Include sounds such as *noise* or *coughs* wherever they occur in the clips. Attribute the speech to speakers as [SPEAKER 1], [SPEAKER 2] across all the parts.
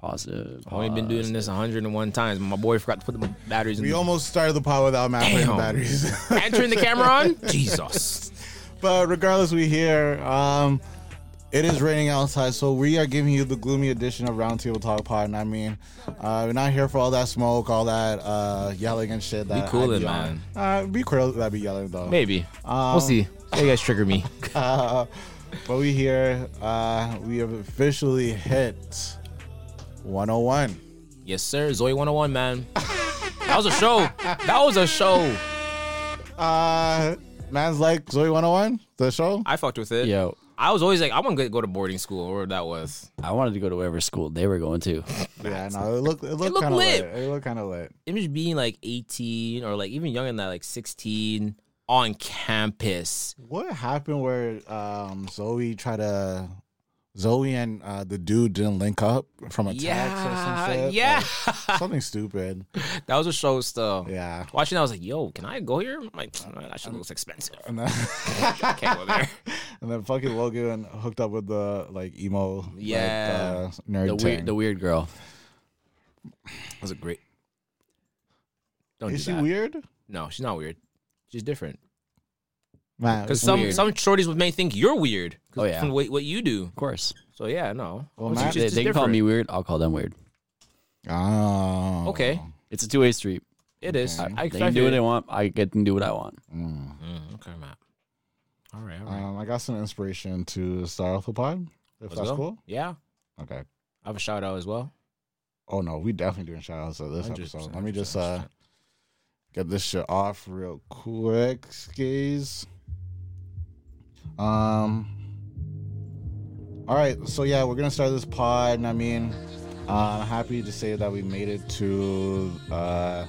[SPEAKER 1] positive.
[SPEAKER 2] I've only been doing this 101 times. My boy forgot to put the batteries in.
[SPEAKER 3] We
[SPEAKER 2] the- *laughs*
[SPEAKER 3] almost started the pod without Matt putting the
[SPEAKER 2] Damn.
[SPEAKER 3] batteries. *laughs*
[SPEAKER 2] and turn the camera on. Jesus.
[SPEAKER 3] but regardless, we here. Um, it is raining outside, so we are giving you the gloomy edition of Roundtable Talk Pod. And I mean, uh, we're not here for all that smoke, all that uh, yelling and shit. That
[SPEAKER 2] cool then,
[SPEAKER 3] I'd be on. Uh, be cool. That'd be yelling though.
[SPEAKER 2] Maybe.
[SPEAKER 3] Um,
[SPEAKER 2] we'll see. You guys trigger
[SPEAKER 3] *laughs*
[SPEAKER 2] me.
[SPEAKER 3] Uh, but we here. Uh, we have officially hit 101.
[SPEAKER 2] Yes, sir. Zoe 101,
[SPEAKER 3] *laughs*
[SPEAKER 2] man. That was a show. That was a show.
[SPEAKER 3] Uh, man's like Zoe 101, the show.
[SPEAKER 2] I fucked with it.
[SPEAKER 1] Yo,
[SPEAKER 2] I was always like, I want to go to boarding school or wherever that was.
[SPEAKER 1] I wanted to go to whatever school they were going to.
[SPEAKER 3] Yeah, no, it looked it looked,
[SPEAKER 2] looked
[SPEAKER 3] kind of lit.
[SPEAKER 2] lit.
[SPEAKER 3] It looked kind of lit.
[SPEAKER 2] Image being like 18 or like even younger than that, like 16 on campus.
[SPEAKER 3] What happened where um Zoe tried to Zoe and uh, the dude didn't link up from a text or some
[SPEAKER 2] Yeah.
[SPEAKER 3] shit?
[SPEAKER 2] Yeah. *laughs*
[SPEAKER 3] Like, something stupid.
[SPEAKER 2] that was a show still. *laughs*
[SPEAKER 3] Yeah.
[SPEAKER 2] Watching that, I was like, yo, can I go here? I'm like, "Oh, that shit looks expensive.
[SPEAKER 3] And then,
[SPEAKER 2] I can't go
[SPEAKER 3] *laughs*
[SPEAKER 2] there.
[SPEAKER 3] and then fucking Logan hooked up with the like emo, like,
[SPEAKER 2] Yeah.
[SPEAKER 3] uh, nerd
[SPEAKER 1] The
[SPEAKER 3] thing.
[SPEAKER 1] weird, the weird girl.
[SPEAKER 2] That was a great. Don't
[SPEAKER 3] Is
[SPEAKER 2] do
[SPEAKER 3] she
[SPEAKER 2] that.
[SPEAKER 3] weird?
[SPEAKER 2] No, she's not weird. She's different.
[SPEAKER 3] Man,
[SPEAKER 2] Because some
[SPEAKER 1] Weird.
[SPEAKER 2] some shorties would may think you're weird. 'cause
[SPEAKER 1] Oh, yeah.
[SPEAKER 2] From what, what you do.
[SPEAKER 1] Of course.
[SPEAKER 2] So yeah, no.
[SPEAKER 3] Well,
[SPEAKER 2] She's
[SPEAKER 3] Matt-
[SPEAKER 2] just-
[SPEAKER 1] They,
[SPEAKER 2] just
[SPEAKER 1] they can call
[SPEAKER 2] different.
[SPEAKER 1] me weird. I'll call them weird.
[SPEAKER 3] oh,
[SPEAKER 2] Okay,
[SPEAKER 1] It's a two way street.
[SPEAKER 2] it is.
[SPEAKER 3] Okay.
[SPEAKER 2] I, I
[SPEAKER 1] They can do what they want. I get to do what I want.
[SPEAKER 3] Mm.
[SPEAKER 2] Mm, okay, Matt. All right, all right.
[SPEAKER 3] Um, I got some inspiration to start off the pod. If
[SPEAKER 2] Let's
[SPEAKER 3] that's
[SPEAKER 2] go.
[SPEAKER 3] cool.
[SPEAKER 2] Yeah,
[SPEAKER 3] Okay.
[SPEAKER 2] I have a shout out as well.
[SPEAKER 3] Oh no, we definitely doing shout outs of this
[SPEAKER 2] 100%,
[SPEAKER 3] episode. Let me just uh
[SPEAKER 2] 100%.
[SPEAKER 3] get this shit off real quick, skis. Um All right, so yeah, we're gonna start this pod and I mean uh, I'm happy to say that we made it to uh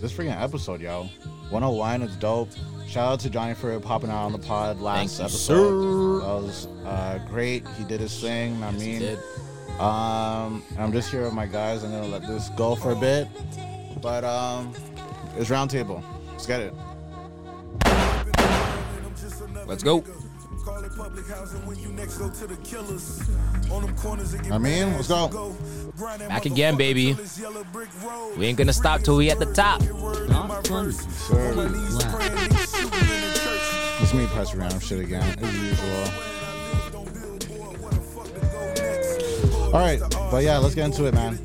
[SPEAKER 3] this freaking episode, yo. 101 is dope. Shout out to Johnny for popping out on the pod
[SPEAKER 2] Thank
[SPEAKER 3] last
[SPEAKER 2] you,
[SPEAKER 3] episode. That was uh, great. He did his thing. I mean,
[SPEAKER 2] Did.
[SPEAKER 3] um, I'm just here with my guys. I'm gonna let this go for a bit, but um, it's roundtable. Let's get it.
[SPEAKER 2] Let's go.
[SPEAKER 4] Call it public housing when you next go to the killers. On them corners and get
[SPEAKER 3] I mean, let's go.
[SPEAKER 2] Back again, baby. We ain't gonna stop till we at the top.
[SPEAKER 3] It's me passing around shit again as usual. All right, but yeah, let's get into it, man.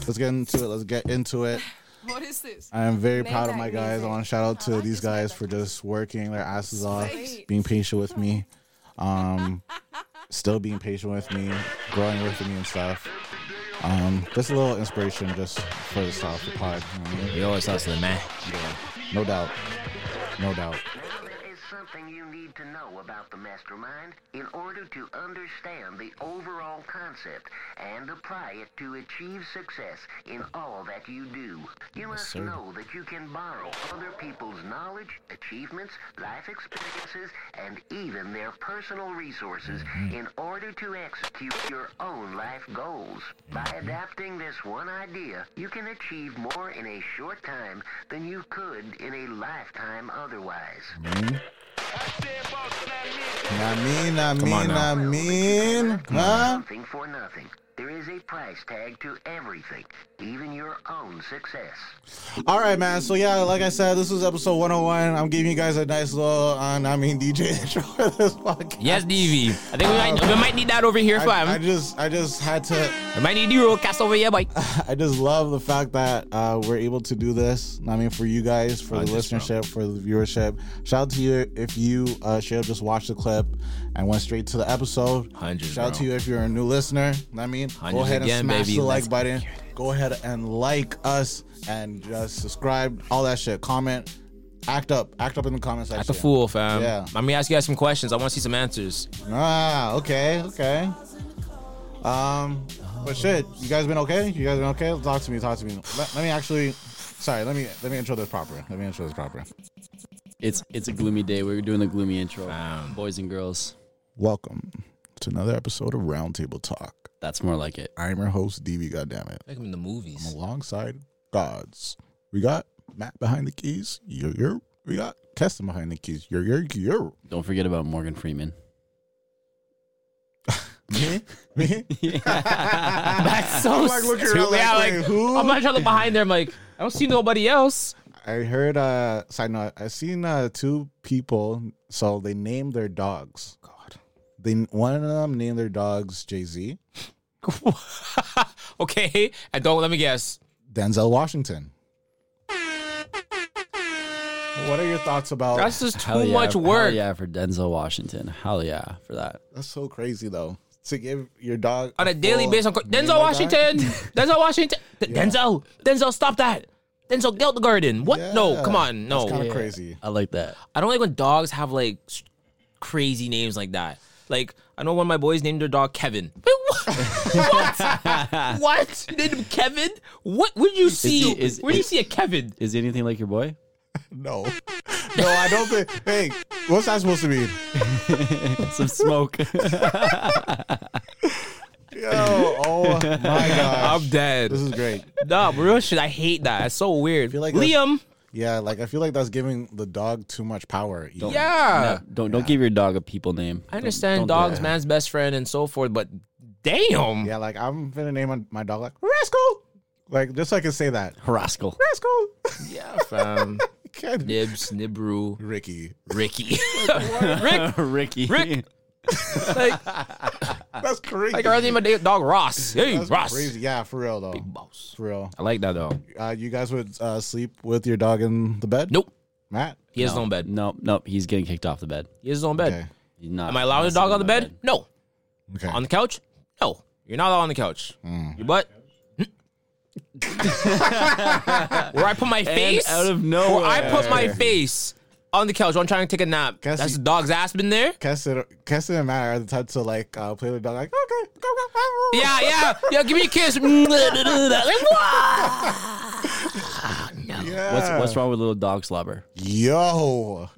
[SPEAKER 3] Let's get into it. Let's get into it.
[SPEAKER 5] What is this?
[SPEAKER 3] I am very
[SPEAKER 5] Made
[SPEAKER 3] proud of
[SPEAKER 5] that
[SPEAKER 3] my guys. I
[SPEAKER 5] music.
[SPEAKER 3] want to shout out
[SPEAKER 5] Oh,
[SPEAKER 3] to
[SPEAKER 5] I
[SPEAKER 3] these
[SPEAKER 5] just made
[SPEAKER 3] guys
[SPEAKER 5] that
[SPEAKER 3] for just working their asses off,
[SPEAKER 5] Sweet.
[SPEAKER 3] being patient with me, um, still being patient with me, growing with me and stuff. Um, just a little inspiration just for the start of the pod. you know what I mean?
[SPEAKER 2] We always hustling, man.
[SPEAKER 3] No doubt. No doubt.
[SPEAKER 6] There is something you need to know about the mastermind in order to understand the overall concept and apply it to achieve success in all that you do. You must
[SPEAKER 2] sir.
[SPEAKER 6] know that you can borrow other people's knowledge, achievements, life experiences, and even their personal resources in order to execute your own life goals. By adapting this one idea, you can achieve more in a short time than you could in a lifetime otherwise.
[SPEAKER 3] I mean, I mean,
[SPEAKER 2] now.
[SPEAKER 3] I mean, huh?
[SPEAKER 6] Something for nothing. There is a price tag to everything, even your own success.
[SPEAKER 3] All right, man. So yeah, like I said, this was episode 101. I'm giving you guys a nice little, uh, I mean, DJ *laughs* intro for this podcast.
[SPEAKER 2] Yes, DV. I think we might we might need that over here, fam.
[SPEAKER 3] I, I just, I just had to.
[SPEAKER 2] we might need you cast over here, boy.
[SPEAKER 3] I just love the fact that uh, we're able to do this. I mean, for you guys, for the listenership, for the viewership. Shout out to you if you uh, should have just watched the clip and went straight to the episode.
[SPEAKER 2] Hundreds,
[SPEAKER 3] Shout out
[SPEAKER 2] bro.
[SPEAKER 3] to you if you're a new listener. I mean, go
[SPEAKER 2] Hundreds
[SPEAKER 3] ahead
[SPEAKER 2] again,
[SPEAKER 3] and smash
[SPEAKER 2] baby.
[SPEAKER 3] the like
[SPEAKER 2] Let's
[SPEAKER 3] button. Go ahead and like us and just subscribe. All that shit. Comment. Act up. Act up in the comment section.
[SPEAKER 2] Act a fool, fam.
[SPEAKER 3] Yeah.
[SPEAKER 2] Let me ask you guys some questions. I want to see some answers.
[SPEAKER 3] Ah, okay, okay. Um, but shit, you guys been okay? You guys been okay? Talk to me, talk to me. Let, let me actually, sorry, let me let me intro this proper. Let me intro this proper.
[SPEAKER 1] It's it's a gloomy day. We're doing the gloomy intro.
[SPEAKER 2] Fam.
[SPEAKER 1] Boys and girls.
[SPEAKER 3] Welcome to another episode of Roundtable Talk.
[SPEAKER 1] That's more like it.
[SPEAKER 3] I'm your host, DB. Goddammit.
[SPEAKER 2] Like I'm in the movies.
[SPEAKER 3] Alongside gods, we got Matt behind the keys. Yo, yo. We got Keston behind the keys. Yo, yo, yo.
[SPEAKER 1] Don't forget about Morgan Freeman.
[SPEAKER 3] *laughs* Me? Me?
[SPEAKER 2] That's so
[SPEAKER 3] I'm, like, looking around
[SPEAKER 2] stupid.
[SPEAKER 3] like,
[SPEAKER 2] Yeah,
[SPEAKER 3] wait, who?
[SPEAKER 2] I'm not trying to look behind there. I'm like, I don't see nobody else. *laughs*
[SPEAKER 3] I heard. Uh, side note. I seen uh, two people. So they named their dogs. God. They one of them named their dogs Jay Z,
[SPEAKER 2] okay, and don't let me guess.
[SPEAKER 3] Denzel Washington. What are your thoughts about?
[SPEAKER 2] That's just too
[SPEAKER 1] Hell yeah,
[SPEAKER 2] much work.
[SPEAKER 1] Hell yeah, for Denzel Washington. Hell yeah, for that.
[SPEAKER 3] That's so crazy though. To give your dog
[SPEAKER 2] on a daily
[SPEAKER 3] full
[SPEAKER 2] basis. I'm, co-
[SPEAKER 3] name
[SPEAKER 2] Denzel
[SPEAKER 3] like that? *laughs*
[SPEAKER 2] Washington, Denzel Washington, D- Denzel, Denzel, stop that. Denzel, get out the garden. What? No,
[SPEAKER 3] Yeah.
[SPEAKER 2] come on,
[SPEAKER 3] That's
[SPEAKER 2] no.
[SPEAKER 3] kinda crazy.
[SPEAKER 1] I like that.
[SPEAKER 2] I don't like when dogs have like s- crazy names like that. Like I know one of my boys named their dog Kevin. *laughs* Wait, what?
[SPEAKER 3] *laughs*
[SPEAKER 2] what? what? You Named him Kevin? What? Where did you see?
[SPEAKER 1] he- is-
[SPEAKER 2] where did you
[SPEAKER 1] is-
[SPEAKER 2] see a Kevin?
[SPEAKER 1] Is he anything like your boy?
[SPEAKER 3] No, *laughs* no, I don't think. Hey, what's that supposed to mean?
[SPEAKER 1] Some *laughs* smoke.
[SPEAKER 3] Yo, oh
[SPEAKER 2] *laughs*
[SPEAKER 3] my gosh,
[SPEAKER 2] I'm dead.
[SPEAKER 3] this is great.
[SPEAKER 2] Nah, real shit. I hate that. That's so weird.
[SPEAKER 3] feel like
[SPEAKER 2] Liam.
[SPEAKER 3] Yeah, like I feel like that's giving the dog too much power.
[SPEAKER 2] Yeah.
[SPEAKER 1] No, don't don't give your dog a people name.
[SPEAKER 2] I understand dogs, man's best friend, and so forth, but damn.
[SPEAKER 3] yeah, like I'm gonna name my- my dog like Rascal, like just so I can say that
[SPEAKER 1] Horascal.
[SPEAKER 3] Rascal.
[SPEAKER 2] Yeah, fam.
[SPEAKER 3] *laughs* Can't-
[SPEAKER 2] Nibs, Nibru,
[SPEAKER 3] Ricky,
[SPEAKER 2] Ricky. *laughs* Rick,
[SPEAKER 1] *laughs* Ricky.
[SPEAKER 2] Rick. like,
[SPEAKER 3] that's crazy.
[SPEAKER 2] Ah. like I already named my dog Ross. Hey,
[SPEAKER 3] that's
[SPEAKER 2] Ross.
[SPEAKER 3] crazy. Yeah, for real though,
[SPEAKER 2] Boss.
[SPEAKER 3] for real.
[SPEAKER 2] I like that though.
[SPEAKER 3] Uh, you guys would uh, sleep with your dog in the bed?
[SPEAKER 2] Nope.
[SPEAKER 3] Matt.
[SPEAKER 2] He has his own bed.
[SPEAKER 1] Nope, nope. He's getting kicked off the bed.
[SPEAKER 2] He has his own bed.
[SPEAKER 3] Okay.
[SPEAKER 1] He's not.
[SPEAKER 2] Am I allowing the dog on the bed? No.
[SPEAKER 3] Okay.
[SPEAKER 2] On the couch? No. You're not allowed on the couch.
[SPEAKER 3] Mm.
[SPEAKER 2] Your butt? *laughs* Where I put my face?
[SPEAKER 1] out of
[SPEAKER 2] Where I put my
[SPEAKER 3] nowhere.
[SPEAKER 2] face on the couch when I'm trying to take a nap.
[SPEAKER 3] Guess
[SPEAKER 2] That's
[SPEAKER 3] he-
[SPEAKER 2] the dog's ass been there?
[SPEAKER 3] Keston, Keston and Matt are the type to like uh, play with the dog. Like, okay, go, go, go.
[SPEAKER 2] Yeah, yeah. Yeah, give me a kiss. *laughs* Like,
[SPEAKER 3] yeah.
[SPEAKER 1] What's what's wrong with little dog slobber?
[SPEAKER 2] *laughs*
[SPEAKER 3] Yo,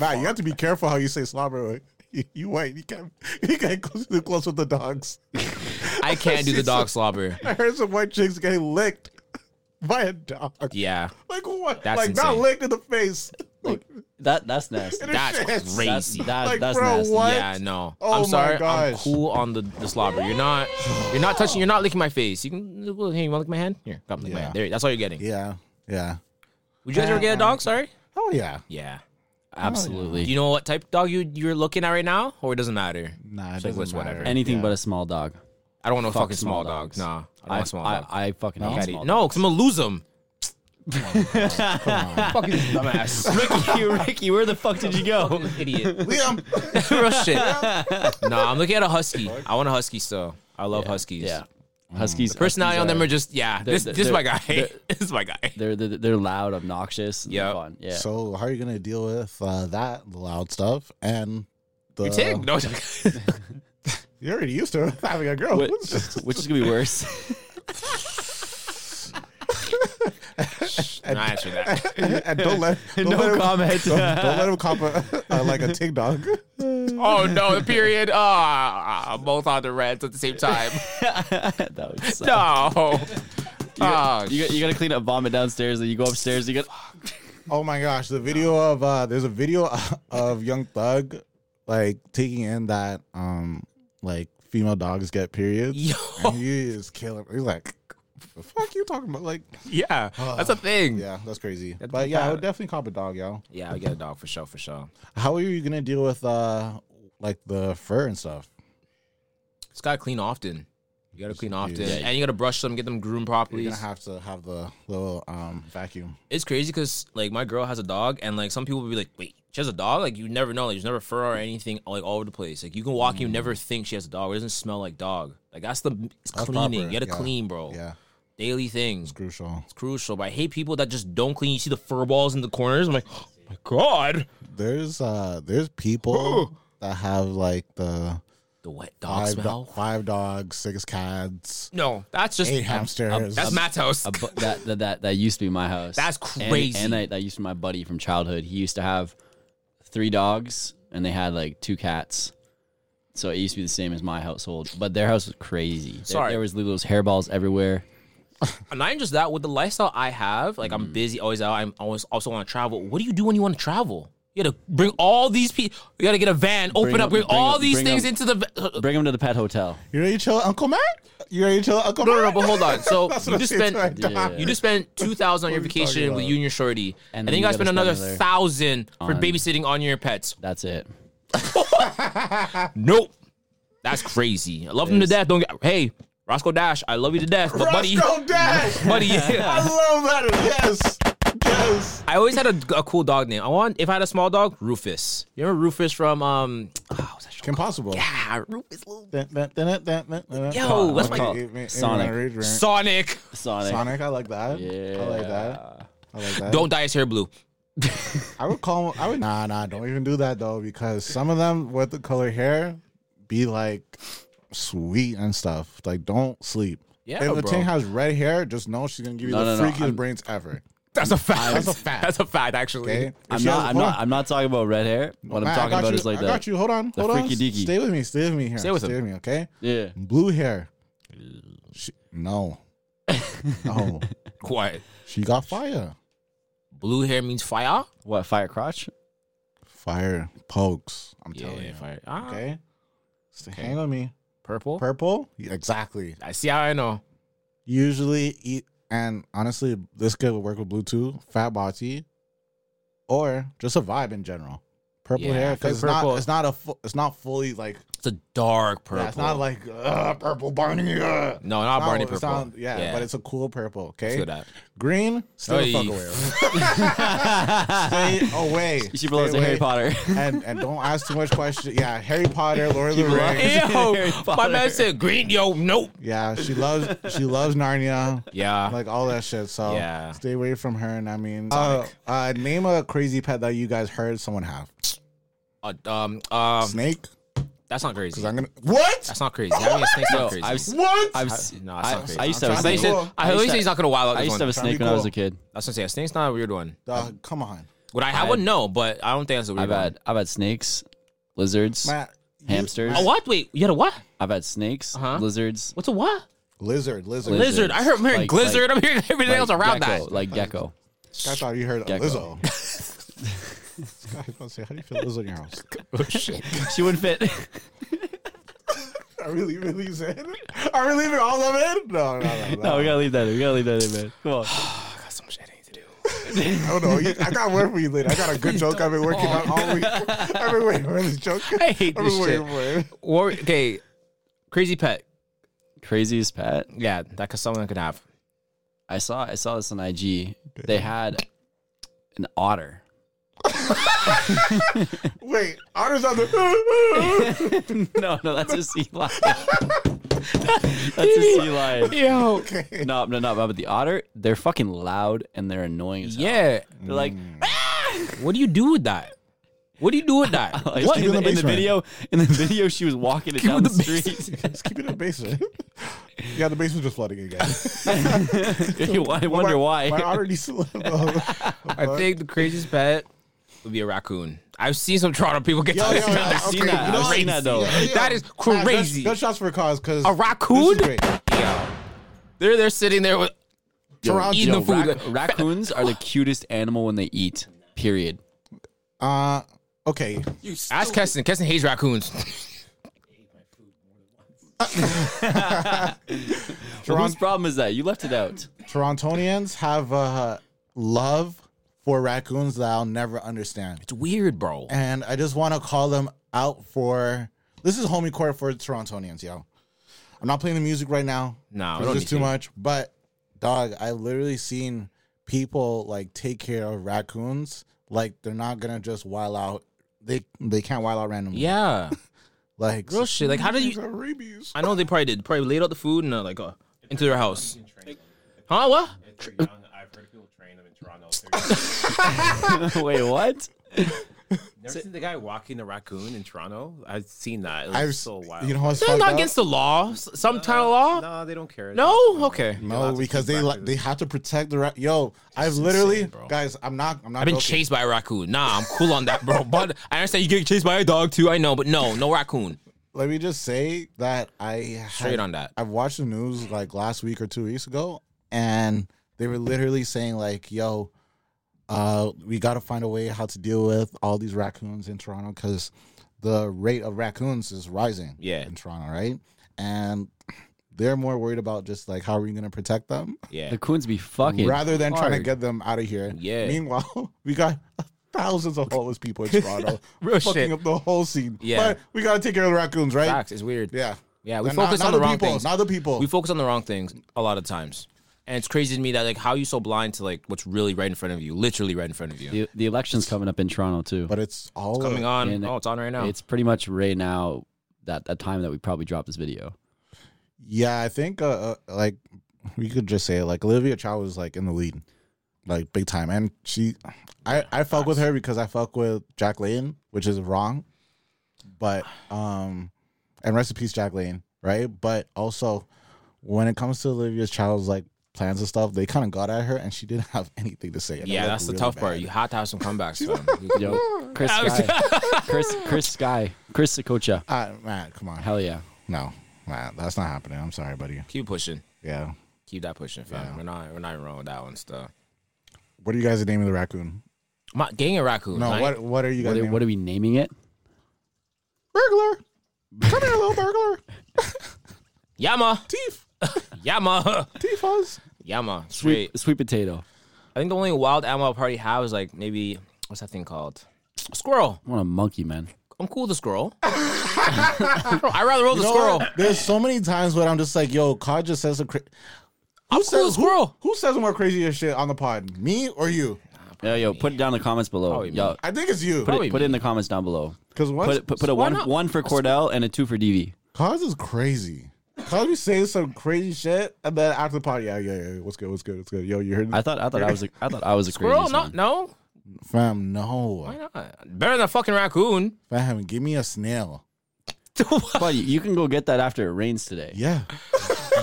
[SPEAKER 3] Matt, you have to be careful how you say slobber. You, you white, you can't, you can't close too close with the dogs.
[SPEAKER 2] I can't do the dog slobber.
[SPEAKER 3] *laughs* I heard some white chicks getting licked *laughs* by a dog.
[SPEAKER 2] Yeah.
[SPEAKER 3] Like what?
[SPEAKER 2] That's
[SPEAKER 3] like not
[SPEAKER 2] insane.
[SPEAKER 3] licked in the face.
[SPEAKER 1] That that's nasty.
[SPEAKER 3] It is
[SPEAKER 2] That's
[SPEAKER 3] Yes.
[SPEAKER 2] crazy.
[SPEAKER 1] That's that,
[SPEAKER 3] Like,
[SPEAKER 1] that's
[SPEAKER 3] bro,
[SPEAKER 1] nasty.
[SPEAKER 3] what?
[SPEAKER 2] Yeah, no.
[SPEAKER 3] Oh
[SPEAKER 2] I'm
[SPEAKER 3] my
[SPEAKER 2] sorry. I'm
[SPEAKER 3] gosh.
[SPEAKER 2] cool on the, the slobber. You're not. You're not touching. You're not licking my face. You can. Well, hey, you want to lick my hand? Here, come lick my
[SPEAKER 3] Yeah.
[SPEAKER 2] hand. There, that's all you're getting.
[SPEAKER 3] Yeah, yeah.
[SPEAKER 2] Would you guys ever get a dog? Sorry. Oh.
[SPEAKER 3] Oh yeah.
[SPEAKER 2] Yeah.
[SPEAKER 1] Absolutely.
[SPEAKER 2] Do you know what type of dog you you're looking at right now, or it doesn't matter?
[SPEAKER 3] Nah, it
[SPEAKER 2] It's
[SPEAKER 3] doesn't
[SPEAKER 2] what's
[SPEAKER 3] matter.
[SPEAKER 2] Whatever.
[SPEAKER 1] Anything but a small dog.
[SPEAKER 2] I don't want no
[SPEAKER 1] Fuck
[SPEAKER 2] fucking small,
[SPEAKER 1] small
[SPEAKER 2] dogs.
[SPEAKER 1] dogs.
[SPEAKER 2] Nah, I don't
[SPEAKER 1] I,
[SPEAKER 2] want small
[SPEAKER 1] I,
[SPEAKER 2] dogs.
[SPEAKER 1] I fucking hate
[SPEAKER 2] Daddy.
[SPEAKER 1] small
[SPEAKER 2] no, because I'm gonna lose them. Fucking *laughs* dumbass,
[SPEAKER 1] dogs. Ricky, Ricky, where the fuck did you go?
[SPEAKER 2] idiot.
[SPEAKER 3] *laughs* Liam,
[SPEAKER 2] *laughs* Real shit. nah, I'm looking at a husky. I want a husky still. I love huskies.
[SPEAKER 1] Yeah. *laughs* Huskies.
[SPEAKER 2] Personality
[SPEAKER 1] huskies
[SPEAKER 2] on them
[SPEAKER 1] are-
[SPEAKER 2] are just yeah. This
[SPEAKER 1] they're-
[SPEAKER 2] this is my guy.
[SPEAKER 1] they're-
[SPEAKER 2] *laughs* This is my guy.
[SPEAKER 1] They're, they're they're loud, obnoxious, and
[SPEAKER 2] Yep.
[SPEAKER 1] they're fun. Yeah.
[SPEAKER 3] So how are you gonna deal with uh, that loud stuff and
[SPEAKER 2] *laughs*
[SPEAKER 3] the
[SPEAKER 2] You take no. *laughs*
[SPEAKER 3] You're already used to *laughs* having a girl.
[SPEAKER 1] Wh- which is gonna be worse. *laughs*
[SPEAKER 2] Nah, answer that.
[SPEAKER 3] and don't let don't let
[SPEAKER 1] no
[SPEAKER 3] him,
[SPEAKER 1] comment.
[SPEAKER 3] Don't, don't let
[SPEAKER 2] *laughs*
[SPEAKER 3] him cop a, *laughs* uh, like a tick dog.
[SPEAKER 2] Oh no, the period. Ah, I'm both on the reds at the same *laughs* time.
[SPEAKER 1] that would suck.
[SPEAKER 2] No. Ah,
[SPEAKER 1] You, got- you gotta clean up vomit downstairs, and you go upstairs. You got
[SPEAKER 3] Oh my gosh, the video of uh, there's a video *laughs* of Young Thug like taking in that um like female dogs get
[SPEAKER 2] *laughs*
[SPEAKER 3] periods.
[SPEAKER 2] Yo.
[SPEAKER 3] And he is killing. He's like, the fuck you talking about? Like,
[SPEAKER 2] yeah, that's a thing.
[SPEAKER 3] yeah, that's crazy. But yeah, I would definitely cop a dog, yo.
[SPEAKER 2] Yeah, I get a dog for sure, for sure.
[SPEAKER 3] How are you gonna deal with uh like the fur and stuff?
[SPEAKER 2] It's gotta clean often. You gotta clean often,
[SPEAKER 1] Yeah.
[SPEAKER 2] and you gotta brush them, get them groomed properly.
[SPEAKER 3] You're gonna have to have the little um vacuum.
[SPEAKER 2] it's crazy because like my girl has a dog, and like some people will be like, "Wait, she has a dog?" Like you never know. Like there's never fur or anything like all over the place. Like you can walk, and
[SPEAKER 3] Mm.
[SPEAKER 2] you never think she has a dog. It doesn't smell like dog. Like that's the it's cleaning.
[SPEAKER 3] proper,
[SPEAKER 2] You gotta
[SPEAKER 3] yeah.
[SPEAKER 2] clean, bro.
[SPEAKER 3] Yeah,
[SPEAKER 2] Daily things.
[SPEAKER 3] crucial.
[SPEAKER 2] crucial. But I hate people that just don't clean. You see the fur balls in the corners. I'm like, oh my god,
[SPEAKER 3] There's uh there's people
[SPEAKER 2] *gasps*
[SPEAKER 3] that have like the
[SPEAKER 2] the wet dog
[SPEAKER 3] five, do-
[SPEAKER 2] smell.
[SPEAKER 3] five dogs, six cats,
[SPEAKER 2] no, that's just um,
[SPEAKER 3] eight hamsters.
[SPEAKER 2] that's Matt's house.
[SPEAKER 1] a bu- that, that that that used to be my house.
[SPEAKER 2] That's
[SPEAKER 1] And-
[SPEAKER 2] crazy.
[SPEAKER 1] And, I, that used to be my buddy from childhood. He used to have three dogs, and they had like two cats. So it used to be the same as my household, but their house was crazy. There-
[SPEAKER 2] Sorry.
[SPEAKER 1] there, was those hairballs everywhere.
[SPEAKER 2] and not even just that. With the lifestyle I have, like I'm busy, always out. I'm always also want to travel. What do you do when you want to travel? You gotta bring all these people. You gotta get a van, open
[SPEAKER 1] Bring
[SPEAKER 2] up,
[SPEAKER 1] up-
[SPEAKER 2] bring,
[SPEAKER 1] bring
[SPEAKER 2] all
[SPEAKER 1] up-
[SPEAKER 2] these
[SPEAKER 1] bring
[SPEAKER 2] things
[SPEAKER 1] up-
[SPEAKER 2] into the. va- uh,
[SPEAKER 1] Bring him to the pet hotel.
[SPEAKER 3] You ready to chill, Uncle Matt? You ready to chill,
[SPEAKER 2] *laughs*
[SPEAKER 3] Uncle
[SPEAKER 2] No, no, no,
[SPEAKER 3] Matt?
[SPEAKER 2] but hold on. So
[SPEAKER 3] *laughs* That's what
[SPEAKER 2] you just
[SPEAKER 3] I'm saying
[SPEAKER 2] spent
[SPEAKER 3] right *laughs* now.
[SPEAKER 1] Yeah.
[SPEAKER 2] you just spent two thousand on your
[SPEAKER 3] What are you
[SPEAKER 2] vacation
[SPEAKER 3] talking
[SPEAKER 2] with
[SPEAKER 3] about?
[SPEAKER 2] you and your shorty, and, then you guys spend
[SPEAKER 1] gotta
[SPEAKER 2] another
[SPEAKER 1] spend another
[SPEAKER 2] thousand for
[SPEAKER 1] on-
[SPEAKER 2] babysitting on your pets.
[SPEAKER 1] That's it.
[SPEAKER 2] Nope, that's crazy. I love them to
[SPEAKER 1] It's-
[SPEAKER 2] death. Don't get hey Roscoe Dash. I love you to death, but buddy,
[SPEAKER 3] Roscoe
[SPEAKER 2] *laughs*
[SPEAKER 3] Dash!
[SPEAKER 2] buddy,
[SPEAKER 3] I love that. Yes. Yes.
[SPEAKER 2] I always had a, a cool dog name. I want if I had a small dog, Rufus. You remember Rufus from um? Oh, was that show?
[SPEAKER 3] Impossible.
[SPEAKER 2] Ah, Rufus, little
[SPEAKER 3] Yo,
[SPEAKER 2] Yo, that's my-
[SPEAKER 1] Sonic.
[SPEAKER 2] Sonic.
[SPEAKER 1] Sonic.
[SPEAKER 3] Sonic, I like that. I like
[SPEAKER 1] Yeah.
[SPEAKER 3] that. I like that.
[SPEAKER 2] Don't dye his hair blue.
[SPEAKER 3] I would call. I would nah nah. Don't even do that though, because some of them with the color hair be like sweet and stuff. Like don't sleep.
[SPEAKER 2] Yeah,
[SPEAKER 3] if the
[SPEAKER 2] bro.
[SPEAKER 3] thing has red hair, just know she's gonna give you
[SPEAKER 1] No,
[SPEAKER 3] the
[SPEAKER 1] no, no,
[SPEAKER 3] freakiest
[SPEAKER 1] I'm-
[SPEAKER 3] brains ever.
[SPEAKER 2] That's a fact.
[SPEAKER 3] That's a fact.
[SPEAKER 2] That's a fact. Actually,
[SPEAKER 3] Okay. If
[SPEAKER 1] I'm
[SPEAKER 3] she
[SPEAKER 1] not.
[SPEAKER 3] has a
[SPEAKER 1] I'm
[SPEAKER 3] point-
[SPEAKER 1] not. I'm not talking about red hair. What
[SPEAKER 3] Matt,
[SPEAKER 1] I'm
[SPEAKER 3] I
[SPEAKER 1] talking
[SPEAKER 3] got
[SPEAKER 1] about
[SPEAKER 3] you,
[SPEAKER 1] is like
[SPEAKER 3] I
[SPEAKER 1] the.
[SPEAKER 3] got you. Hold on.
[SPEAKER 1] the
[SPEAKER 3] Hold on.
[SPEAKER 1] freaky deaky.
[SPEAKER 3] Stay with me. Stay with me here.
[SPEAKER 2] Stay with
[SPEAKER 3] Stay
[SPEAKER 2] him.
[SPEAKER 3] with me. Okay.
[SPEAKER 1] *laughs* Yeah.
[SPEAKER 3] Blue hair. She,
[SPEAKER 1] *laughs*
[SPEAKER 3] no. no.
[SPEAKER 2] quiet.
[SPEAKER 3] She got fire.
[SPEAKER 2] Blue hair means fire.
[SPEAKER 1] What fire
[SPEAKER 3] *laughs*
[SPEAKER 1] crotch?
[SPEAKER 3] Fire pokes. I'm telling you.
[SPEAKER 2] Yeah, fire. Ah,
[SPEAKER 3] Okay. Stay, Hang with me.
[SPEAKER 2] Purple.
[SPEAKER 3] Purple. Yeah, exactly.
[SPEAKER 2] I see how I know.
[SPEAKER 3] usually eat and honestly this could work with blue too fat body or just a vibe in general purple
[SPEAKER 2] Yeah, I feel
[SPEAKER 3] hair because it's not
[SPEAKER 2] purple-
[SPEAKER 3] it's not a fu- it's not fully like
[SPEAKER 2] It's a dark purple.
[SPEAKER 3] yeah, it's not like uh, purple Barney uh.
[SPEAKER 2] no, not Barney
[SPEAKER 3] It's
[SPEAKER 2] purple.
[SPEAKER 3] not- yeah, but it's a cool purple okay
[SPEAKER 2] Let's go
[SPEAKER 3] *laughs*
[SPEAKER 2] that.
[SPEAKER 3] green stay the fuck
[SPEAKER 2] Oy. *laughs*
[SPEAKER 3] away stay away
[SPEAKER 1] You should belong
[SPEAKER 3] Stay
[SPEAKER 1] to Harry
[SPEAKER 3] away. *laughs*
[SPEAKER 1] Potter.
[SPEAKER 3] and and don't ask too much questions yeah Harry Potter
[SPEAKER 2] *laughs*
[SPEAKER 3] Lord of the Rings
[SPEAKER 1] Harry
[SPEAKER 3] *laughs*
[SPEAKER 2] Ew, my
[SPEAKER 1] Potter.
[SPEAKER 2] man said green. Yo, nope.
[SPEAKER 3] yeah she loves she loves Narnia
[SPEAKER 2] Yeah.
[SPEAKER 3] *laughs* like all that shit. So
[SPEAKER 2] Yeah.
[SPEAKER 3] stay away from her. And I mean, uh, uh, name a crazy pet that you guys heard someone have.
[SPEAKER 2] Uh, um. Um.
[SPEAKER 3] Snake?
[SPEAKER 2] That's not crazy.
[SPEAKER 3] Because I'm gonna what?
[SPEAKER 2] That's not crazy. Having a snake's
[SPEAKER 3] *laughs*
[SPEAKER 2] not crazy.
[SPEAKER 1] I've, s-
[SPEAKER 3] what?
[SPEAKER 1] I've,
[SPEAKER 2] I-
[SPEAKER 1] s-
[SPEAKER 2] no,
[SPEAKER 1] I,
[SPEAKER 2] that's not crazy.
[SPEAKER 1] I used to have
[SPEAKER 3] I'm
[SPEAKER 1] a
[SPEAKER 2] I
[SPEAKER 3] trying
[SPEAKER 1] snake.
[SPEAKER 2] used
[SPEAKER 3] to-
[SPEAKER 2] to, I always
[SPEAKER 1] used
[SPEAKER 2] say
[SPEAKER 1] to-
[SPEAKER 2] he's not gonna wild out.
[SPEAKER 1] I
[SPEAKER 2] This
[SPEAKER 1] used
[SPEAKER 2] one.
[SPEAKER 1] to have a
[SPEAKER 3] Trying to be
[SPEAKER 1] snake when I was
[SPEAKER 3] cool.
[SPEAKER 1] a kid.
[SPEAKER 2] That's what I'm saying. A snake's not a weird one.
[SPEAKER 3] Dog, come on,
[SPEAKER 2] Would I have
[SPEAKER 1] I-
[SPEAKER 2] one? No, but I don't think that's a weird
[SPEAKER 1] I've had. I've had snakes, lizards.
[SPEAKER 3] Matt. you- Oh,
[SPEAKER 1] Hamsters.
[SPEAKER 2] one. A what? Wait, you had a what?
[SPEAKER 1] I've had snakes,
[SPEAKER 2] Uh-huh.
[SPEAKER 1] lizards,
[SPEAKER 2] What's a what?
[SPEAKER 3] Lizard, lizard.
[SPEAKER 1] Lizard.
[SPEAKER 2] Lizard. I heard I'm hearing
[SPEAKER 1] Like-
[SPEAKER 2] glizzard. I'm hearing everything else
[SPEAKER 1] like
[SPEAKER 2] around
[SPEAKER 1] gecko,
[SPEAKER 2] that. *laughs*
[SPEAKER 1] like gecko.
[SPEAKER 3] I thought you heard a
[SPEAKER 1] Gecko.
[SPEAKER 3] Lizzo. this guy's gonna say, "How do you feel lizard in your house?" *laughs*
[SPEAKER 1] She wouldn't fit.
[SPEAKER 3] Are we leaving these in? Are we leaving all of it? No, no, no. no.
[SPEAKER 1] *laughs* no, we gotta leave that. In. We gotta leave that in, man. Come on.
[SPEAKER 2] got some shit I need to do.
[SPEAKER 3] I don't know. You- I got one for you later. I got a good joke I've been working on all week. I've been waiting for this joke.
[SPEAKER 2] *laughs* I hate
[SPEAKER 3] I've
[SPEAKER 2] this
[SPEAKER 3] been waiting
[SPEAKER 2] shit.
[SPEAKER 3] for it.
[SPEAKER 2] War- okay, crazy pet.
[SPEAKER 1] Craziest pet.
[SPEAKER 2] Yeah, that could someone could have.
[SPEAKER 1] I saw. I saw this on IG. They had an otter.
[SPEAKER 3] Wait, otters on the.
[SPEAKER 1] No, no, that's a sea lion. that's a sea lion.
[SPEAKER 2] Yo.
[SPEAKER 1] No, no, no. But the otter, they're fucking loud and they're annoying as hell.
[SPEAKER 2] *laughs* Yeah.
[SPEAKER 1] They're like,
[SPEAKER 2] What do you do with that? What do you do with that?
[SPEAKER 1] like,
[SPEAKER 3] Just keep
[SPEAKER 1] in, the,
[SPEAKER 3] it
[SPEAKER 1] in
[SPEAKER 3] in the
[SPEAKER 1] the
[SPEAKER 3] basement.
[SPEAKER 1] video, in the video, she was walking it down
[SPEAKER 2] in
[SPEAKER 1] the,
[SPEAKER 2] the
[SPEAKER 1] street.
[SPEAKER 3] Let's
[SPEAKER 1] *laughs*
[SPEAKER 3] keep it in the basement. *laughs* yeah, the basement's just flooding
[SPEAKER 2] *laughs*
[SPEAKER 3] again.
[SPEAKER 1] you wa- wonder why.
[SPEAKER 3] My otter needs to
[SPEAKER 2] *laughs*
[SPEAKER 3] *laughs* live.
[SPEAKER 2] I think the craziest pet would be a raccoon. I've seen some Toronto people get
[SPEAKER 3] Yo,
[SPEAKER 2] *laughs*
[SPEAKER 3] yo,
[SPEAKER 2] that.
[SPEAKER 3] yo,
[SPEAKER 1] I've seen that. I've seen that though.
[SPEAKER 2] Oh, That is crazy.
[SPEAKER 3] Good shots for cause because
[SPEAKER 2] A raccoon?
[SPEAKER 3] This is great.
[SPEAKER 2] Yo. They're they're sitting there with
[SPEAKER 3] Toronto-
[SPEAKER 2] eating the food.
[SPEAKER 1] rac- raccoons are the cutest animal when they eat. Period.
[SPEAKER 3] Uh, okay.
[SPEAKER 2] Ask Keston. Keston hates raccoons.
[SPEAKER 1] Well, whose problem is that? You left it out.
[SPEAKER 3] Torontonians have a love for raccoons that I'll never understand,
[SPEAKER 2] It's weird, bro.
[SPEAKER 3] and I just want to call them out for. This is homie court for Torontonians, yo. I'm not playing the music right now.
[SPEAKER 2] No, we
[SPEAKER 3] it's
[SPEAKER 2] don't
[SPEAKER 3] just
[SPEAKER 2] need
[SPEAKER 3] too
[SPEAKER 2] to.
[SPEAKER 3] much. But dog, I've literally seen people like take care of raccoons. Like they're not gonna just wild out. They they can't wild out randomly.
[SPEAKER 2] Yeah.
[SPEAKER 3] like
[SPEAKER 2] Real shit. Like how do you
[SPEAKER 3] rabies.
[SPEAKER 2] I know they probably did. Probably laid out the food and uh, like uh, into their house. Huh? What?
[SPEAKER 5] I've heard people train them in Toronto. Have
[SPEAKER 1] *laughs* Wait, what?
[SPEAKER 5] you ever seen the guy walking the raccoon in Toronto? I've seen that. It was
[SPEAKER 3] I've
[SPEAKER 5] so wild. Uh,
[SPEAKER 3] You know what's
[SPEAKER 2] They're
[SPEAKER 3] fucked
[SPEAKER 2] not
[SPEAKER 3] up?
[SPEAKER 2] against the law. S- Some kind of law.
[SPEAKER 5] No, they don't care.
[SPEAKER 2] No. Okay.
[SPEAKER 3] No, because they like they have to protect the ra- yo. I've literally guys. I'm not. I'm not.
[SPEAKER 2] I've been
[SPEAKER 3] joking.
[SPEAKER 2] chased by a raccoon. Nah, I'm cool on that, bro. But I understand you get chased by a dog too. I know, but no, no raccoon.
[SPEAKER 3] Let me just say that I
[SPEAKER 2] Straight on that.
[SPEAKER 3] I've watched the news like last week or two weeks ago, and they were literally saying like, "Yo, uh, we got to find a way how to deal with all these raccoons in Toronto because the rate of raccoons is rising.
[SPEAKER 2] Yeah.
[SPEAKER 3] in Toronto, right? And they're more worried about just like how are we going to protect them
[SPEAKER 2] Yeah.
[SPEAKER 1] The coons be fucking
[SPEAKER 3] rather than trying to
[SPEAKER 1] hard.
[SPEAKER 3] get them out of here.
[SPEAKER 2] Yeah.
[SPEAKER 3] Meanwhile, *laughs* we got thousands of homeless
[SPEAKER 2] *laughs*
[SPEAKER 3] people in Toronto,
[SPEAKER 2] Real
[SPEAKER 3] fucking
[SPEAKER 2] shit.
[SPEAKER 3] up the whole scene.
[SPEAKER 2] Yeah.
[SPEAKER 3] But we gotta take care of the raccoons, right?
[SPEAKER 2] Facts. It's weird.
[SPEAKER 3] Yeah.
[SPEAKER 2] Yeah, we
[SPEAKER 3] And
[SPEAKER 2] focus on the wrong
[SPEAKER 3] people,
[SPEAKER 2] things.
[SPEAKER 3] Not the people.
[SPEAKER 2] We focus on the wrong things a lot of times. And it's crazy to me that like how you so blind to like what's really right in front of you, literally right in front of you.
[SPEAKER 1] The, the election's coming up in Toronto too.
[SPEAKER 3] but it's all
[SPEAKER 2] Coming on.
[SPEAKER 1] And
[SPEAKER 2] oh, it's on right now.
[SPEAKER 1] It's pretty much right now that that time that we probably drop this video.
[SPEAKER 3] Yeah, I think uh, uh, like we could just say like Olivia Chow was like in the lead, like big time, and she, I I fuck with her because I fuck with Jack Lane, which is wrong, but um, and rest in peace Jack Lane, right? But also, when it comes to Olivia Chow's like plans and stuff, they kind of got at her, and she didn't *laughs* have anything to say. and it
[SPEAKER 2] yeah,
[SPEAKER 3] looked
[SPEAKER 2] that's the
[SPEAKER 3] really
[SPEAKER 2] tough part.
[SPEAKER 3] bad.
[SPEAKER 2] You have to have some comebacks.
[SPEAKER 3] *laughs*
[SPEAKER 2] fam.
[SPEAKER 1] Yo, Chris Sky, *laughs* Chris Chris Sky, Chris Sakocha.
[SPEAKER 3] uh, Matt, come on,
[SPEAKER 1] Hell yeah.
[SPEAKER 3] no, Matt, that's not happening. I'm sorry, buddy.
[SPEAKER 2] Keep pushing.
[SPEAKER 3] Yeah,
[SPEAKER 2] Keep that pushing, fam.
[SPEAKER 3] Yeah.
[SPEAKER 2] We're not we're not even wrong with that one stuff.
[SPEAKER 3] what are you guys naming the raccoon?
[SPEAKER 2] My gang of raccoons.
[SPEAKER 3] No,
[SPEAKER 2] like,
[SPEAKER 3] what what are you guys?
[SPEAKER 1] What are,
[SPEAKER 3] naming-
[SPEAKER 1] what are we naming it?
[SPEAKER 3] burglar. Come here, little burglar.
[SPEAKER 2] Yama.
[SPEAKER 3] Thief.
[SPEAKER 2] *laughs*
[SPEAKER 3] *laughs*
[SPEAKER 2] Yama.
[SPEAKER 3] Thief us.
[SPEAKER 2] Yama.
[SPEAKER 1] Sweet
[SPEAKER 2] Sweet.
[SPEAKER 1] sweet potato.
[SPEAKER 2] I think the only wild animal I probably have is like maybe what's that thing called? A squirrel.
[SPEAKER 1] I want a monkey, man.
[SPEAKER 2] I'm cool with a
[SPEAKER 3] *laughs*
[SPEAKER 2] squirrel. *laughs* I'd rather roll the squirrel.
[SPEAKER 3] There's so many times where I'm just like, yo, Cod just says a cra-
[SPEAKER 2] I'm cool with a squirrel.
[SPEAKER 3] who says more crazier shit on the pod, me or you?
[SPEAKER 1] Yo, yo, put it down in the comments below.
[SPEAKER 2] Probably me.
[SPEAKER 1] yo,
[SPEAKER 3] I think it's you.
[SPEAKER 1] put
[SPEAKER 2] Probably
[SPEAKER 1] it, put it in the comments down below.
[SPEAKER 3] Because once
[SPEAKER 1] Put it, put, put a
[SPEAKER 2] why
[SPEAKER 1] one
[SPEAKER 2] not?
[SPEAKER 1] one for Cordell and a two for DV.
[SPEAKER 3] Cod is crazy. Cod be saying some crazy shit, and then after the pod, yeah, yeah, yeah, what's good, what's good, what's good. Yo, you heard
[SPEAKER 1] I thought I thought I was a, I thought I was a
[SPEAKER 2] Squirrel?
[SPEAKER 1] craziest
[SPEAKER 2] No,
[SPEAKER 1] one.
[SPEAKER 2] no.
[SPEAKER 3] fam? No,
[SPEAKER 2] Why not? Better than a fucking raccoon.
[SPEAKER 3] fam, give me a snail.
[SPEAKER 1] Buddy, you can go get that after it rains today.
[SPEAKER 3] Yeah,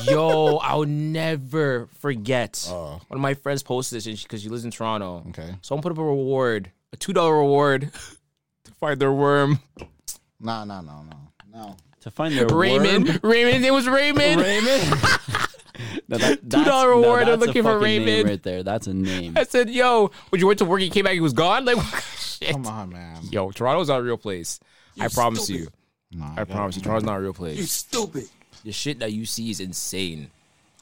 [SPEAKER 2] Yo, I'll never forget.
[SPEAKER 3] Oh.
[SPEAKER 2] One of my friends posted this because she lives in Toronto.
[SPEAKER 3] okay.
[SPEAKER 2] Someone put up a reward, a two dollar reward *laughs* to find their worm.
[SPEAKER 3] No, no, no, no, no.
[SPEAKER 1] To find their
[SPEAKER 2] Raymond,
[SPEAKER 1] worm-
[SPEAKER 2] Raymond, it was *laughs* Raymond.
[SPEAKER 1] Raymond. *laughs* No, that- that's-
[SPEAKER 2] $2
[SPEAKER 1] no,
[SPEAKER 2] reward, I'm
[SPEAKER 1] that's a
[SPEAKER 2] looking for
[SPEAKER 1] fucking name
[SPEAKER 2] Raymond.
[SPEAKER 1] right there. That's a name.
[SPEAKER 2] I said, "Yo, when you went to work, he came back, he was gone." Like, *laughs*
[SPEAKER 1] *laughs*
[SPEAKER 2] shit.
[SPEAKER 3] Come on, man.
[SPEAKER 2] Yo, Toronto's not a real place. I promise you.
[SPEAKER 3] No,
[SPEAKER 2] I promise you, Toronto's not a real place.
[SPEAKER 5] stupid.
[SPEAKER 2] The shit that you see is insane.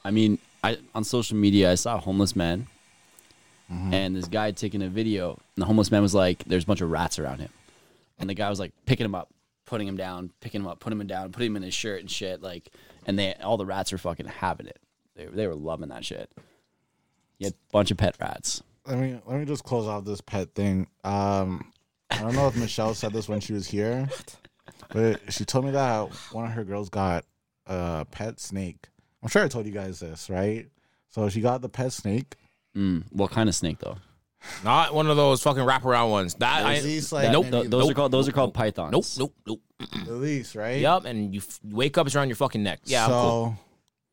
[SPEAKER 1] I mean, I on social media I saw a homeless man,
[SPEAKER 2] Mm-hmm.
[SPEAKER 1] and this guy taking a video. And the homeless man was like, "There's a bunch of rats around him," and the guy was like picking him up, putting him down, picking him up, putting him down, putting him in his shirt and shit. Like, and they all the rats were fucking having it. They they were loving that shit. He had a bunch of pet rats.
[SPEAKER 3] let me let me just close off this pet thing. Um, I don't know if Michelle said this when she was here, but she told me that one of her girls got a pet snake. I'm sure I told you guys this, right? So she got the pet snake.
[SPEAKER 1] Mm, what kind of snake though?
[SPEAKER 2] Not one of those fucking wraparound ones. That I,
[SPEAKER 3] At least, like,
[SPEAKER 2] nope,
[SPEAKER 1] Th-
[SPEAKER 3] maybe-
[SPEAKER 1] those are
[SPEAKER 2] nope,
[SPEAKER 1] called those are called pythons.
[SPEAKER 2] nope, nope, nope.
[SPEAKER 3] At least, right?
[SPEAKER 2] Yup, and you, f- you wake up, it's around your fucking neck. Yeah,
[SPEAKER 3] so
[SPEAKER 2] I'm cool.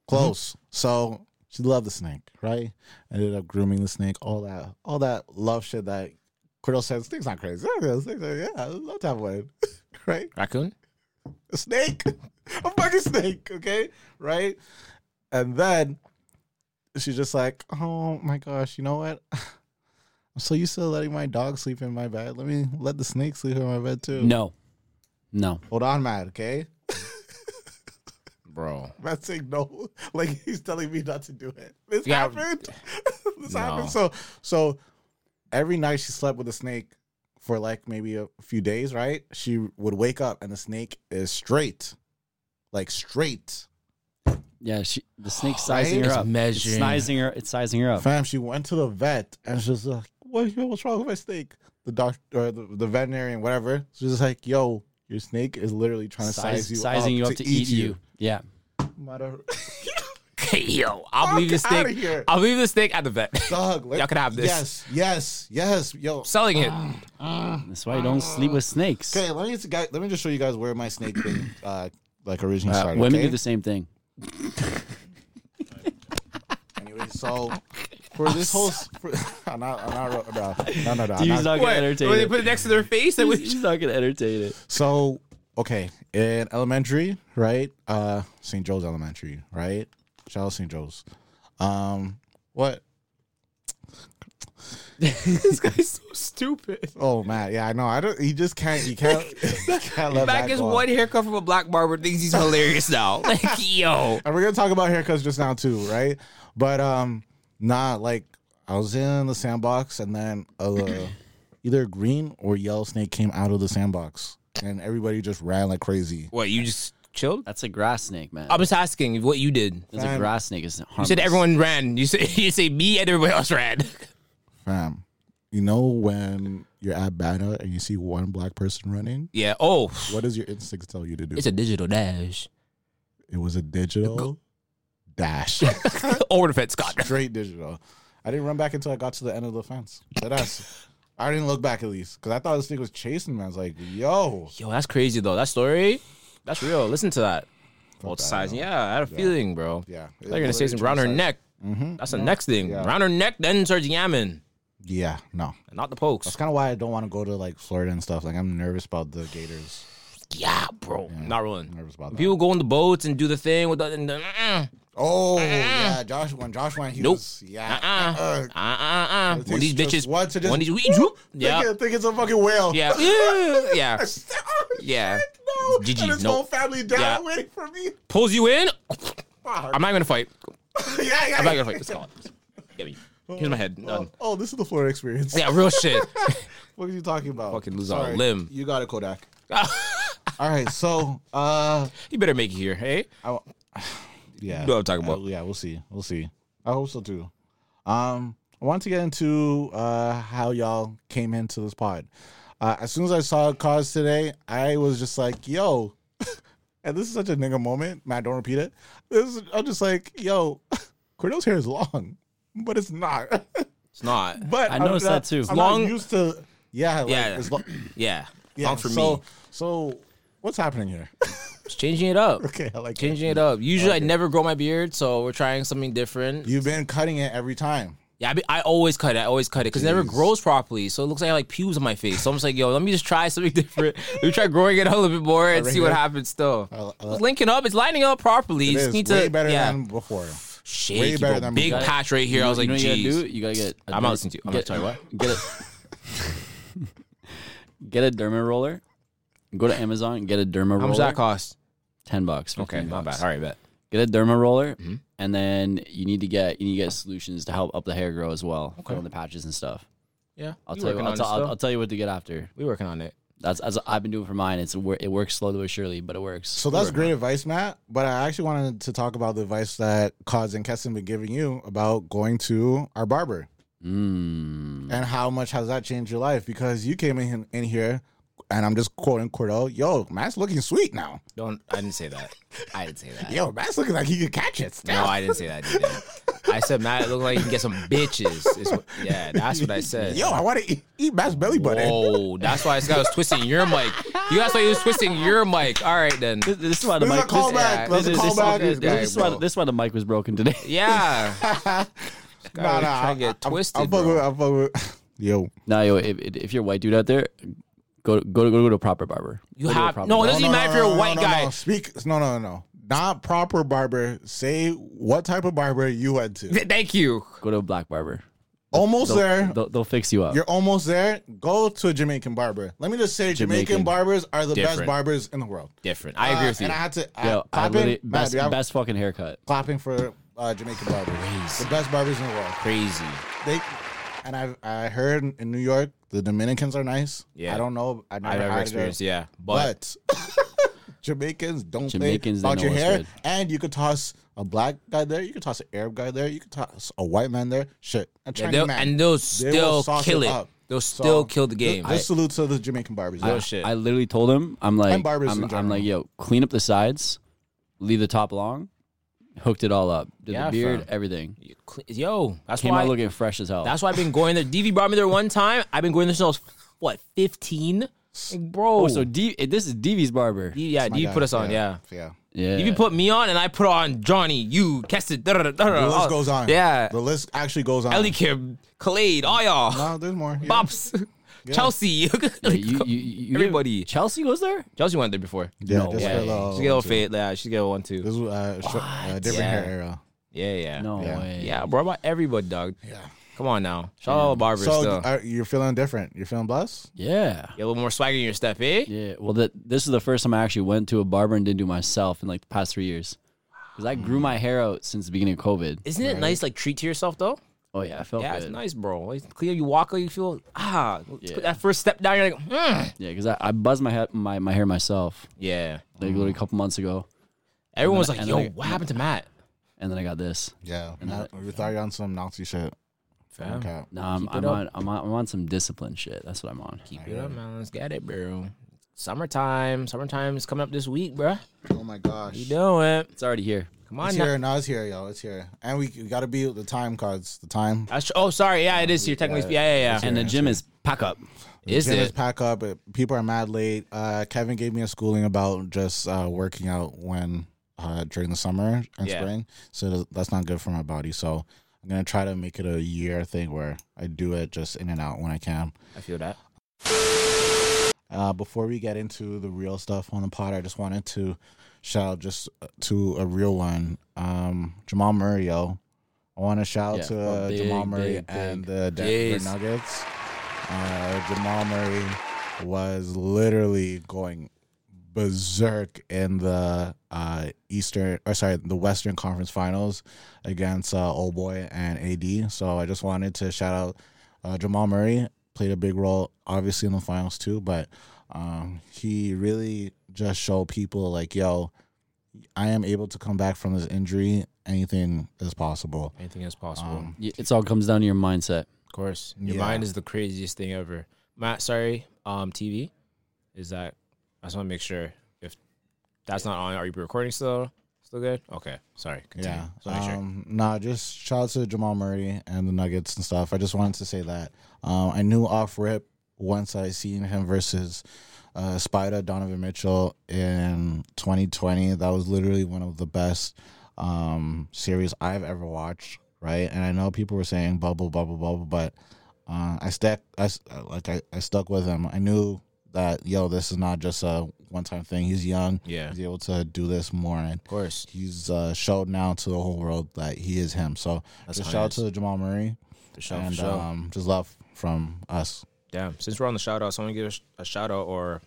[SPEAKER 3] close. So she loved the snake, right? Ended up grooming the snake, all that, all that love shit that Cordell says. Snake's not crazy. Yeah, snake's not- yeah, I love to have one, *laughs* right?
[SPEAKER 2] Raccoon?
[SPEAKER 3] a *laughs* snake, a fucking snake, okay, right? And then she's just like, oh my gosh, you know what? *laughs* I'm so used to letting my dog sleep in my bed. Let me let the snake sleep in my bed too.
[SPEAKER 1] No, no.
[SPEAKER 3] hold on, Matt. Okay, *laughs*
[SPEAKER 2] Bro.
[SPEAKER 3] Matt's saying no, *laughs* like he's telling me not to do it. This
[SPEAKER 2] Yeah.
[SPEAKER 3] happened. *laughs* this
[SPEAKER 2] No.
[SPEAKER 3] happened. So so every night she slept with a snake for like maybe a few days. Right? She would wake up and the snake is straight, like straight.
[SPEAKER 1] Yeah, she, the snake's sizing her
[SPEAKER 2] Oh,
[SPEAKER 3] Right?
[SPEAKER 2] It's
[SPEAKER 1] up. It's
[SPEAKER 2] measuring.
[SPEAKER 1] sizing her. It's sizing her up.
[SPEAKER 3] Fam, she went to the vet and she was like, "What? Yo, what's wrong with my snake?" The doctor, or the, the veterinarian, whatever. She was like, "Yo, your snake is literally trying to size, you
[SPEAKER 1] sizing
[SPEAKER 3] up
[SPEAKER 1] you up to, eat you. Yeah.
[SPEAKER 3] Mother,
[SPEAKER 2] *laughs*
[SPEAKER 1] *laughs*
[SPEAKER 2] Yo, I'll
[SPEAKER 3] Fuck
[SPEAKER 2] leave this
[SPEAKER 3] outta
[SPEAKER 2] thing.
[SPEAKER 3] here.
[SPEAKER 2] I'll leave this thing at the vet. *laughs*
[SPEAKER 3] dog, like-
[SPEAKER 2] Y'all can have this.
[SPEAKER 3] Yes, yes, yes. Yo,
[SPEAKER 2] Selling it.
[SPEAKER 1] That's why you don't sleep with snakes.
[SPEAKER 3] okay. Let me just, guy- let me just show you guys where my snake thing,
[SPEAKER 1] *coughs*
[SPEAKER 3] uh, like originally
[SPEAKER 1] Uh,
[SPEAKER 3] started.
[SPEAKER 1] women
[SPEAKER 3] okay?
[SPEAKER 1] do the same thing.
[SPEAKER 3] Anyway, so for this whole, for, *laughs* I'm not, I'm not, no, no, no, no. I'm
[SPEAKER 1] He's
[SPEAKER 3] not-
[SPEAKER 1] not gonna
[SPEAKER 2] What?
[SPEAKER 1] entertain
[SPEAKER 2] When they
[SPEAKER 1] it.
[SPEAKER 2] put it next to their face,
[SPEAKER 1] *laughs*
[SPEAKER 2] they would-
[SPEAKER 1] He's not gonna entertain it.
[SPEAKER 3] So, okay, in elementary, right? Uh St. Joe's Elementary, right? Shout out St. Joe's. Um what?
[SPEAKER 2] this guy's so stupid.
[SPEAKER 3] Oh man, yeah, I know. I don't. He just can't.
[SPEAKER 2] *laughs*
[SPEAKER 3] He can't. he can't let
[SPEAKER 2] Back
[SPEAKER 3] that
[SPEAKER 2] is
[SPEAKER 3] go.
[SPEAKER 2] one haircut from a black barber thinks he's *laughs* hilarious now. Like, yo.
[SPEAKER 3] And we're gonna talk about haircuts just now too, right? But um, nah, like I was in the sandbox, and then uh, either a green or yellow snake came out of the sandbox, and everybody just ran like crazy.
[SPEAKER 2] What, you just chilled?
[SPEAKER 1] That's a grass snake, man.
[SPEAKER 2] I'm just asking what you did.
[SPEAKER 1] That's a
[SPEAKER 3] Man.
[SPEAKER 1] grass snake. It's
[SPEAKER 2] You said everyone ran. You say *laughs* you say me and everybody else ran.
[SPEAKER 3] Fam, you know when you're at Bata and you see one black person running,
[SPEAKER 2] *laughs* Yeah. Oh,
[SPEAKER 3] what does your instincts tell you to do?
[SPEAKER 2] it's a digital dash.
[SPEAKER 3] it was a digital
[SPEAKER 2] *laughs*
[SPEAKER 3] dash,
[SPEAKER 2] Over the fence, Scott.
[SPEAKER 3] straight digital. I didn't run back until I got to the end of the fence. Deadass. I didn't look back at least because I thought this thing was chasing me. I was like, "Yo,
[SPEAKER 2] *laughs* Yo, that's crazy though. That story, that's real. Listen to that. Both
[SPEAKER 3] that,
[SPEAKER 2] sides.
[SPEAKER 3] yo.
[SPEAKER 2] Yeah, I had a feeling, bro.
[SPEAKER 3] Yeah.
[SPEAKER 2] They're gonna say something around her neck. That's the next thing.
[SPEAKER 3] Mm-hmm. yeah.
[SPEAKER 2] Round her neck, then starts yamming.
[SPEAKER 3] Yeah, no.
[SPEAKER 2] And not the pokes.
[SPEAKER 3] That's kind of why I don't want to go to like Florida and stuff. Like I'm nervous about the Gators.
[SPEAKER 2] Yeah, bro. Not
[SPEAKER 3] I'm
[SPEAKER 2] rolling.
[SPEAKER 3] nervous about that.
[SPEAKER 2] People go on the boats and do the thing with the. and the- Uh-uh.
[SPEAKER 3] oh yeah, Josh when Josh went, he
[SPEAKER 2] Nope.
[SPEAKER 3] was yeah.
[SPEAKER 2] Uh-uh. Uh-uh. Uh-uh.
[SPEAKER 3] It
[SPEAKER 2] One of these
[SPEAKER 3] takes just
[SPEAKER 2] bitches.
[SPEAKER 3] one
[SPEAKER 2] One
[SPEAKER 3] to
[SPEAKER 2] of
[SPEAKER 3] just-
[SPEAKER 2] these. we-
[SPEAKER 3] *laughs*
[SPEAKER 2] droop.
[SPEAKER 3] Think,
[SPEAKER 2] Yeah.
[SPEAKER 3] it, think it's a fucking whale. *laughs*
[SPEAKER 2] Yeah. Yeah. Yeah. Yeah.
[SPEAKER 3] no.
[SPEAKER 2] GG,
[SPEAKER 3] and his
[SPEAKER 2] nope.
[SPEAKER 3] whole family died
[SPEAKER 2] Yeah.
[SPEAKER 3] waiting for me.
[SPEAKER 2] Pulls you in.
[SPEAKER 3] Fuck.
[SPEAKER 2] I'm not gonna fight.
[SPEAKER 3] *laughs* yeah, yeah.
[SPEAKER 2] I'm not gonna fight. Let's call it. Get me. Here's my
[SPEAKER 3] *laughs*
[SPEAKER 2] head.
[SPEAKER 3] Oh,
[SPEAKER 2] Done.
[SPEAKER 3] oh, this is the Florida experience.
[SPEAKER 2] Yeah, real shit. *laughs*
[SPEAKER 3] What are you talking about?
[SPEAKER 2] Fucking lose our limb.
[SPEAKER 3] You got it,
[SPEAKER 2] *laughs*
[SPEAKER 3] Kodak. All right, so uh,
[SPEAKER 2] you better make it here, hey?
[SPEAKER 3] I, *sighs* yeah.
[SPEAKER 2] You know what I'm talking about.
[SPEAKER 3] Uh, yeah, we'll see. We'll see. I hope so too. Um, I want to get into uh how y'all came into this pod. Uh, as soon as I saw cause today, I was just like, yo. *laughs* and this is such a nigga moment. Man, don't repeat it. This is, I'm just like, yo, *laughs* Cordell's hair is long, but it's not. *laughs*
[SPEAKER 2] It's not.
[SPEAKER 3] but
[SPEAKER 1] I
[SPEAKER 3] I'm
[SPEAKER 1] noticed that,
[SPEAKER 3] not-
[SPEAKER 1] too.
[SPEAKER 3] I'm not
[SPEAKER 2] Long-
[SPEAKER 3] used to. Yeah, like,
[SPEAKER 2] Yeah.
[SPEAKER 3] It's lo-
[SPEAKER 2] Yeah.
[SPEAKER 3] yeah.
[SPEAKER 2] Not for
[SPEAKER 3] so,
[SPEAKER 2] me.
[SPEAKER 3] So, what's happening here? *laughs*
[SPEAKER 2] It's changing it up.
[SPEAKER 3] okay, I like
[SPEAKER 2] Changing it up. Usually I never grow my beard, so we're trying something different.
[SPEAKER 3] You've been cutting it every time.
[SPEAKER 2] Yeah, I, be, I always cut it. I always cut it because it never
[SPEAKER 3] Jeez.
[SPEAKER 2] grows properly. So it looks like I have like pubes on my face. So I'm just like, yo, let me just try *laughs* something different. let me try growing it out a little bit more and
[SPEAKER 3] right
[SPEAKER 2] see what
[SPEAKER 3] here.
[SPEAKER 2] happens still.
[SPEAKER 3] I'll- I'll-
[SPEAKER 2] it's linking up. It's lining up properly.
[SPEAKER 3] It
[SPEAKER 2] just
[SPEAKER 3] is
[SPEAKER 2] need to.
[SPEAKER 3] way better
[SPEAKER 2] yeah.
[SPEAKER 3] than before.
[SPEAKER 2] Shaky,
[SPEAKER 3] way better
[SPEAKER 2] bro.
[SPEAKER 3] than
[SPEAKER 2] Big
[SPEAKER 3] before.
[SPEAKER 2] patch right here. I was like,
[SPEAKER 1] you know what you gotta
[SPEAKER 2] jeez.
[SPEAKER 1] do? You gotta get. i
[SPEAKER 2] I'm not listening to you. I'm
[SPEAKER 1] get,
[SPEAKER 2] not- sorry,
[SPEAKER 1] *laughs*
[SPEAKER 2] what?
[SPEAKER 1] Get a, get a derma roller. Go to Amazon and get a derma roller.
[SPEAKER 2] How much that cost?
[SPEAKER 1] Ten bucks.
[SPEAKER 2] Okay,
[SPEAKER 1] 15
[SPEAKER 2] my
[SPEAKER 1] bucks.
[SPEAKER 2] bad. All right, bet.
[SPEAKER 1] Get a derma roller,
[SPEAKER 3] Mm-hmm.
[SPEAKER 1] and then you need to get you need to get solutions to help up the hair grow as well. Fill in the patches and stuff.
[SPEAKER 2] Yeah,
[SPEAKER 1] I'll
[SPEAKER 2] we
[SPEAKER 1] tell you.
[SPEAKER 2] working
[SPEAKER 1] I'll,
[SPEAKER 2] on
[SPEAKER 1] tell-
[SPEAKER 2] it
[SPEAKER 1] I'll-
[SPEAKER 2] still.
[SPEAKER 1] I'll tell you what to get after.
[SPEAKER 2] we working on it.
[SPEAKER 1] That's as I've been doing for mine. It's wor- it works slowly but surely, but it works.
[SPEAKER 3] So that's great advice, Matt. But I actually wanted to talk about the advice that Cause and Keston been giving you about going to our barber
[SPEAKER 1] Mm.
[SPEAKER 2] Hmm.
[SPEAKER 3] and how much has that changed your life? Because you came in in here, and I'm just quoting Cordell. Yo, Matt's looking sweet now.
[SPEAKER 2] Don't. I didn't say that. I didn't say that.
[SPEAKER 3] Yo, Matt's looking like he could catch it. Still.
[SPEAKER 2] No, I didn't say that. Dude. I said Matt it looked like you can get some bitches. Is what, yeah, that's what I said.
[SPEAKER 3] Yo, I want to eat, eat Matt's belly button.
[SPEAKER 2] Whoa, that's why this guy was twisting your mic. You guys why he was twisting your mic. All right then.
[SPEAKER 1] This, this is why the
[SPEAKER 3] This
[SPEAKER 1] mic.
[SPEAKER 3] is a
[SPEAKER 1] This,
[SPEAKER 3] callback. That's a
[SPEAKER 1] this- this-
[SPEAKER 3] callback.
[SPEAKER 1] This,
[SPEAKER 2] guy,
[SPEAKER 1] this is why, this is why the mic was broken today. *laughs*
[SPEAKER 3] *laughs*
[SPEAKER 2] Yeah. This guy
[SPEAKER 3] Nah,
[SPEAKER 2] was
[SPEAKER 3] nah,
[SPEAKER 2] trying to get twisted.
[SPEAKER 3] I'm fucking
[SPEAKER 2] bro.
[SPEAKER 3] with. I'm fucking with. *laughs* Yo,
[SPEAKER 1] No, yo, if, if if you're a white dude out there, go to, go to, go to a proper barber.
[SPEAKER 2] You
[SPEAKER 1] Go to a
[SPEAKER 2] have
[SPEAKER 1] proper
[SPEAKER 2] no. It
[SPEAKER 1] barber.
[SPEAKER 2] doesn't even matter if you're a white
[SPEAKER 3] no,
[SPEAKER 2] guy.
[SPEAKER 3] No. Speak. No, no, no, no. Not proper barber. Say what type of barber you went
[SPEAKER 2] *laughs*
[SPEAKER 3] to.
[SPEAKER 2] Th- Thank you.
[SPEAKER 1] go to a black barber.
[SPEAKER 3] Almost
[SPEAKER 1] They'll,
[SPEAKER 3] there.
[SPEAKER 1] they'll, they'll fix you up.
[SPEAKER 3] You're almost there. Go to a Jamaican barber. Let me just say, Jamaican,
[SPEAKER 1] Jamaican.
[SPEAKER 3] barbers are the best
[SPEAKER 2] Different.
[SPEAKER 3] barbers in the world.
[SPEAKER 2] Different. I agree
[SPEAKER 3] Uh,
[SPEAKER 2] with you.
[SPEAKER 3] And I had to I,
[SPEAKER 1] yo, I
[SPEAKER 3] clapping.
[SPEAKER 1] literally,
[SPEAKER 3] Matt,
[SPEAKER 1] best
[SPEAKER 3] do you have-
[SPEAKER 1] best fucking haircut.
[SPEAKER 3] clapping for uh, Jamaican barbers. The best barbers in the world.
[SPEAKER 2] Crazy.
[SPEAKER 3] They and I I heard in New York the Dominicans are nice.
[SPEAKER 2] Yeah.
[SPEAKER 3] I don't know. I never,
[SPEAKER 2] I've never
[SPEAKER 3] had it.
[SPEAKER 2] experienced. Yeah, but,
[SPEAKER 3] but. *laughs* Jamaicans don't
[SPEAKER 1] Jamaicans,
[SPEAKER 3] think
[SPEAKER 1] they
[SPEAKER 3] about
[SPEAKER 1] know
[SPEAKER 3] your
[SPEAKER 1] what's
[SPEAKER 3] hair,
[SPEAKER 1] good.
[SPEAKER 3] and you could toss a black guy there, you could toss an Arab guy there, you could toss a white man there, shit, a
[SPEAKER 2] and
[SPEAKER 3] Chinese
[SPEAKER 2] they'll,
[SPEAKER 3] man,
[SPEAKER 2] and they'll
[SPEAKER 3] They
[SPEAKER 2] still
[SPEAKER 3] will sauce
[SPEAKER 2] kill
[SPEAKER 3] it
[SPEAKER 2] it.
[SPEAKER 3] up.
[SPEAKER 2] They'll
[SPEAKER 3] So,
[SPEAKER 2] still kill the
[SPEAKER 3] th-
[SPEAKER 2] game.
[SPEAKER 3] This salute to the Jamaican barbers.
[SPEAKER 2] I-
[SPEAKER 3] yeah.
[SPEAKER 2] Oh, shit.
[SPEAKER 1] I literally told him, I'm like,
[SPEAKER 3] And barbers in
[SPEAKER 1] I'm, I'm
[SPEAKER 3] general.
[SPEAKER 1] like, yo, clean up the sides, leave the top long, hooked it all up, did
[SPEAKER 2] Yeah,
[SPEAKER 1] the beard,
[SPEAKER 2] fam.
[SPEAKER 1] everything.
[SPEAKER 2] Yo, that's
[SPEAKER 1] Came
[SPEAKER 2] why.
[SPEAKER 1] out looking fresh as hell.
[SPEAKER 2] That's why I've been going there. DV brought me there one time. I've been going there since I was what fifteen, like, bro.
[SPEAKER 1] oh, so D, this is DV's barber.
[SPEAKER 2] D- yeah,
[SPEAKER 3] My
[SPEAKER 2] DV
[SPEAKER 3] guy,
[SPEAKER 2] put us on. Yeah.
[SPEAKER 3] yeah.
[SPEAKER 1] Yeah,
[SPEAKER 2] DV *laughs* put me on, and I put on Johnny, you, Keston. da- da- da- da-
[SPEAKER 3] The
[SPEAKER 2] da-
[SPEAKER 3] list
[SPEAKER 2] all-
[SPEAKER 3] goes on.
[SPEAKER 2] oh, Yeah,
[SPEAKER 3] the list actually goes on.
[SPEAKER 2] Ellie Kim, Khalid, all y'all,
[SPEAKER 3] No, there's more. Yeah.
[SPEAKER 2] Bops, *laughs* Chelsea,
[SPEAKER 1] Yeah, you- you- you- you-
[SPEAKER 2] everybody.
[SPEAKER 1] Chelsea goes there.
[SPEAKER 2] Chelsea went there before.
[SPEAKER 3] Yeah,
[SPEAKER 1] No
[SPEAKER 3] just
[SPEAKER 1] way.
[SPEAKER 3] for a
[SPEAKER 2] Yeah,
[SPEAKER 3] little.
[SPEAKER 2] she's get all fade. Yeah, she's get all one
[SPEAKER 3] Oh, This
[SPEAKER 2] too.
[SPEAKER 3] was uh, sh- uh, different
[SPEAKER 2] Yeah.
[SPEAKER 3] hair era.
[SPEAKER 2] Yeah, yeah,
[SPEAKER 1] No
[SPEAKER 3] Yeah.
[SPEAKER 1] way.
[SPEAKER 2] yeah, bro. About everybody, dog.
[SPEAKER 3] Yeah,
[SPEAKER 2] Come on now. Shout out to barbers
[SPEAKER 3] So
[SPEAKER 2] still.
[SPEAKER 3] uh, you're feeling different. You're feeling blessed.
[SPEAKER 1] Yeah.
[SPEAKER 2] you have a little more swagger in your step, eh?
[SPEAKER 1] Yeah. Well, that this is the first time I actually went to a barber and didn't do myself in like the past three years. Because I grew my hair out since the beginning of COVID.
[SPEAKER 2] Isn't it nice, like, treat to yourself, though?
[SPEAKER 1] Oh yeah, I felt
[SPEAKER 2] Yeah,
[SPEAKER 1] yeah,
[SPEAKER 2] it's
[SPEAKER 1] good.
[SPEAKER 2] nice, bro. Like, clear, you walk, you feel, ah,
[SPEAKER 1] Yeah.
[SPEAKER 2] that first step down, you're like, hmm.
[SPEAKER 1] Yeah, because I, I buzzed my, head, my my hair myself
[SPEAKER 2] Yeah.
[SPEAKER 1] like
[SPEAKER 2] Mm.
[SPEAKER 1] literally a couple months ago,
[SPEAKER 2] Everyone was
[SPEAKER 1] And
[SPEAKER 2] like,
[SPEAKER 1] then-
[SPEAKER 2] yo,
[SPEAKER 1] and then-
[SPEAKER 2] what happened to Matt?
[SPEAKER 1] and then I got this.
[SPEAKER 3] Yeah. Not, we thought you on some Nazi shit. Okay.
[SPEAKER 1] No, I'm,
[SPEAKER 2] Keep it
[SPEAKER 1] I'm
[SPEAKER 2] up.
[SPEAKER 1] on I'm on I'm on some discipline shit. That's what I'm on.
[SPEAKER 2] Keep it up, man. Let's get it, bro. Summertime. Summertime is coming up this week, bro.
[SPEAKER 3] Oh my gosh.
[SPEAKER 2] You know it.
[SPEAKER 1] It's already here.
[SPEAKER 2] Come
[SPEAKER 3] It's
[SPEAKER 2] on now.
[SPEAKER 3] here. No, it's here, yo. It's here. And we, we gotta beat the time cards. The time.
[SPEAKER 2] I sh- oh, sorry. Yeah, it is here. Technically, yeah, yeah, yeah.
[SPEAKER 1] And the gym is pack up.
[SPEAKER 2] Is
[SPEAKER 3] Gym is
[SPEAKER 2] it?
[SPEAKER 3] pack up. uh, People are mad late. Uh, Kevin gave me a schooling about just uh, working out when uh, during the summer and
[SPEAKER 2] Yeah.
[SPEAKER 3] spring. So th- that's not good for my body. So I'm gonna try to make it a year thing where I do it just in and out when I can.
[SPEAKER 2] I feel that.
[SPEAKER 3] Uh, before we get into the real stuff on the pod, I just wanted to shout just uh, to a real one, um, Jamal Murray. Yo, I want to shout
[SPEAKER 1] Yeah,
[SPEAKER 3] to
[SPEAKER 1] well,
[SPEAKER 3] uh,
[SPEAKER 1] big,
[SPEAKER 3] Jamal Murray
[SPEAKER 1] big, big.
[SPEAKER 3] and the Denver
[SPEAKER 2] Yes.
[SPEAKER 3] Nuggets. Uh, Jamal Murray was literally going berserk in the uh, Eastern, or sorry, the Western Conference Finals against uh, Old Boy and AD. So I just wanted to shout out uh, Jamal Murray. Played a big role, obviously in the finals too, but um, he really just showed people like, yo, I am able to come back from this injury. Anything is possible.
[SPEAKER 2] Anything is possible.
[SPEAKER 3] Um,
[SPEAKER 1] Y- It's all comes down to your mindset.
[SPEAKER 2] of course. Your
[SPEAKER 3] yeah.
[SPEAKER 2] mind is the craziest thing ever. Matt, sorry. Um, TV. Is that? I just want to make sure if that's not on. Are you recording still? Still good? Okay. Sorry. Continue.
[SPEAKER 3] Yeah.
[SPEAKER 2] Just wanna make sure.
[SPEAKER 3] Um, nah, just shout out to Jamal Murray and the Nuggets and stuff. I just wanted to say that. Um, I knew off rip once I seen him versus uh, Spider Donovan Mitchell in 2020. That was literally one of the best um, series I've ever watched. Right, and I know people were saying bubble, bubble, bubble, but uh, I stuck. I s- like I, I stuck with him. I knew that yo, this is not just a one time thing. He's young.
[SPEAKER 2] Yeah.
[SPEAKER 3] he's able to do this more. And
[SPEAKER 2] Of course.
[SPEAKER 3] he's uh, showed now to the whole world that he is him. So just
[SPEAKER 2] how
[SPEAKER 3] shout
[SPEAKER 2] it
[SPEAKER 3] out
[SPEAKER 2] is.
[SPEAKER 3] to Jamal Murray
[SPEAKER 2] For sure.
[SPEAKER 3] and
[SPEAKER 2] for sure.
[SPEAKER 3] um, just love from us.
[SPEAKER 2] Damn. Since we're on the shout outs, I want to give a, sh- a shout out or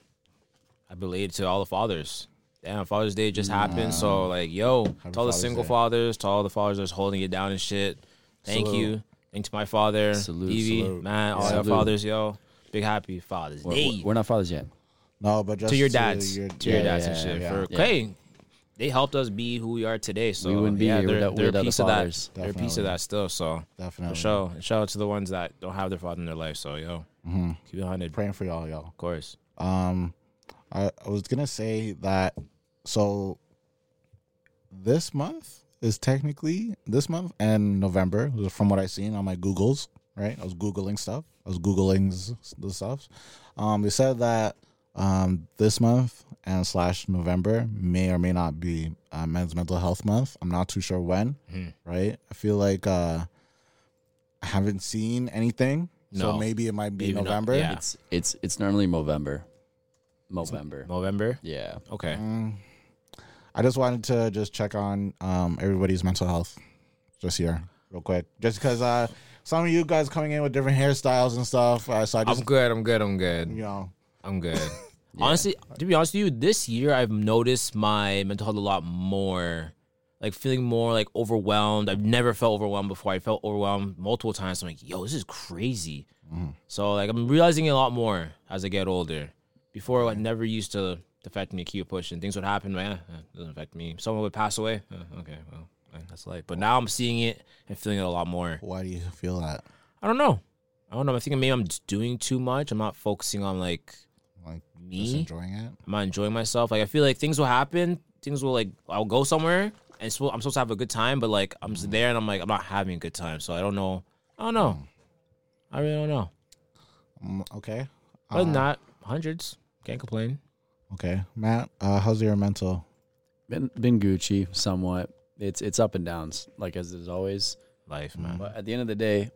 [SPEAKER 2] I believe to all the fathers. Damn, Father's Day just happened. So, like, yo, to all the
[SPEAKER 3] Father's
[SPEAKER 2] single
[SPEAKER 3] Day.
[SPEAKER 2] fathers, to all the fathers that's holding it down and shit. Thank
[SPEAKER 3] Salute.
[SPEAKER 2] you. Thank to my father,
[SPEAKER 1] Salute,
[SPEAKER 2] Evie,
[SPEAKER 1] salute.
[SPEAKER 2] man, all
[SPEAKER 1] Salute.
[SPEAKER 2] your fathers, yo. Big happy Father's
[SPEAKER 1] We're,
[SPEAKER 2] Day.
[SPEAKER 1] we're not fathers yet.
[SPEAKER 3] No, but just
[SPEAKER 2] to your dads. to your
[SPEAKER 3] yeah,
[SPEAKER 2] dads
[SPEAKER 3] yeah,
[SPEAKER 2] and shit.
[SPEAKER 3] yeah.
[SPEAKER 2] for, Hey, they helped us be who we are today. So,
[SPEAKER 1] We wouldn't be
[SPEAKER 2] yeah,
[SPEAKER 1] here
[SPEAKER 2] they're,
[SPEAKER 1] without-
[SPEAKER 2] they're
[SPEAKER 1] without
[SPEAKER 2] a
[SPEAKER 1] the
[SPEAKER 2] piece of that.
[SPEAKER 1] fathers.
[SPEAKER 2] They're a piece of
[SPEAKER 3] Definitely.
[SPEAKER 2] that still. So,
[SPEAKER 3] Definitely.
[SPEAKER 2] For sure. And shout out to the ones that don't have their father in their life. So, yo,
[SPEAKER 1] Mm-hmm.
[SPEAKER 2] keep it 100. Of
[SPEAKER 3] praying for y'all, y'all.
[SPEAKER 2] course.
[SPEAKER 3] Um, I, I was gonna say that. So this month is technically this month and November, from what I seen on my Googles. Right, I was googling stuff. I was googling s- the stuff. Um, they said that um this month and slash November may or may not be uh, Men's Mental Health Month. I'm not too sure when.
[SPEAKER 2] Hmm.
[SPEAKER 3] Right, I feel like uh, I haven't seen anything.
[SPEAKER 2] No.
[SPEAKER 3] So maybe it might be
[SPEAKER 2] Maybe not.
[SPEAKER 3] November.
[SPEAKER 2] Yeah.
[SPEAKER 1] It's it's it's normally November. November.
[SPEAKER 2] November.
[SPEAKER 1] Yeah.
[SPEAKER 2] Okay.
[SPEAKER 3] I just wanted to just check on um, everybody's mental health just here, real quick, just because uh, some of you guys coming in with different hairstyles and stuff. Uh, so I
[SPEAKER 2] I'm
[SPEAKER 3] just,
[SPEAKER 2] good. I'm good. I'm good.
[SPEAKER 3] you know,
[SPEAKER 2] I'm good. *laughs* Honestly, to be honest with you, this year I've noticed my mental health a lot more. Like feeling more like overwhelmed. I've never felt overwhelmed before. I felt overwhelmed multiple times. I'm like, yo, this is crazy. So like I'm realizing it a lot more as I get older. Before it never used to affect me, keep pushing. Things would happen, man. eh, It doesn't affect me. Someone would pass away. eh, Okay, well, eh, that's life. But now I'm seeing it and feeling it a lot more.
[SPEAKER 3] why do you feel that?
[SPEAKER 2] I don't know. I don't know. I think maybe I'm just doing too much. I'm not focusing on like
[SPEAKER 3] Like, just
[SPEAKER 2] Me?
[SPEAKER 3] enjoying it?
[SPEAKER 2] I'm not enjoying myself. Like I feel like things will happen. Things will like I'll go somewhere and so, I'm supposed to have a good time, but like I'm just there and I'm like I'm not having a good time. So I don't know. I don't know. I really don't know.
[SPEAKER 3] Mm, okay.
[SPEAKER 2] Other than that, hundreds can't complain.
[SPEAKER 3] Okay. Matt, uh, how's your mental?
[SPEAKER 1] Been been Gucci somewhat. It's it's up and downs, like as is always.
[SPEAKER 2] Life, man.
[SPEAKER 1] But at the end of the day,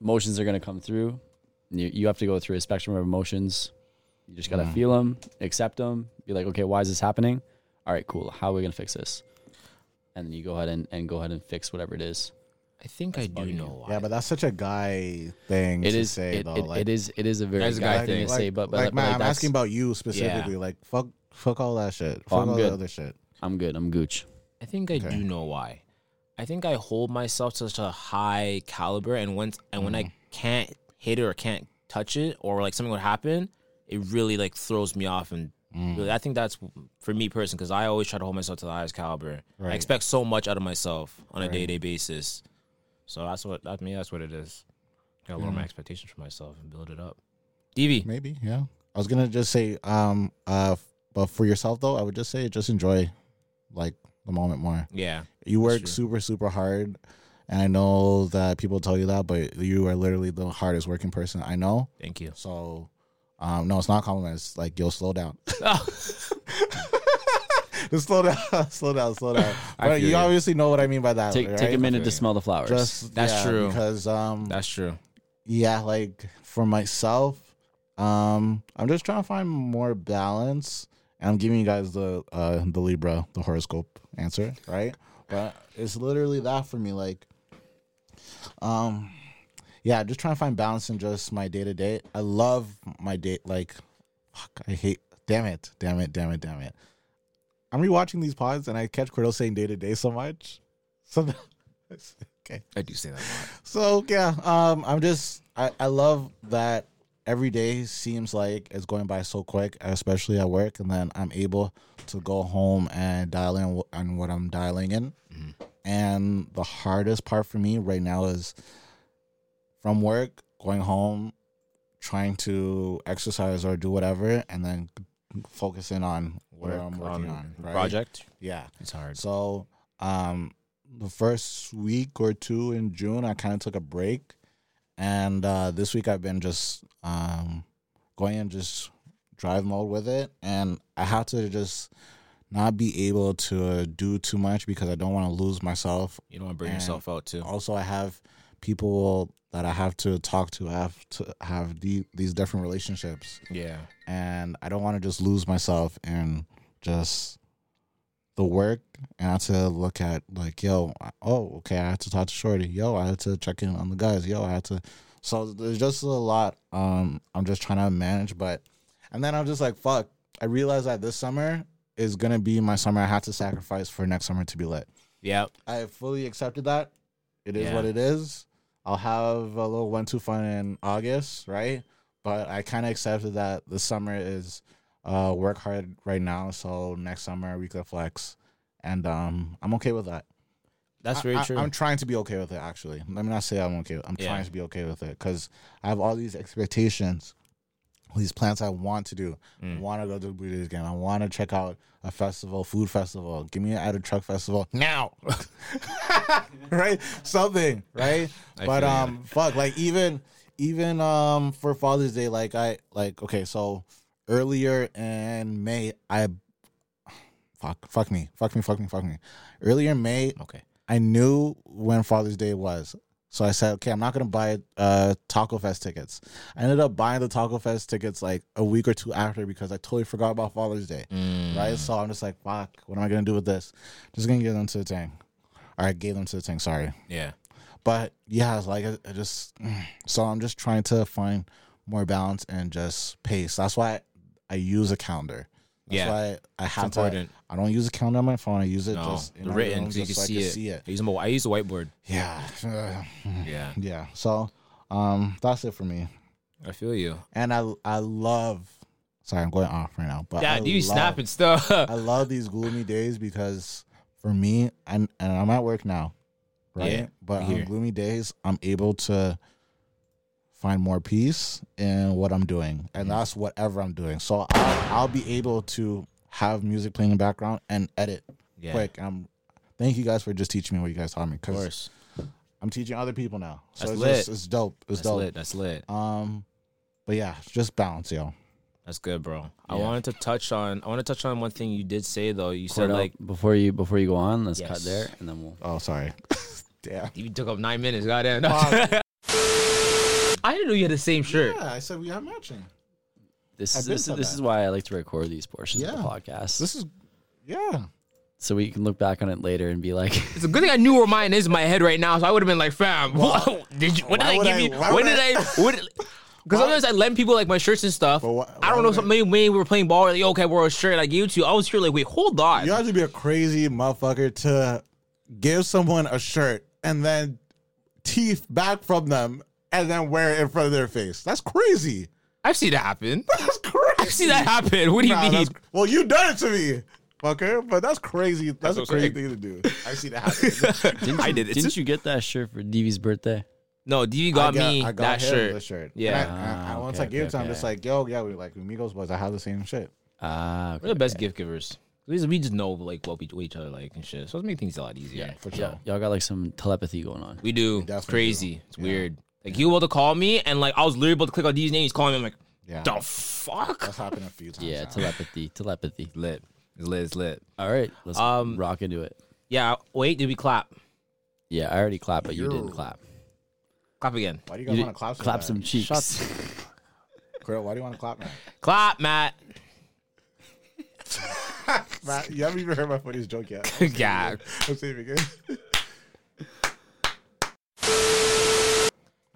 [SPEAKER 1] emotions are going to come through. You, you have to go through a spectrum of emotions. You just got
[SPEAKER 3] Mm.
[SPEAKER 1] to 'em, feel them, accept them, be like, okay, why is this happening? All right, cool. How are we going to fix this? And then you go ahead and, and go ahead and fix whatever it is.
[SPEAKER 2] I think I do know why.
[SPEAKER 3] Yeah, but that's such a guy thing
[SPEAKER 1] It
[SPEAKER 3] to
[SPEAKER 1] is.
[SPEAKER 3] say
[SPEAKER 1] it,
[SPEAKER 3] though.
[SPEAKER 1] it-
[SPEAKER 3] like,
[SPEAKER 1] it is. It is a very
[SPEAKER 2] That's a
[SPEAKER 1] guy,
[SPEAKER 2] guy
[SPEAKER 1] thing
[SPEAKER 2] thing.
[SPEAKER 1] to say. But but
[SPEAKER 3] like,
[SPEAKER 1] but,
[SPEAKER 3] man,
[SPEAKER 1] like,
[SPEAKER 3] I'm
[SPEAKER 1] that's-
[SPEAKER 3] asking about you specifically. Like, fuck, fuck all that shit. Fuck
[SPEAKER 1] Oh, I'm
[SPEAKER 3] all
[SPEAKER 1] good.
[SPEAKER 3] the other shit.
[SPEAKER 1] I'm good. I'm gooch.
[SPEAKER 2] I think I do know why. I think I hold myself to such a high caliber, and once and when I
[SPEAKER 3] Mm-hmm.
[SPEAKER 2] can't hit it or can't touch it, or like something would happen, it really like throws me off. And
[SPEAKER 3] Mm.
[SPEAKER 2] really, I think that's for me personally because I always try to hold myself to the highest caliber.
[SPEAKER 3] Right.
[SPEAKER 2] I expect so much out of myself on a day to day basis. So that's what I mean. That's what it is. Gotta lower
[SPEAKER 3] Mm.
[SPEAKER 2] my expectations for myself and build it up. DV,
[SPEAKER 3] Maybe, yeah. I was gonna just say, um, uh, f- but for yourself though, I would just say, just enjoy, like the moment more.
[SPEAKER 2] yeah,
[SPEAKER 3] You work
[SPEAKER 2] true.
[SPEAKER 3] super, super hard, and I know that people tell you that, but you are literally the hardest working person I know.
[SPEAKER 2] thank you.
[SPEAKER 3] So, um, no, it's not a compliment. It's like yo, slow down. *laughs* Just slow down, *laughs* slow down, slow down.
[SPEAKER 2] I
[SPEAKER 3] But
[SPEAKER 2] feel
[SPEAKER 3] you
[SPEAKER 2] you.
[SPEAKER 3] obviously know what I mean by that.
[SPEAKER 1] Take
[SPEAKER 3] right?
[SPEAKER 1] take a minute
[SPEAKER 2] Okay.
[SPEAKER 1] to smell the flowers.
[SPEAKER 3] Just
[SPEAKER 2] That's
[SPEAKER 3] yeah,
[SPEAKER 2] true.
[SPEAKER 3] because um,
[SPEAKER 2] That's true.
[SPEAKER 3] yeah like for myself um i'm just trying to find more balance and i'm giving you guys the uh the libra the horoscope answer right but it's literally that for me like um yeah just trying to find balance in just my day to day i love my day like fuck i hate damn it damn it damn it damn it i'm rewatching these pods and i catch Cordell saying day to day so much *laughs* so okay
[SPEAKER 2] I do say that.
[SPEAKER 3] so yeah, um, I'm just I, I love that every day seems like it's going by so quick, especially at work, and then I'm able to go home and dial in wh- on what I'm dialing in. And the hardest part for me right now is from work going home, trying to exercise or do whatever, and then focusing on what I'm working on, right?
[SPEAKER 2] project.
[SPEAKER 3] Yeah.
[SPEAKER 2] It's hard.
[SPEAKER 3] So, um, the first week or two in June, I kind of took a break, and uh, this week I've been just um, going in just drive mode with it, and I have to just not be able to do too much because I don't want to lose myself.
[SPEAKER 2] You don't want to burn
[SPEAKER 3] And
[SPEAKER 2] yourself out too.
[SPEAKER 3] Also, I have people that I have to talk to. I have to have the, these different relationships
[SPEAKER 2] Yeah.
[SPEAKER 3] and I don't want to just lose myself in just the work. And I have to look at like, yo, oh, okay, I have to talk to Shorty. Yo, I have to check in on the guys. Yo, I have to. So there's just a lot. Um, I'm just trying to manage, but and then I'm just like, fuck. I realize that this summer is gonna be my summer. I have to sacrifice for next summer to be lit.
[SPEAKER 2] Yeah.
[SPEAKER 3] I fully accepted that. It is
[SPEAKER 2] Yeah.
[SPEAKER 3] what it is. I'll have a little one two fun in August, right? But I kind of accepted that the summer is uh, work hard right now. So next summer we could flex, and um, I'm okay with that.
[SPEAKER 2] That's very
[SPEAKER 3] I,
[SPEAKER 2] true.
[SPEAKER 3] I, am trying to be okay with it. Actually, let me not say I'm okay. With, I'm
[SPEAKER 2] Yeah.
[SPEAKER 3] trying to be okay with it because I have all these expectations, all these plans I want to do. I
[SPEAKER 2] Mm.
[SPEAKER 3] want to go to the Breeders' Game. I want to check out a festival, food festival. Give me an out of truck festival now, *laughs* right? Something, right?
[SPEAKER 2] feel
[SPEAKER 3] but
[SPEAKER 2] ya.
[SPEAKER 3] um, fuck, like even even um for Father's Day, like I like okay, so earlier in May, I *sighs* fuck, fuck me, fuck me, fuck me, fuck me. Earlier in May,
[SPEAKER 2] okay.
[SPEAKER 3] I knew when Father's Day was. So I said, okay, I'm not going to buy uh, Taco Fest tickets. I ended up buying the Taco Fest tickets like a week or two after because I totally forgot about Father's Day.
[SPEAKER 2] Mm.
[SPEAKER 3] Right? So I'm just like, fuck, what am I going to do with this? Just going to give them to the tank. Or I gave them to the tank, sorry.
[SPEAKER 2] Yeah.
[SPEAKER 3] But yeah, it's like, I, I just, *clears throat* so I'm just trying to find more balance and just pace. That's why I use a calendar. That's
[SPEAKER 2] Yeah.
[SPEAKER 3] why I have to.
[SPEAKER 2] important.
[SPEAKER 3] I don't use a calendar on my phone. I use it
[SPEAKER 2] No.
[SPEAKER 3] just in my
[SPEAKER 2] written
[SPEAKER 3] room
[SPEAKER 2] so you can
[SPEAKER 3] just so I
[SPEAKER 2] see, it.
[SPEAKER 3] see it.
[SPEAKER 2] I use, a, I use a whiteboard.
[SPEAKER 3] Yeah. *sighs*
[SPEAKER 2] Yeah.
[SPEAKER 3] Yeah. So um that's it for me.
[SPEAKER 2] I feel you.
[SPEAKER 3] And I I love sorry, I'm going off right now. But I
[SPEAKER 2] Yeah, you
[SPEAKER 3] love,
[SPEAKER 2] snapping stuff.
[SPEAKER 3] I love these gloomy days because for me and and I'm at work now. Right?
[SPEAKER 2] Yeah,
[SPEAKER 3] but
[SPEAKER 2] I
[SPEAKER 3] on
[SPEAKER 2] hear.
[SPEAKER 3] gloomy days I'm able to find more peace in what I'm doing. And that's whatever I'm doing. So I'll, I'll be able to have music playing in the background and edit
[SPEAKER 2] *laughs* Yeah.
[SPEAKER 3] quick. Um thank you guys for just teaching me what you guys taught me.
[SPEAKER 2] Of
[SPEAKER 3] Because
[SPEAKER 2] course.
[SPEAKER 3] I'm teaching other people now. So
[SPEAKER 2] That's
[SPEAKER 3] it's
[SPEAKER 2] lit.
[SPEAKER 3] just it's dope. It's
[SPEAKER 2] That's
[SPEAKER 3] dope.
[SPEAKER 2] lit. That's lit.
[SPEAKER 3] Um, but yeah, just balance, yo.
[SPEAKER 2] That's good, bro. I
[SPEAKER 3] Yeah.
[SPEAKER 2] wanted to touch on. I want to touch on one thing you did say though. You said
[SPEAKER 1] Cordell,
[SPEAKER 2] like
[SPEAKER 1] before you before you go on, let's cut
[SPEAKER 2] Yes.
[SPEAKER 1] there and then we'll.
[SPEAKER 3] Oh, sorry. *laughs* Damn.
[SPEAKER 2] you took up nine minutes. Goddamn. *laughs* I didn't know you had the same shirt.
[SPEAKER 3] I said we have matching.
[SPEAKER 1] This
[SPEAKER 3] I've
[SPEAKER 1] is
[SPEAKER 3] been
[SPEAKER 1] this,
[SPEAKER 3] to
[SPEAKER 1] is- this
[SPEAKER 3] that.
[SPEAKER 1] is why I like to record these portions of
[SPEAKER 3] Yeah.
[SPEAKER 1] the podcast.
[SPEAKER 3] This is, yeah.
[SPEAKER 1] so we can look back on it later and be like, *laughs*
[SPEAKER 2] It's a good thing I knew where mine is in my head right now, so I would have been like, fam, did you, what did
[SPEAKER 3] why
[SPEAKER 2] I
[SPEAKER 3] would
[SPEAKER 2] give
[SPEAKER 3] I-
[SPEAKER 2] you?
[SPEAKER 3] why
[SPEAKER 2] When
[SPEAKER 3] would
[SPEAKER 2] did
[SPEAKER 3] I-
[SPEAKER 2] I? What? Because sometimes I lend people like my shirts and stuff.
[SPEAKER 3] But why-
[SPEAKER 2] I
[SPEAKER 3] why
[SPEAKER 2] don't know.
[SPEAKER 3] would I-
[SPEAKER 2] Some, maybe, maybe we were playing ball. Like, Yo, okay, I wore a shirt. I gave it to you. I was here like, wait, hold on.
[SPEAKER 3] You have to be a crazy motherfucker to give someone a shirt and then teeth back from them and then wear it in front of their face. That's crazy.
[SPEAKER 2] I've seen that happen.
[SPEAKER 3] That's crazy.
[SPEAKER 2] *laughs* I've seen that happen. What do you
[SPEAKER 3] Nah,
[SPEAKER 2] mean?
[SPEAKER 3] that's- well, you done it to me, fucker. But that's crazy. That's, a
[SPEAKER 2] what I'm
[SPEAKER 3] crazy
[SPEAKER 2] saying.
[SPEAKER 3] thing to do. *laughs* I see that happen.
[SPEAKER 1] didn't you,
[SPEAKER 2] *laughs* I did it.
[SPEAKER 1] Didn't you get that shirt for DV's birthday?
[SPEAKER 2] No, DV got me
[SPEAKER 3] I got
[SPEAKER 2] that
[SPEAKER 3] him
[SPEAKER 2] shirt.
[SPEAKER 3] The shirt.
[SPEAKER 2] Yeah.
[SPEAKER 3] And I, I- I- once
[SPEAKER 1] okay,
[SPEAKER 3] I gave it to him,
[SPEAKER 1] okay,
[SPEAKER 3] just like, yo, yeah, we like Migos boys. I have the same shit.
[SPEAKER 1] Ah,
[SPEAKER 2] We're the best gift givers. We just, we just know like what we what each other like and shit. So it's make things a lot easier.
[SPEAKER 3] For sure.
[SPEAKER 1] yeah, y'all got like some telepathy going on.
[SPEAKER 2] We do. It's
[SPEAKER 3] definitely
[SPEAKER 2] crazy. It's weird. Like he was about to call me and like I was literally about to click on these names. He's calling me. I'm like,
[SPEAKER 3] Yeah.
[SPEAKER 2] the fuck.
[SPEAKER 3] That's happened a few times.
[SPEAKER 1] Yeah,
[SPEAKER 3] now.
[SPEAKER 1] telepathy, telepathy.
[SPEAKER 2] Lit. It's lit. It's lit.
[SPEAKER 1] All right, let's
[SPEAKER 2] Um,
[SPEAKER 1] rock into it.
[SPEAKER 2] Yeah. Wait. Did we clap?
[SPEAKER 1] Yeah, I already clapped, but you didn't
[SPEAKER 3] Yo.
[SPEAKER 1] clap.
[SPEAKER 2] Clap again.
[SPEAKER 3] Why do you
[SPEAKER 1] You
[SPEAKER 3] guys want
[SPEAKER 1] didn't
[SPEAKER 3] to clap? So
[SPEAKER 1] clap
[SPEAKER 3] bad?
[SPEAKER 1] some cheeks.
[SPEAKER 3] Kirill, why do you want to
[SPEAKER 2] *laughs*
[SPEAKER 3] clap, man?
[SPEAKER 2] Clap, Matt. *laughs*
[SPEAKER 3] Matt, you haven't even heard my funniest joke
[SPEAKER 2] *laughs*
[SPEAKER 3] yet.
[SPEAKER 2] yeah.
[SPEAKER 3] Let's see if you can.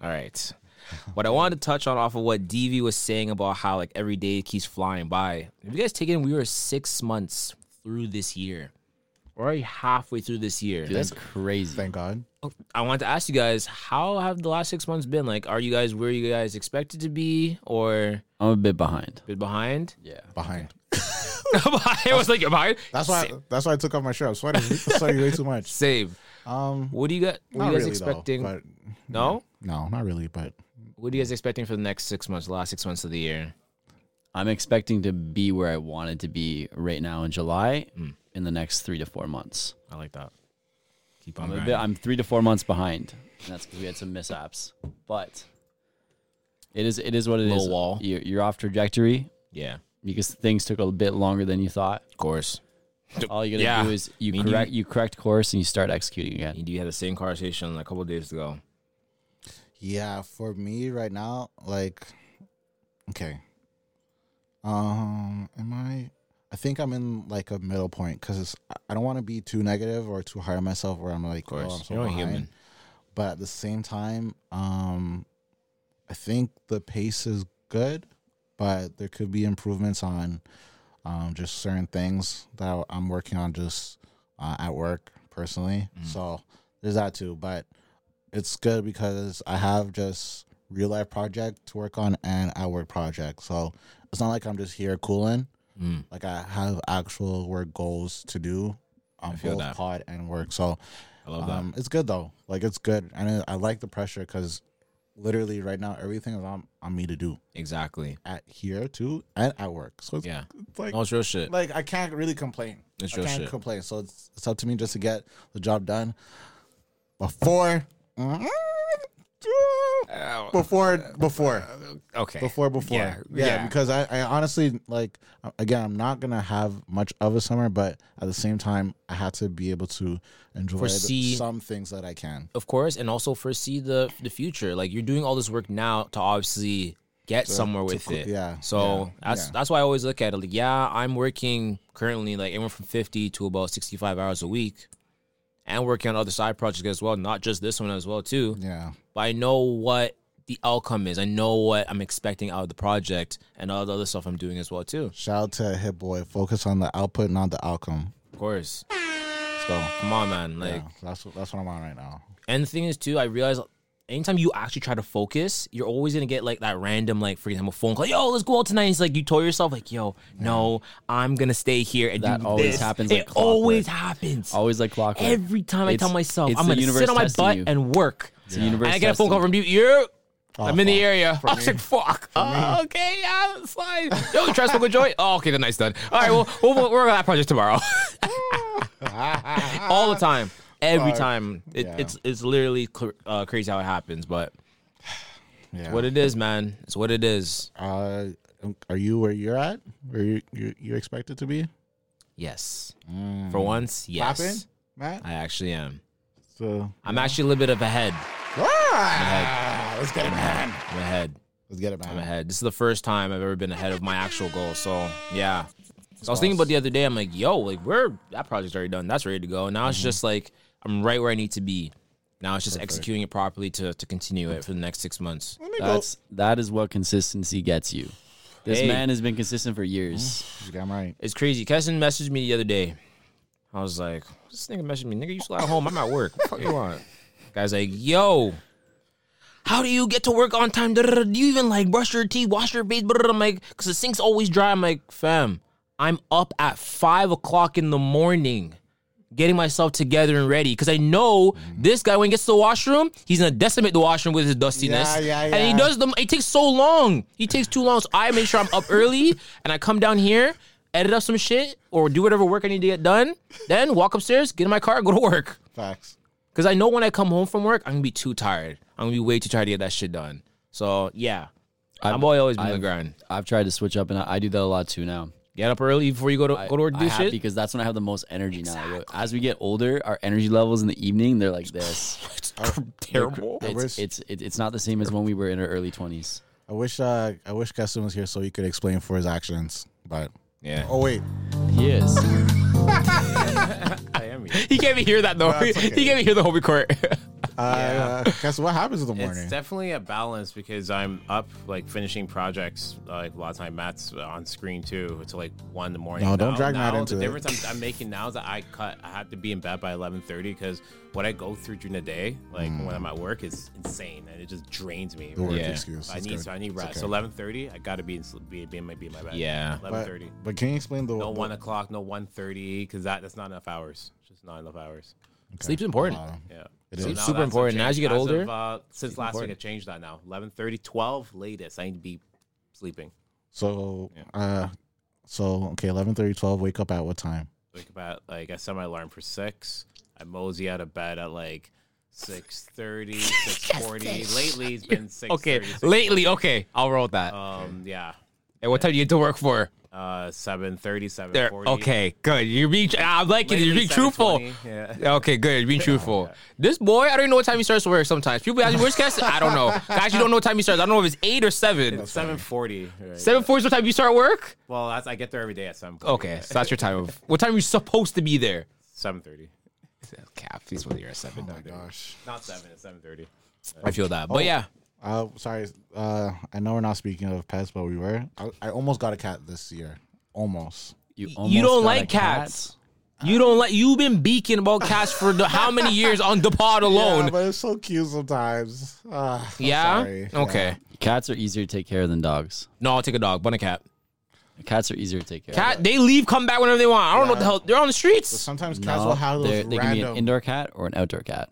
[SPEAKER 2] All right. What I wanted to touch on off of what DV was saying about how like every day keeps flying by. If you guys take in, we were six months through this year. We're already halfway through this year.
[SPEAKER 1] Dude, *laughs* that's crazy.
[SPEAKER 3] Thank God.
[SPEAKER 2] I wanted to ask you guys, how have the last six months been? Like, are you guys where you guys expected to be or
[SPEAKER 1] I'm a bit behind.
[SPEAKER 2] been behind? *laughs*
[SPEAKER 1] Yeah.
[SPEAKER 3] Behind.
[SPEAKER 2] I was like, behind?
[SPEAKER 3] That's why. That's why I took off my shirt. I'm sweating. I'm sweating way
[SPEAKER 2] *laughs*
[SPEAKER 3] too much.
[SPEAKER 2] Save.
[SPEAKER 3] Um,
[SPEAKER 2] What do you got? What
[SPEAKER 3] not
[SPEAKER 2] are you guys
[SPEAKER 3] really
[SPEAKER 2] expecting?
[SPEAKER 3] though. But
[SPEAKER 2] no?
[SPEAKER 3] no, not really. But
[SPEAKER 2] What are you guys expecting for the next six months, the last six months of the year?
[SPEAKER 1] I'm expecting to be where I wanted to be right now in July
[SPEAKER 3] Mm.
[SPEAKER 1] in the next three to four months.
[SPEAKER 2] I like that. Keep
[SPEAKER 1] I'm
[SPEAKER 2] on.
[SPEAKER 1] a bit, I'm three to four months behind. And that's because we had some mishaps. But it is it is what it is.
[SPEAKER 2] Little wall.
[SPEAKER 1] You're, you're off trajectory
[SPEAKER 2] Yeah,
[SPEAKER 1] because things took a bit longer than you thought.
[SPEAKER 2] of course.
[SPEAKER 1] All you gotta
[SPEAKER 2] Yeah.
[SPEAKER 1] do is you
[SPEAKER 2] mean, you-
[SPEAKER 1] correct you correct course and you start executing again.
[SPEAKER 2] You had the same conversation a couple of days ago.
[SPEAKER 3] yeah, for me right now, like, okay. Um, am I? I think I'm in like a middle point because I don't want to be too negative or too hard on myself where I'm like, oh, I'm
[SPEAKER 2] course.
[SPEAKER 3] so
[SPEAKER 2] You're only
[SPEAKER 3] behind.
[SPEAKER 2] human.
[SPEAKER 3] But at the same time, um, I think the pace is good, but there could be improvements on um, just certain things that I'm working on just uh, at work personally.
[SPEAKER 2] Mm.
[SPEAKER 3] So there's that too, but it's good because I have just real life project to work on and at work project. So it's not like I'm just here cooling.
[SPEAKER 2] Mm.
[SPEAKER 3] Like I have actual work goals to do on
[SPEAKER 2] feel
[SPEAKER 3] both
[SPEAKER 2] that.
[SPEAKER 3] pod and work. So
[SPEAKER 2] I love that.
[SPEAKER 3] um, it's good though. Like it's good, and I, I like the pressure because literally right now everything is on on me to do
[SPEAKER 2] Exactly.
[SPEAKER 3] at here too and at work. So it's,
[SPEAKER 2] Yeah.
[SPEAKER 3] it's like
[SPEAKER 2] No, it's real shit.
[SPEAKER 3] like I can't really complain.
[SPEAKER 2] It's
[SPEAKER 3] I
[SPEAKER 2] real
[SPEAKER 3] can't
[SPEAKER 2] shit.
[SPEAKER 3] complain. So it's it's up to me just to get the job done before. Before, before,
[SPEAKER 2] Okay.
[SPEAKER 3] before, before,
[SPEAKER 2] Yeah,
[SPEAKER 3] yeah,
[SPEAKER 2] yeah.
[SPEAKER 3] because I, I honestly like again, I'm not gonna have much of a summer, but at the same time, I had to be able to enjoy the-
[SPEAKER 2] Foresee-
[SPEAKER 3] some things that I can.
[SPEAKER 2] of course, and also foresee the the future. Like you're doing all this work now to obviously get somewhere with
[SPEAKER 3] cl-
[SPEAKER 2] it.
[SPEAKER 3] yeah,
[SPEAKER 2] So
[SPEAKER 3] yeah,
[SPEAKER 2] that's
[SPEAKER 3] yeah.
[SPEAKER 2] that's why I always look at it. Like, yeah, I'm working currently like anywhere from fifty to about sixty five hours a week, and working on other side projects as well, not just this one as well too.
[SPEAKER 3] Yeah,
[SPEAKER 2] But I know what the outcome is. I know what I'm expecting out of the project and all the other stuff I'm doing as well too.
[SPEAKER 3] Shout out to Hit Boy. Focus on the output, not the outcome.
[SPEAKER 2] Of course.
[SPEAKER 3] So
[SPEAKER 2] Come on, man. Like
[SPEAKER 3] yeah, that's what that's what I'm on right now.
[SPEAKER 2] And the thing is too, I realize anytime you actually try to focus, you're always gonna get like that random, like for example, phone call. Yo, let's go out tonight. And it's like you told yourself, like, yo, no, I'm gonna stay here and
[SPEAKER 1] That
[SPEAKER 2] do
[SPEAKER 1] always
[SPEAKER 2] this.
[SPEAKER 1] happens like
[SPEAKER 2] It always
[SPEAKER 1] clockwork.
[SPEAKER 2] happens.
[SPEAKER 1] Always like clockwork.
[SPEAKER 2] Every time I
[SPEAKER 1] It's-
[SPEAKER 2] tell myself
[SPEAKER 1] it's
[SPEAKER 2] I'm
[SPEAKER 1] the
[SPEAKER 2] gonna sit
[SPEAKER 1] universe
[SPEAKER 2] on my
[SPEAKER 1] testing
[SPEAKER 2] butt
[SPEAKER 1] you.
[SPEAKER 2] and work,
[SPEAKER 1] It's the universe
[SPEAKER 2] and I get a phone call
[SPEAKER 1] testing
[SPEAKER 2] from you. You're I'm in the
[SPEAKER 3] fuck.
[SPEAKER 2] area. I was like, fuck. Oh, okay, yeah, it's fine. Yo, you try to smoke a joint? Oh, okay, the night's done. All right, well, we'll, we'll work on that project
[SPEAKER 3] *laughs*
[SPEAKER 2] tomorrow. All the time. Every time. It,
[SPEAKER 3] Yeah.
[SPEAKER 2] It's it's literally cr- uh, crazy how it happens, but
[SPEAKER 3] Yeah.
[SPEAKER 2] what it is, man. It's what it is.
[SPEAKER 3] uh, are you where you're at? Where you you, you expected to be?
[SPEAKER 2] Yes.
[SPEAKER 3] Mm.
[SPEAKER 2] For once, yes.
[SPEAKER 3] Clapping, Matt.
[SPEAKER 2] I actually am.
[SPEAKER 3] So
[SPEAKER 2] I'm actually a little bit of ahead.
[SPEAKER 3] ah, let's get it, man.
[SPEAKER 2] I'm ahead.
[SPEAKER 3] Let's get it,
[SPEAKER 2] I'm
[SPEAKER 3] man.
[SPEAKER 2] ahead. This is the first time I've ever been ahead of my actual goal. So yeah, it's So I was thinking about the other day. I'm like, yo, like we're that project's already done. That's ready to go. Now it's just like I'm right where I need to be. Now it's just executing it properly to to continue it for the next six months.
[SPEAKER 3] Let me go.
[SPEAKER 1] That's that is what consistency gets you. This
[SPEAKER 2] Hey.
[SPEAKER 1] man has been consistent for
[SPEAKER 2] *sighs*
[SPEAKER 1] years.
[SPEAKER 3] You damn right.
[SPEAKER 2] It's crazy. Kesson messaged me the other day. I was like, this nigga messaged me, nigga, you still at home. I'm at work. What the fuck you want? Guy's like, yo, how do you get to work on time? Do you even like brush your teeth, wash your face? I'm like, because the sink's always dry. I'm like, fam, I'm up at five o'clock in the morning getting myself together and ready because I know this guy when he gets to the washroom, he's gonna decimate the washroom with his dustiness.
[SPEAKER 3] Yeah,
[SPEAKER 2] And
[SPEAKER 3] yeah,
[SPEAKER 2] he
[SPEAKER 3] yeah.
[SPEAKER 2] does them. It takes so long. He takes too long. So I make sure I'm up
[SPEAKER 3] *laughs*
[SPEAKER 2] early and I come down here, edit up some shit or do whatever work I need to get done. Then walk upstairs, get in my car, go to work.
[SPEAKER 3] Facts.
[SPEAKER 2] Because I know when I come home from work, I'm gonna be too tired. I'm gonna be way too tired to get that shit done. So yeah, i
[SPEAKER 1] I've-
[SPEAKER 2] have always been on the
[SPEAKER 1] I've-
[SPEAKER 2] grind.
[SPEAKER 1] I've tried to switch up, and I, I do that a lot too now.
[SPEAKER 2] Get up early before you go to go to work.
[SPEAKER 1] I
[SPEAKER 2] Do
[SPEAKER 1] have-
[SPEAKER 2] shit.
[SPEAKER 1] because that's when I have the most energy now. Like, As we get older, our energy levels in the evening they're like this.
[SPEAKER 2] terrible.
[SPEAKER 3] I
[SPEAKER 1] It's
[SPEAKER 3] wish,
[SPEAKER 1] it's it- it's not the same as when we were in our early twenties.
[SPEAKER 3] I wish, uh, I wish Kesson was here so he could explain for his actions. But
[SPEAKER 2] Yeah.
[SPEAKER 3] oh wait,
[SPEAKER 1] Yes,
[SPEAKER 5] I am. here.
[SPEAKER 2] *laughs* He can't even hear that though. *laughs*
[SPEAKER 3] That's okay.
[SPEAKER 2] He can't even hear the whole record.
[SPEAKER 3] uh, Kesson, what happens in the
[SPEAKER 5] It's
[SPEAKER 3] morning?
[SPEAKER 5] definitely a balance because I'm up like finishing projects. Like a lot of time, Matt's on screen too until like one in the morning.
[SPEAKER 3] No, don't
[SPEAKER 5] Now-
[SPEAKER 3] drag Matt
[SPEAKER 5] now,
[SPEAKER 3] into
[SPEAKER 5] the
[SPEAKER 3] it.
[SPEAKER 5] difference I'm, I'm making now is that I cut. I have to be in bed by 11:30 because what I go through during the day, like when I'm at work, is insane and it just drains me.
[SPEAKER 3] The Mm. work
[SPEAKER 2] Yeah.
[SPEAKER 3] excuse.
[SPEAKER 5] I
[SPEAKER 3] It's
[SPEAKER 5] need
[SPEAKER 3] good.
[SPEAKER 5] so I need
[SPEAKER 3] It's
[SPEAKER 5] rest.
[SPEAKER 3] okay.
[SPEAKER 5] So 11:30, I gotta be in sl- be, be in my be in my bed.
[SPEAKER 2] Yeah. But-
[SPEAKER 5] 11:30.
[SPEAKER 3] But, but can you explain the
[SPEAKER 5] No
[SPEAKER 3] the-
[SPEAKER 5] one o'clock, no 1:30, because that that's not enough hours. Just not enough hours.
[SPEAKER 2] Sleep's important.
[SPEAKER 3] Wow.
[SPEAKER 5] Yeah.
[SPEAKER 3] It
[SPEAKER 5] So
[SPEAKER 3] is.
[SPEAKER 5] now
[SPEAKER 2] super
[SPEAKER 5] that's a
[SPEAKER 2] important. Now as you get
[SPEAKER 5] change.
[SPEAKER 2] older,
[SPEAKER 5] of, uh, since last
[SPEAKER 2] important.
[SPEAKER 5] week, I changed that now. 11:30, 12 latest. I need to be sleeping.
[SPEAKER 3] So, uh, so okay, 11, 12, Wake up at what time?
[SPEAKER 5] Wake up at like I set my alarm for six. I mosey out of bed at like 6:30,
[SPEAKER 2] *laughs*
[SPEAKER 5] 6:40. Lately, it's been six.
[SPEAKER 2] *laughs* Okay. Lately, okay, I'll roll with that.
[SPEAKER 5] Um. Yeah.
[SPEAKER 2] and what time do you get to work for?
[SPEAKER 5] Uh. 7:30,
[SPEAKER 2] There.
[SPEAKER 5] 7:40.
[SPEAKER 2] Okay. Good. You're being. I like it.
[SPEAKER 5] Lately,
[SPEAKER 2] You're being truthful.
[SPEAKER 5] 7:20, Yeah.
[SPEAKER 2] Okay, good. You're being truthful. This boy, I don't even know what time he starts to work sometimes. People ask me, where's Cass? I don't know. I actually don't know what time he starts. I don't know if it's 8 or 7.
[SPEAKER 5] 7:40. right.
[SPEAKER 2] 7.40 is what time you start work?
[SPEAKER 5] Well, that's, I get there every day at 7:40.
[SPEAKER 2] Okay, so that's your time of. What time are you supposed to be there? Oh.
[SPEAKER 5] 7:30.
[SPEAKER 2] Cap, please whether you're at 7.
[SPEAKER 3] my gosh.
[SPEAKER 5] Not seven. It's 7:30.
[SPEAKER 2] I feel that. But yeah.
[SPEAKER 3] Uh, sorry. Uh, I know we're not speaking of pets, but we were. I, I almost got a cat this year. Almost.
[SPEAKER 1] you
[SPEAKER 2] you
[SPEAKER 1] almost got
[SPEAKER 2] don't
[SPEAKER 1] a
[SPEAKER 2] like
[SPEAKER 1] cat.
[SPEAKER 2] cats. You don't like. You've been beaking about cats for the, how *laughs* many years on the pod
[SPEAKER 3] Yeah,
[SPEAKER 2] alone?
[SPEAKER 3] but it's so cute sometimes. Ah, I'm
[SPEAKER 2] Yeah.
[SPEAKER 3] sorry.
[SPEAKER 2] Okay.
[SPEAKER 1] Cats are easier to take care of than dogs.
[SPEAKER 2] No, I'll take a dog, but a cat.
[SPEAKER 1] Cats are easier to take care of.
[SPEAKER 2] Cat. They leave, come back whenever they want. I don't know what the hell. They're on the
[SPEAKER 3] But
[SPEAKER 2] streets.
[SPEAKER 3] sometimes
[SPEAKER 1] No,
[SPEAKER 3] cats will have
[SPEAKER 1] they're-
[SPEAKER 3] those
[SPEAKER 1] they can be an
[SPEAKER 3] random.
[SPEAKER 1] indoor cat or an outdoor cat.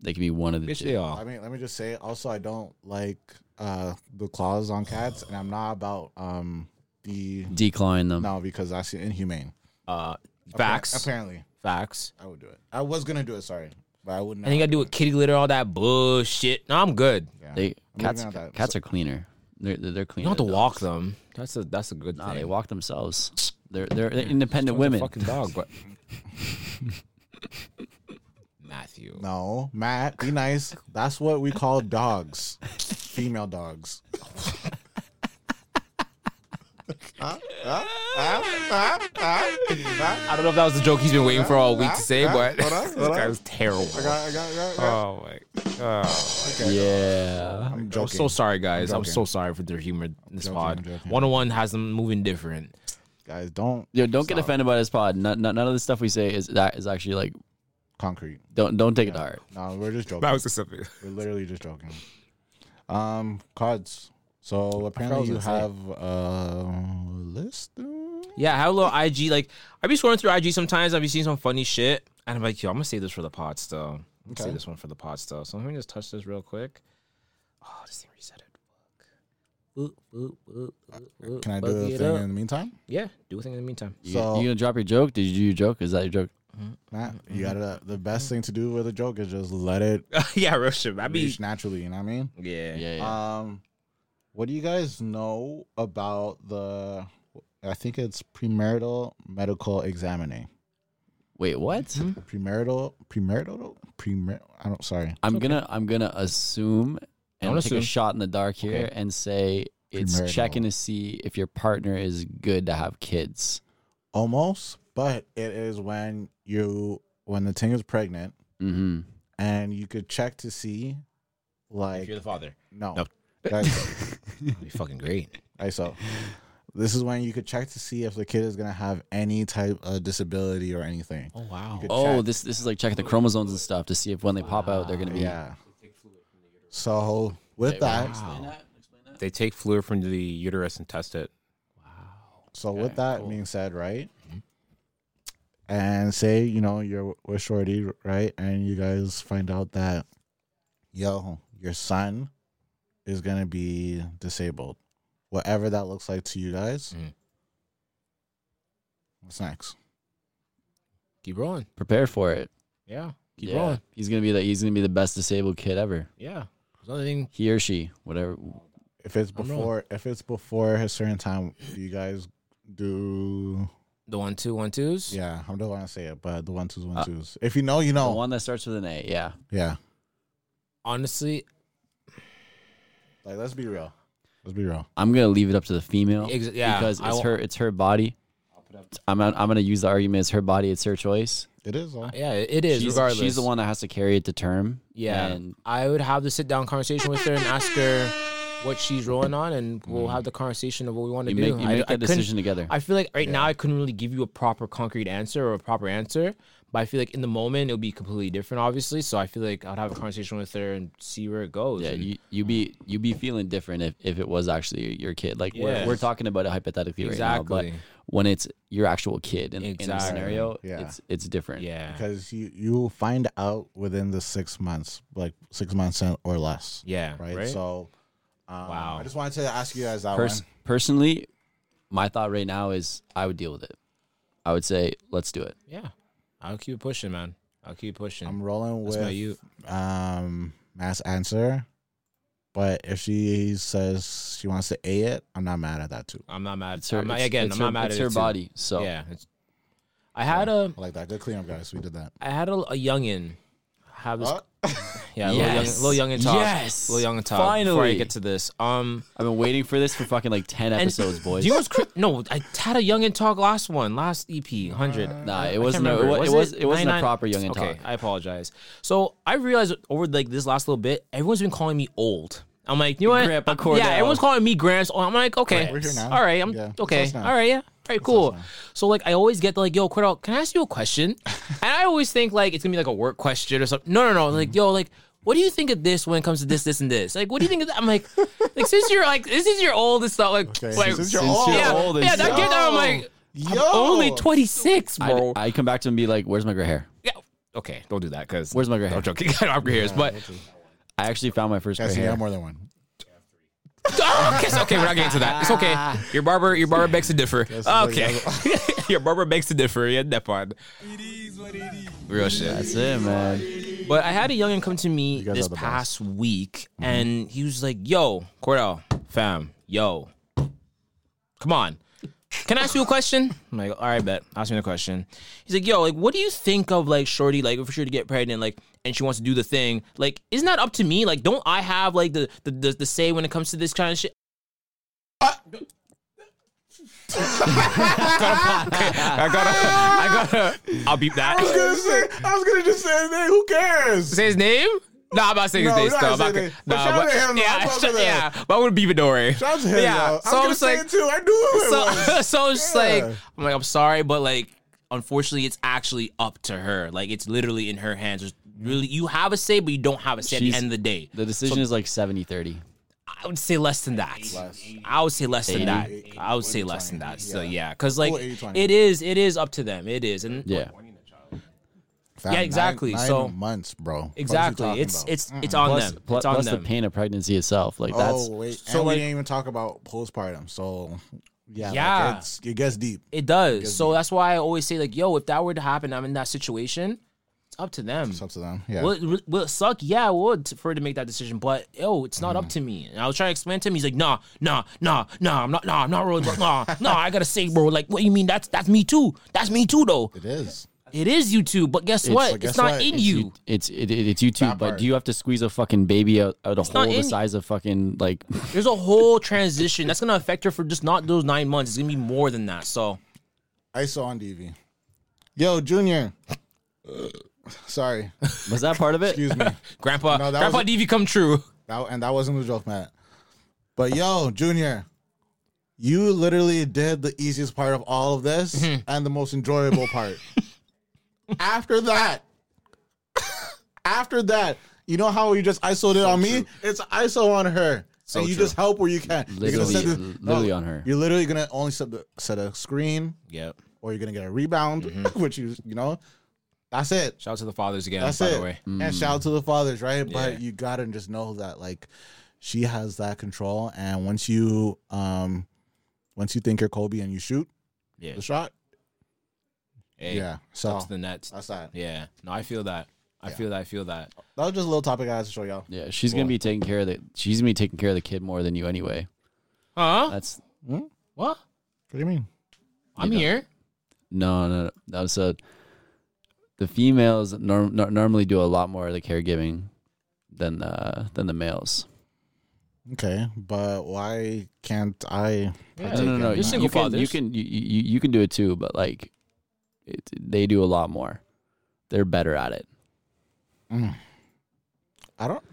[SPEAKER 1] They can be one of the
[SPEAKER 2] Bitch,
[SPEAKER 1] two.
[SPEAKER 2] they
[SPEAKER 3] I
[SPEAKER 2] are.
[SPEAKER 3] mean, let me just say. Also, I don't like uh the claws on cats, and I'm not about um the
[SPEAKER 1] Declawing them.
[SPEAKER 3] no because that's inhumane.
[SPEAKER 2] Uh, facts.
[SPEAKER 3] Apparently,
[SPEAKER 2] Facts.
[SPEAKER 3] I would do it. I was gonna do it. Sorry, but I would not.
[SPEAKER 2] And you gotta do with kitty litter, all that bullshit. No, I'm good. You
[SPEAKER 3] Yeah.
[SPEAKER 1] They
[SPEAKER 3] I'm
[SPEAKER 1] cats
[SPEAKER 3] looking at that.
[SPEAKER 1] cats are cleaner. They're they're, they're cleaner.
[SPEAKER 2] don't have to
[SPEAKER 1] than
[SPEAKER 2] walk
[SPEAKER 1] dogs.
[SPEAKER 2] them. That's a that's a good
[SPEAKER 1] Nah, they
[SPEAKER 2] thing.
[SPEAKER 1] walk themselves. They're they're, they're independent women.
[SPEAKER 2] Fucking dog, but *laughs* Matthew.
[SPEAKER 3] No, Matt, be nice. That's what we call dogs,
[SPEAKER 2] *laughs*
[SPEAKER 3] female dogs.
[SPEAKER 2] I don't know if that was the joke he's been waiting for all week to say, but *laughs* this guy was terrible. Oh my!
[SPEAKER 1] Yeah.
[SPEAKER 3] I'm
[SPEAKER 2] I'm
[SPEAKER 3] joking.
[SPEAKER 2] so sorry, guys. I'm,
[SPEAKER 3] joking.
[SPEAKER 2] so sorry for their humor. in This
[SPEAKER 3] joking, I'm
[SPEAKER 2] pod
[SPEAKER 3] joking.
[SPEAKER 2] one on one has them moving different.
[SPEAKER 3] guys, don't
[SPEAKER 1] *laughs* Yo, don't get offended by this pod. None, none, none of the stuff we say is that is actually like
[SPEAKER 3] concrete.
[SPEAKER 1] don't don't take it to heart.
[SPEAKER 3] No, we're just joking.
[SPEAKER 2] That was
[SPEAKER 3] *laughs*
[SPEAKER 2] something.
[SPEAKER 3] we're literally just joking. Um, cards. So apparently
[SPEAKER 2] was
[SPEAKER 3] you
[SPEAKER 2] gonna say.
[SPEAKER 3] have a list. uh,
[SPEAKER 2] Yeah, I have a little IG. Like I be scrolling through IG sometimes. I be seeing some funny shit, and I'm like, yo, I'm gonna save this for the pod still. I'm gonna
[SPEAKER 3] Okay.
[SPEAKER 2] save this one for the pod still. So let me just touch this real quick. Oh, this thing reset it. Fuck. Boop, boop, boop, boop, boop.
[SPEAKER 3] Can I do
[SPEAKER 2] Fuck
[SPEAKER 3] the
[SPEAKER 2] it
[SPEAKER 3] thing
[SPEAKER 2] up.
[SPEAKER 3] in the meantime?
[SPEAKER 2] Yeah, do a thing in the meantime. *laughs*
[SPEAKER 1] You,
[SPEAKER 3] So-
[SPEAKER 1] you gonna drop your joke? Did you do your joke? Is that your joke?
[SPEAKER 3] Matt, you
[SPEAKER 1] Mm-hmm.
[SPEAKER 3] gotta. The best thing to do with a joke is just let it
[SPEAKER 2] yeah, real shit. I be
[SPEAKER 3] reach naturally. You know what I mean?
[SPEAKER 2] yeah.
[SPEAKER 1] Yeah. yeah.
[SPEAKER 3] Um, what do you guys know about the? I think it's premarital medical examining.
[SPEAKER 1] Wait, what?
[SPEAKER 3] Mm-hmm. Premarital, premarital, premar. I don't. Sorry.
[SPEAKER 1] I'm gonna I'm gonna assume and
[SPEAKER 2] Don't
[SPEAKER 1] take a
[SPEAKER 2] assume.
[SPEAKER 1] shot in the dark here
[SPEAKER 2] Okay.
[SPEAKER 1] and say it's
[SPEAKER 3] Premarital.
[SPEAKER 1] checking to see if your partner is good to have kids.
[SPEAKER 3] almost, but it is when you when the thing is pregnant
[SPEAKER 1] Mm-hmm.
[SPEAKER 3] and you could check to see, like
[SPEAKER 2] If you're the father,
[SPEAKER 3] no,
[SPEAKER 2] No.
[SPEAKER 3] That's-
[SPEAKER 2] that'd be fucking great.
[SPEAKER 3] I saw. This is when you could check to see if the kid is gonna have any type of disability or anything.
[SPEAKER 2] Oh Oh. wow.
[SPEAKER 3] You could
[SPEAKER 1] Oh,
[SPEAKER 3] check.
[SPEAKER 1] this this is like checking the chromosomes and stuff to see if when they pop out they're gonna be.
[SPEAKER 3] yeah. So with that,
[SPEAKER 5] They take fluid from the uterus and test it.
[SPEAKER 3] So with that being said, right? Mm-hmm. And say, you know, you're with Shorty, right? And you guys find out that yo, your son is gonna be disabled. Whatever that looks like to you guys.
[SPEAKER 2] Mhm.
[SPEAKER 3] What's next?
[SPEAKER 2] Keep rolling.
[SPEAKER 1] Prepare for it.
[SPEAKER 2] Yeah. Keep
[SPEAKER 1] Yeah.
[SPEAKER 2] rolling.
[SPEAKER 1] He's gonna be the he's gonna be the best disabled kid ever.
[SPEAKER 2] Yeah. There's another thing.
[SPEAKER 1] He or she, whatever.
[SPEAKER 3] If it's
[SPEAKER 2] I'm rolling.
[SPEAKER 3] before if it's before a certain time, do you guys do
[SPEAKER 2] The one two one twos.
[SPEAKER 3] yeah, I don't want to say it, but the one twos, one twos. If you know, you know.
[SPEAKER 2] Oh.
[SPEAKER 1] The one that starts with an A. Yeah.
[SPEAKER 3] yeah.
[SPEAKER 2] Honestly,
[SPEAKER 3] Like let's be real. Let's be real.
[SPEAKER 1] I'm gonna leave it up to the female.
[SPEAKER 2] Ex- yeah,
[SPEAKER 1] Because
[SPEAKER 2] I
[SPEAKER 1] it's
[SPEAKER 2] wa-
[SPEAKER 1] her it's her body. I'm I'm gonna use the argument it's her body, it's her choice.
[SPEAKER 3] It is all.
[SPEAKER 2] yeah, it is.
[SPEAKER 1] she's,
[SPEAKER 2] regardless,
[SPEAKER 1] she's the one that has to carry it to term.
[SPEAKER 2] Yeah,
[SPEAKER 1] And
[SPEAKER 2] I would have the sit down conversation with her and ask her what she's rolling on, and we'll have the conversation of what we want to
[SPEAKER 1] you
[SPEAKER 2] do.
[SPEAKER 1] make you
[SPEAKER 2] I,
[SPEAKER 1] make
[SPEAKER 2] I
[SPEAKER 1] that
[SPEAKER 2] couldn't-
[SPEAKER 1] decision together.
[SPEAKER 2] I feel like right now I couldn't really give you a proper concrete answer or a proper answer, but I feel like in the moment it'll be completely different, obviously. So I feel like I'd have a conversation with her and see where it goes.
[SPEAKER 1] yeah,
[SPEAKER 2] and-
[SPEAKER 1] you you be you be feeling different if, if it was actually your kid. Like we're, we're
[SPEAKER 2] Yes.
[SPEAKER 1] talking about it hypothetically right now,
[SPEAKER 2] Exactly.
[SPEAKER 1] but when it's your actual kid in, in the
[SPEAKER 2] Exactly.
[SPEAKER 1] scenario,
[SPEAKER 3] Yeah.
[SPEAKER 1] it's it's different.
[SPEAKER 2] yeah,
[SPEAKER 3] because you you will find out within the six months, like six months and- or less,
[SPEAKER 2] yeah,
[SPEAKER 3] right? So, um,
[SPEAKER 2] Wow.
[SPEAKER 3] I just wanted to ask you guys that
[SPEAKER 1] Pers-
[SPEAKER 3] one.
[SPEAKER 1] personally, my thought right now is I would deal with it. I would say let's do it.
[SPEAKER 2] yeah. I'll keep pushing, man. I'll keep pushing.
[SPEAKER 3] I'm rolling
[SPEAKER 2] That's
[SPEAKER 3] with
[SPEAKER 2] not you.
[SPEAKER 3] um mass answer, but if she says she wants to a it, I'm not mad at that too.
[SPEAKER 2] I'm not mad.
[SPEAKER 1] It's her,
[SPEAKER 2] I'm not,
[SPEAKER 1] it's-
[SPEAKER 2] again,
[SPEAKER 1] it's
[SPEAKER 2] I'm
[SPEAKER 1] her,
[SPEAKER 2] not mad
[SPEAKER 1] it's
[SPEAKER 2] at
[SPEAKER 1] her
[SPEAKER 2] it too.
[SPEAKER 1] body. So
[SPEAKER 2] Yeah, it's, I had a
[SPEAKER 3] I like that. Good cleanup, guys. We did that. Uh,
[SPEAKER 2] I had a, a youngin have this.
[SPEAKER 3] Huh?
[SPEAKER 2] Yeah,
[SPEAKER 1] Yes.
[SPEAKER 2] little young, little youngin talk.
[SPEAKER 1] Yes.
[SPEAKER 2] little youngin talk. Before I
[SPEAKER 1] Finally.
[SPEAKER 2] get to this, um,
[SPEAKER 1] I've been waiting for this for fucking like ten
[SPEAKER 2] and
[SPEAKER 1] episodes, boys.
[SPEAKER 2] Do you know what's cra- no? I had a youngin talk last one, last EP, hundred.
[SPEAKER 1] Nah,
[SPEAKER 2] I
[SPEAKER 1] it
[SPEAKER 2] can't
[SPEAKER 1] wasn't. A, it,
[SPEAKER 2] remember.
[SPEAKER 1] wa- it was. It wasn't a
[SPEAKER 2] 99?
[SPEAKER 1] proper young and
[SPEAKER 2] okay,
[SPEAKER 1] talk.
[SPEAKER 2] I apologize. So I realized over like this last little bit, everyone's been calling me old. I'm like, you know what? Uh,
[SPEAKER 1] Grandpa Cordell.
[SPEAKER 2] yeah, everyone's calling me Gramps. I'm like, okay,
[SPEAKER 3] We're here now.
[SPEAKER 2] all right, I'm
[SPEAKER 3] Yeah, it's
[SPEAKER 2] okay,
[SPEAKER 3] us now.
[SPEAKER 2] all right, yeah, all right, cool. So like, I always get the, like, yo, Cordell, can I ask you a
[SPEAKER 3] *laughs*
[SPEAKER 2] question? and I always think like it's gonna be like a work question or something. No, no, no, like, yo, like. What do you think of this when it comes to this, this, and this? Like, what do you think of that? I'm
[SPEAKER 3] *laughs*
[SPEAKER 2] like, like since you're like, this is your oldest stuff. Like,
[SPEAKER 3] Okay,
[SPEAKER 2] like
[SPEAKER 3] since you're
[SPEAKER 1] since
[SPEAKER 3] old,
[SPEAKER 1] you're
[SPEAKER 2] yeah,
[SPEAKER 1] old as
[SPEAKER 2] yeah. That kid, I'm
[SPEAKER 3] yo. Oh.
[SPEAKER 2] like, I'm
[SPEAKER 3] Yo.
[SPEAKER 2] only 26,
[SPEAKER 1] I,
[SPEAKER 2] bro.
[SPEAKER 1] I come back to him and be like, "Where's my gray hair?
[SPEAKER 2] Yeah. Okay, don't do that because
[SPEAKER 1] Where's my gray hair?
[SPEAKER 2] I'm joking. *laughs* I don't have gray hairs, but
[SPEAKER 1] I actually found my first
[SPEAKER 3] I
[SPEAKER 1] gray
[SPEAKER 3] see you
[SPEAKER 1] hair.
[SPEAKER 3] have more than one.
[SPEAKER 2] *laughs* oh, it's okay. We're not getting to that.
[SPEAKER 1] *laughs*
[SPEAKER 2] It's okay. Your barber, your barber begs to differ.
[SPEAKER 3] like-
[SPEAKER 2] Okay, *laughs* your barber begs to differ. Yeah, that part. Real shit.
[SPEAKER 1] That's it, man.
[SPEAKER 2] But I had a youngin come to me
[SPEAKER 3] guys
[SPEAKER 2] this
[SPEAKER 3] are the Mm-hmm.
[SPEAKER 2] past week, and he was like, "Yo, Cordell, fam, yo, come on, can I ask you a question?" I'm like, "All right, bet. Ask me the question." He's like, "Yo, like, what do you think of like Shorty, like, if she were to get pregnant, like, and she wants to do the thing, like, isn't that up to me? Like, don't I have like the the the, the say when it comes to this kind of shit?" I gotta, I gotta, I'll beep
[SPEAKER 3] *laughs*
[SPEAKER 2] that.
[SPEAKER 3] I was gonna just say, hey, who cares?
[SPEAKER 2] Say his name? Nah, I'm about saying
[SPEAKER 3] No,
[SPEAKER 2] his name.
[SPEAKER 3] we're
[SPEAKER 2] Still.
[SPEAKER 3] not
[SPEAKER 2] I'm not
[SPEAKER 3] saying
[SPEAKER 2] gonna,
[SPEAKER 3] it. But
[SPEAKER 2] nah,
[SPEAKER 3] shout
[SPEAKER 2] but,
[SPEAKER 3] out to him, though.
[SPEAKER 2] yeah, *laughs*
[SPEAKER 3] Fuck
[SPEAKER 2] sh-
[SPEAKER 3] with
[SPEAKER 2] yeah,
[SPEAKER 3] that.
[SPEAKER 2] but I wouldn't be Midori.
[SPEAKER 3] Shout out to him,
[SPEAKER 2] Yeah, so
[SPEAKER 3] yo. I was
[SPEAKER 2] I
[SPEAKER 3] gonna
[SPEAKER 2] was
[SPEAKER 3] say
[SPEAKER 2] like-
[SPEAKER 3] it too. I knew it. was.
[SPEAKER 2] So, *laughs* so it's just like,
[SPEAKER 3] Yeah.
[SPEAKER 2] I'm like, I'm sorry, but like, unfortunately, it's actually up to her. Like, it's literally in her hands. There's really, you have a say, but you don't have a say
[SPEAKER 1] She's-
[SPEAKER 2] at the end of the day.
[SPEAKER 1] The decision is like 70-30.
[SPEAKER 2] I would say less than that. I would say less than that. I would say less than that. So yeah, because like,
[SPEAKER 3] Cool, 80-20.
[SPEAKER 2] it is, it is up to them. It is, and
[SPEAKER 1] Yeah.
[SPEAKER 3] Fam, nine-
[SPEAKER 2] exactly,
[SPEAKER 3] nine
[SPEAKER 2] so-
[SPEAKER 3] months, bro. What is he
[SPEAKER 2] Exactly,
[SPEAKER 3] talking
[SPEAKER 2] it's
[SPEAKER 3] about?
[SPEAKER 2] it's it's on
[SPEAKER 1] Plus,
[SPEAKER 2] them.
[SPEAKER 1] plus,
[SPEAKER 2] it's on
[SPEAKER 1] plus the
[SPEAKER 2] them.
[SPEAKER 1] pain of pregnancy itself. Like that's
[SPEAKER 3] oh wait,
[SPEAKER 2] so,
[SPEAKER 3] and
[SPEAKER 2] like-
[SPEAKER 3] we didn't even talk about postpartum. So yeah, like,
[SPEAKER 2] Yeah.
[SPEAKER 3] it's, it gets deep.
[SPEAKER 2] It does. So that's why I always say, like, yo, if that were to happen, I'm in that situation. It's up to them.
[SPEAKER 3] It's up to them. Yeah,
[SPEAKER 2] Will, it- will it suck? Yeah, it would t- for her to make that decision. But yo, it's not
[SPEAKER 3] Mm-hmm.
[SPEAKER 2] up to me. And I was trying to explain to him. He's like, nah, nah, nah, nah. I'm not, nah, I'm not really,
[SPEAKER 3] *laughs*
[SPEAKER 2] nah, nah. I gotta say, bro. Like, what you mean? That's that's me too. That's me too, though.
[SPEAKER 3] it is.
[SPEAKER 2] It is you too. But guess what?
[SPEAKER 3] but guess
[SPEAKER 2] it's not
[SPEAKER 3] what?
[SPEAKER 2] in
[SPEAKER 3] It's
[SPEAKER 2] you.
[SPEAKER 1] it's it, it- it's you too.
[SPEAKER 3] That
[SPEAKER 1] But
[SPEAKER 3] part.
[SPEAKER 1] do you have to squeeze a fucking baby out, out a hole
[SPEAKER 2] not
[SPEAKER 1] the
[SPEAKER 2] in-
[SPEAKER 1] size of fucking like? *laughs*
[SPEAKER 2] There's a whole transition that's gonna affect her for just not those nine months. It's gonna be more than that. So
[SPEAKER 3] ISO on DV.
[SPEAKER 2] *laughs*
[SPEAKER 3] Yo, Junior. Sorry.
[SPEAKER 1] Was that part of it?
[SPEAKER 3] Excuse me.
[SPEAKER 2] Grandpa,
[SPEAKER 3] No, that
[SPEAKER 2] Grandpa
[SPEAKER 3] was-
[SPEAKER 2] DV come true.
[SPEAKER 3] That, and that wasn't a joke, Matt. But yo, Junior, you literally did the easiest part of all of this
[SPEAKER 1] Mm-hmm.
[SPEAKER 3] and the most enjoyable part. *laughs* after that, *laughs* after that, you know how you just ISO'd it on me? It's ISO on her. So you
[SPEAKER 1] true.
[SPEAKER 3] just help where you can. You're gonna
[SPEAKER 1] Literally-
[SPEAKER 3] set this- Oh.
[SPEAKER 1] literally on her.
[SPEAKER 3] You're literally gonna only set, the, set a screen,
[SPEAKER 2] Yep.
[SPEAKER 3] or you're gonna get a rebound,
[SPEAKER 1] Mm-hmm.
[SPEAKER 3] *laughs* which you you know, that's it.
[SPEAKER 2] Shout out to the fathers again,
[SPEAKER 3] That's
[SPEAKER 2] by
[SPEAKER 3] it.
[SPEAKER 2] the way.
[SPEAKER 3] And shout out to the fathers, right? But
[SPEAKER 2] Yeah.
[SPEAKER 3] you gotta just know that like she has that control, and once you um once you think you're Kobe and you shoot
[SPEAKER 2] Yeah.
[SPEAKER 3] the shot,
[SPEAKER 2] Hey,
[SPEAKER 3] yeah. So
[SPEAKER 2] Up to the net.
[SPEAKER 3] that's that.
[SPEAKER 2] Yeah. No, I feel that. I feel that. I feel that.
[SPEAKER 3] That was just a little topic I had to show y'all.
[SPEAKER 1] Yeah, she's gonna be taking care of the. She's gonna be taking care of the kid more than you anyway.
[SPEAKER 3] Uh,
[SPEAKER 2] Huh?
[SPEAKER 1] That's
[SPEAKER 2] What?
[SPEAKER 3] What do you mean?
[SPEAKER 2] I'm here.
[SPEAKER 1] no, no. no that was a. The females norm, nor- normally do a lot more of the caregiving than uh, than the males.
[SPEAKER 3] Okay, but why can't I?
[SPEAKER 1] No, no, no.
[SPEAKER 2] You're
[SPEAKER 1] You,
[SPEAKER 2] single
[SPEAKER 1] you can,
[SPEAKER 2] fathers.
[SPEAKER 1] you can you, you, you can do it too, but like, it, they do a lot more. They're better at it.
[SPEAKER 3] I don't.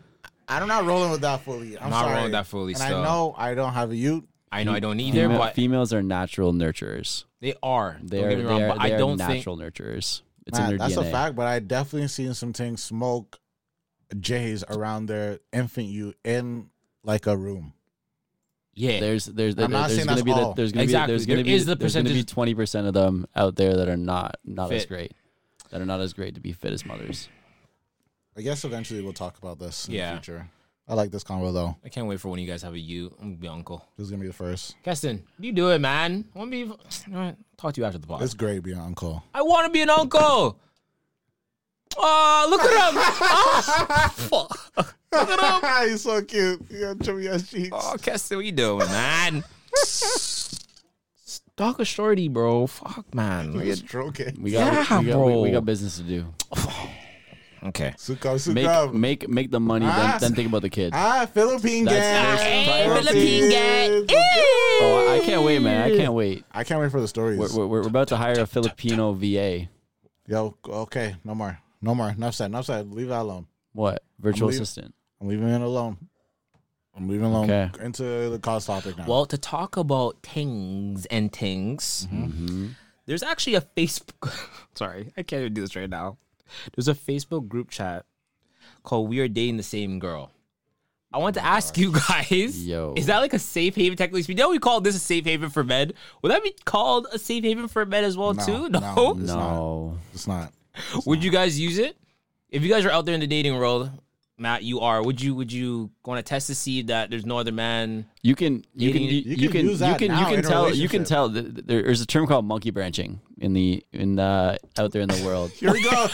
[SPEAKER 3] I'm not rolling with that fully. I'm
[SPEAKER 2] Not
[SPEAKER 3] sorry.
[SPEAKER 2] rolling with that fully
[SPEAKER 3] And
[SPEAKER 2] still.
[SPEAKER 3] I know I don't have a youth.
[SPEAKER 2] I know I don't need
[SPEAKER 1] Female-
[SPEAKER 2] them, but
[SPEAKER 1] females are natural nurturers.
[SPEAKER 2] they are.
[SPEAKER 1] They
[SPEAKER 2] don't
[SPEAKER 1] are,
[SPEAKER 2] get me wrong,
[SPEAKER 1] they are,
[SPEAKER 2] but I
[SPEAKER 1] they are
[SPEAKER 2] don't think.
[SPEAKER 1] natural nurturers. It's in
[SPEAKER 3] Nah,
[SPEAKER 1] their
[SPEAKER 3] that's
[SPEAKER 1] DNA.
[SPEAKER 3] a fact, but I definitely seen some things smoke J's around their infant you in like a room.
[SPEAKER 2] Yeah.
[SPEAKER 1] There's there's
[SPEAKER 3] I'm not
[SPEAKER 1] there's
[SPEAKER 3] saying
[SPEAKER 1] gonna
[SPEAKER 3] that's
[SPEAKER 1] be the,
[SPEAKER 3] all.
[SPEAKER 1] there's gonna
[SPEAKER 2] Exactly.
[SPEAKER 1] be there's gonna
[SPEAKER 2] There
[SPEAKER 1] be
[SPEAKER 2] is the
[SPEAKER 1] there's gonna be
[SPEAKER 2] percentage-
[SPEAKER 1] twenty percent of them out there that are not not as
[SPEAKER 2] Fit.
[SPEAKER 1] great, that are not as great to be fit as mothers.
[SPEAKER 3] I guess eventually we'll talk about this in
[SPEAKER 2] Yeah.
[SPEAKER 3] the future. I like this combo though.
[SPEAKER 2] I can't wait for when you guys have a you. I'm gonna be uncle.
[SPEAKER 3] This is gonna be the first.
[SPEAKER 2] Keston, you do it, man. I want to be. You know what? Talk to you after the pod.
[SPEAKER 3] It's great being *laughs* uncle.
[SPEAKER 2] I want to be an uncle. Oh, look at him. Oh,
[SPEAKER 3] Ah, He's so cute. You got chubby ass cheeks.
[SPEAKER 2] Oh, Keston, what you doing, man? Talk a shorty, bro. Fuck, man.
[SPEAKER 3] He's stroking.
[SPEAKER 1] We got
[SPEAKER 2] Yeah,
[SPEAKER 1] we, got we- we
[SPEAKER 2] bro.
[SPEAKER 1] got business to do.
[SPEAKER 2] Okay.
[SPEAKER 3] Suka, suka.
[SPEAKER 1] Make make make the money,
[SPEAKER 3] Ah.
[SPEAKER 1] then, then think about the kids.
[SPEAKER 3] ah, Philippine
[SPEAKER 1] That's-
[SPEAKER 3] gang.
[SPEAKER 1] that's Hey, priority.
[SPEAKER 2] Philippine gang.
[SPEAKER 1] Oh, I I can't wait, man! I can't wait.
[SPEAKER 3] I can't wait for the stories.
[SPEAKER 1] We're, we're, we're about to hire a Filipino VA.
[SPEAKER 3] Yo, okay, no more, no more. Enough said. Enough said. Leave that alone.
[SPEAKER 1] What virtual
[SPEAKER 3] Unbelievable.
[SPEAKER 1] assistant?
[SPEAKER 3] I'm leaving it alone. I'm leaving it alone.
[SPEAKER 1] Okay.
[SPEAKER 3] Into the cause topic now.
[SPEAKER 2] Well, to talk about things and things,
[SPEAKER 3] Mm-hmm.
[SPEAKER 2] there's actually a Facebook. *laughs* Sorry, I can't even do this right now. There's a Facebook group chat called "We Are Dating the Same Girl." I want to
[SPEAKER 3] Oh
[SPEAKER 2] ask you guys:
[SPEAKER 1] Yo.
[SPEAKER 2] Is that like a safe haven? Technically speaking, don't we call this a safe haven for men? Would that be called a safe haven for men as well
[SPEAKER 3] No,
[SPEAKER 2] too? *laughs*
[SPEAKER 3] *laughs* no,
[SPEAKER 2] No.
[SPEAKER 3] It's
[SPEAKER 1] No,
[SPEAKER 3] it's not.
[SPEAKER 2] Would you guys use it? If you guys are out there in the dating world, Matt, you are. Would you? Would you want to test to see that there's no other man?
[SPEAKER 1] you can you can you,
[SPEAKER 2] You
[SPEAKER 1] you
[SPEAKER 3] can
[SPEAKER 1] can you
[SPEAKER 3] use that
[SPEAKER 1] can you
[SPEAKER 3] now
[SPEAKER 1] can
[SPEAKER 3] in a
[SPEAKER 1] tell you can
[SPEAKER 3] relationship.
[SPEAKER 1] tell th- th- there- there's a term called monkey branching in the in uh out there in the world.
[SPEAKER 3] Here we
[SPEAKER 2] *laughs*
[SPEAKER 3] go.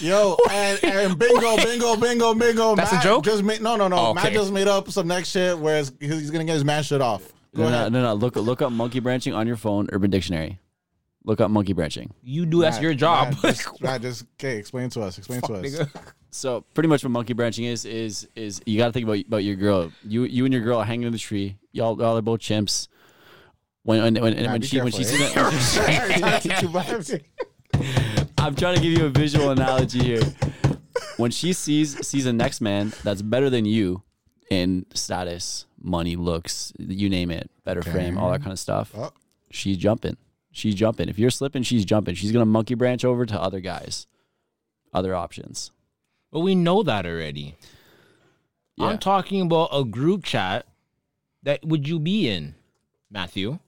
[SPEAKER 3] Yo, and, and bingo, bingo, bingo, bingo.
[SPEAKER 2] That's a
[SPEAKER 3] Matt
[SPEAKER 2] joke?
[SPEAKER 3] Just made, no, no, no.
[SPEAKER 2] Oh,
[SPEAKER 3] Matt
[SPEAKER 2] okay.
[SPEAKER 3] just made up some next shit where it's, he's going to get his man shit off. *laughs* Go
[SPEAKER 1] No, no,
[SPEAKER 3] ahead.
[SPEAKER 1] no, no. Look, look up monkey branching on your phone, Urban Dictionary. Look up monkey branching.
[SPEAKER 2] You do. that's
[SPEAKER 3] Matt,
[SPEAKER 2] your job. *laughs*
[SPEAKER 3] Matt, just, Matt, just, okay, explain to us. Explain to us.
[SPEAKER 1] So pretty much what monkey branching is is is you got to think about about your girl. You you and your girl are hanging in the tree. Y'all y'all are both chimps. When when when,
[SPEAKER 3] Matt,
[SPEAKER 1] when
[SPEAKER 3] be
[SPEAKER 1] she when she
[SPEAKER 3] careful, eh?
[SPEAKER 1] sees
[SPEAKER 2] *laughs*
[SPEAKER 3] *laughs*
[SPEAKER 1] that, I'm trying to give you a visual analogy here. When she sees sees a next man that's better than you in status, money, looks, you name it, better frame, all that kind of stuff.
[SPEAKER 3] Oh.
[SPEAKER 1] She's jumping. She's jumping. If you're slipping, she's jumping. She's gonna monkey branch over to other guys, other options.
[SPEAKER 2] But we know that already.
[SPEAKER 1] Yeah.
[SPEAKER 2] I'm talking about a group chat that would you be in, Matthew?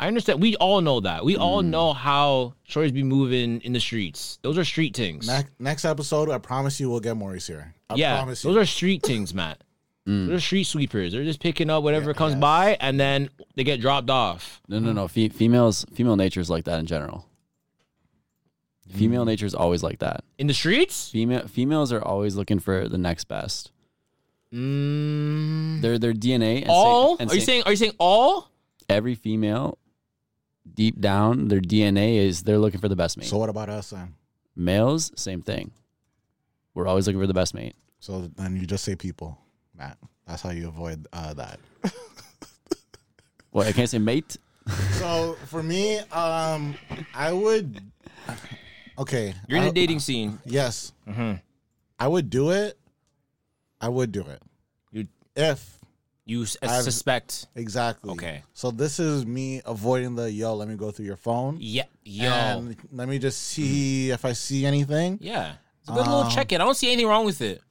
[SPEAKER 2] I understand. We all know that. We all know how shorties be moving in the streets. Those are street things.
[SPEAKER 3] next, next episode, I promise you we'll get Maurice here. I
[SPEAKER 2] yeah,
[SPEAKER 3] promise
[SPEAKER 2] those
[SPEAKER 3] you.
[SPEAKER 2] are street things, *laughs* Matt. They're street sweepers. They're just picking up whatever comes by, and then they get dropped off.
[SPEAKER 1] No, no, no. Fe- females, female nature is like that in general.
[SPEAKER 2] Mm.
[SPEAKER 1] Female nature is always like that.
[SPEAKER 2] In the streets?
[SPEAKER 1] Female females are always looking for the next best.
[SPEAKER 2] Mm,
[SPEAKER 1] Their their DNA. And sa-
[SPEAKER 2] all?
[SPEAKER 1] and
[SPEAKER 2] are you
[SPEAKER 1] sa-
[SPEAKER 2] saying? Are you saying all?
[SPEAKER 1] every female deep down their DNA is they're looking for the best mate.
[SPEAKER 3] so what about us then?
[SPEAKER 1] Males, same thing. We're always looking for the best mate.
[SPEAKER 3] So then you just say people,
[SPEAKER 2] *laughs*
[SPEAKER 3] Matt. That's how you avoid uh, that.
[SPEAKER 1] Well, I can't say mate.
[SPEAKER 3] So for me, um, I would. Okay,
[SPEAKER 2] You're in
[SPEAKER 3] I-
[SPEAKER 2] the dating scene.
[SPEAKER 3] Yes.
[SPEAKER 2] Mm-hmm.
[SPEAKER 3] I would do it. I would do it.
[SPEAKER 2] You-
[SPEAKER 3] if
[SPEAKER 2] You s-
[SPEAKER 3] I've-
[SPEAKER 2] suspect.
[SPEAKER 3] exactly.
[SPEAKER 2] Okay.
[SPEAKER 3] So this is me avoiding the yo. Let me go through your phone.
[SPEAKER 2] Yeah, yo.
[SPEAKER 3] And let me just see if I see anything.
[SPEAKER 2] yeah. It's a good little check in. I don't see anything wrong with it.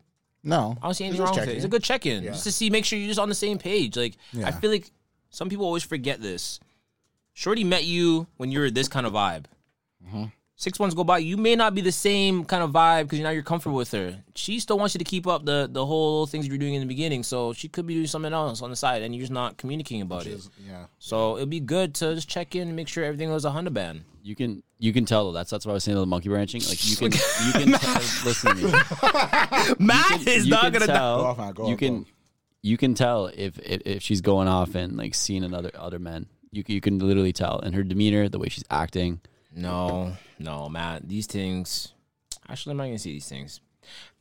[SPEAKER 3] No.
[SPEAKER 2] I don't see anything
[SPEAKER 3] It's
[SPEAKER 2] wrong
[SPEAKER 3] just
[SPEAKER 2] with it. It's a
[SPEAKER 3] checking.
[SPEAKER 2] good check in
[SPEAKER 3] Yeah.
[SPEAKER 2] just to see, make sure you're just on the same page. Like I
[SPEAKER 3] Yeah.
[SPEAKER 2] feel like some people always forget this. Shorty met you when you were this kind of vibe.
[SPEAKER 3] Mm-hmm.
[SPEAKER 2] Six months go by, you may not be the same kind of vibe because now you're comfortable with her. She still wants you to keep up the the whole things you're doing in the beginning, so she could be doing something else on the side, and you're just not communicating about it.
[SPEAKER 3] Yeah.
[SPEAKER 2] So it'd be good to just check in and make sure everything was a hundred band.
[SPEAKER 1] You can you can tell though. That's that's what I was saying about the monkey branching. Like you can you can
[SPEAKER 3] *laughs*
[SPEAKER 1] tell, listen to me.
[SPEAKER 2] Matt
[SPEAKER 1] You can tell-
[SPEAKER 3] Go off, man, go
[SPEAKER 1] you
[SPEAKER 3] off,
[SPEAKER 1] can
[SPEAKER 3] go off.
[SPEAKER 1] you can tell if, if if she's going off and like seeing another other men. You can- you can literally tell in her demeanor, the way she's acting.
[SPEAKER 2] No, no, Matt. These things. Actually, I'm not gonna see these things.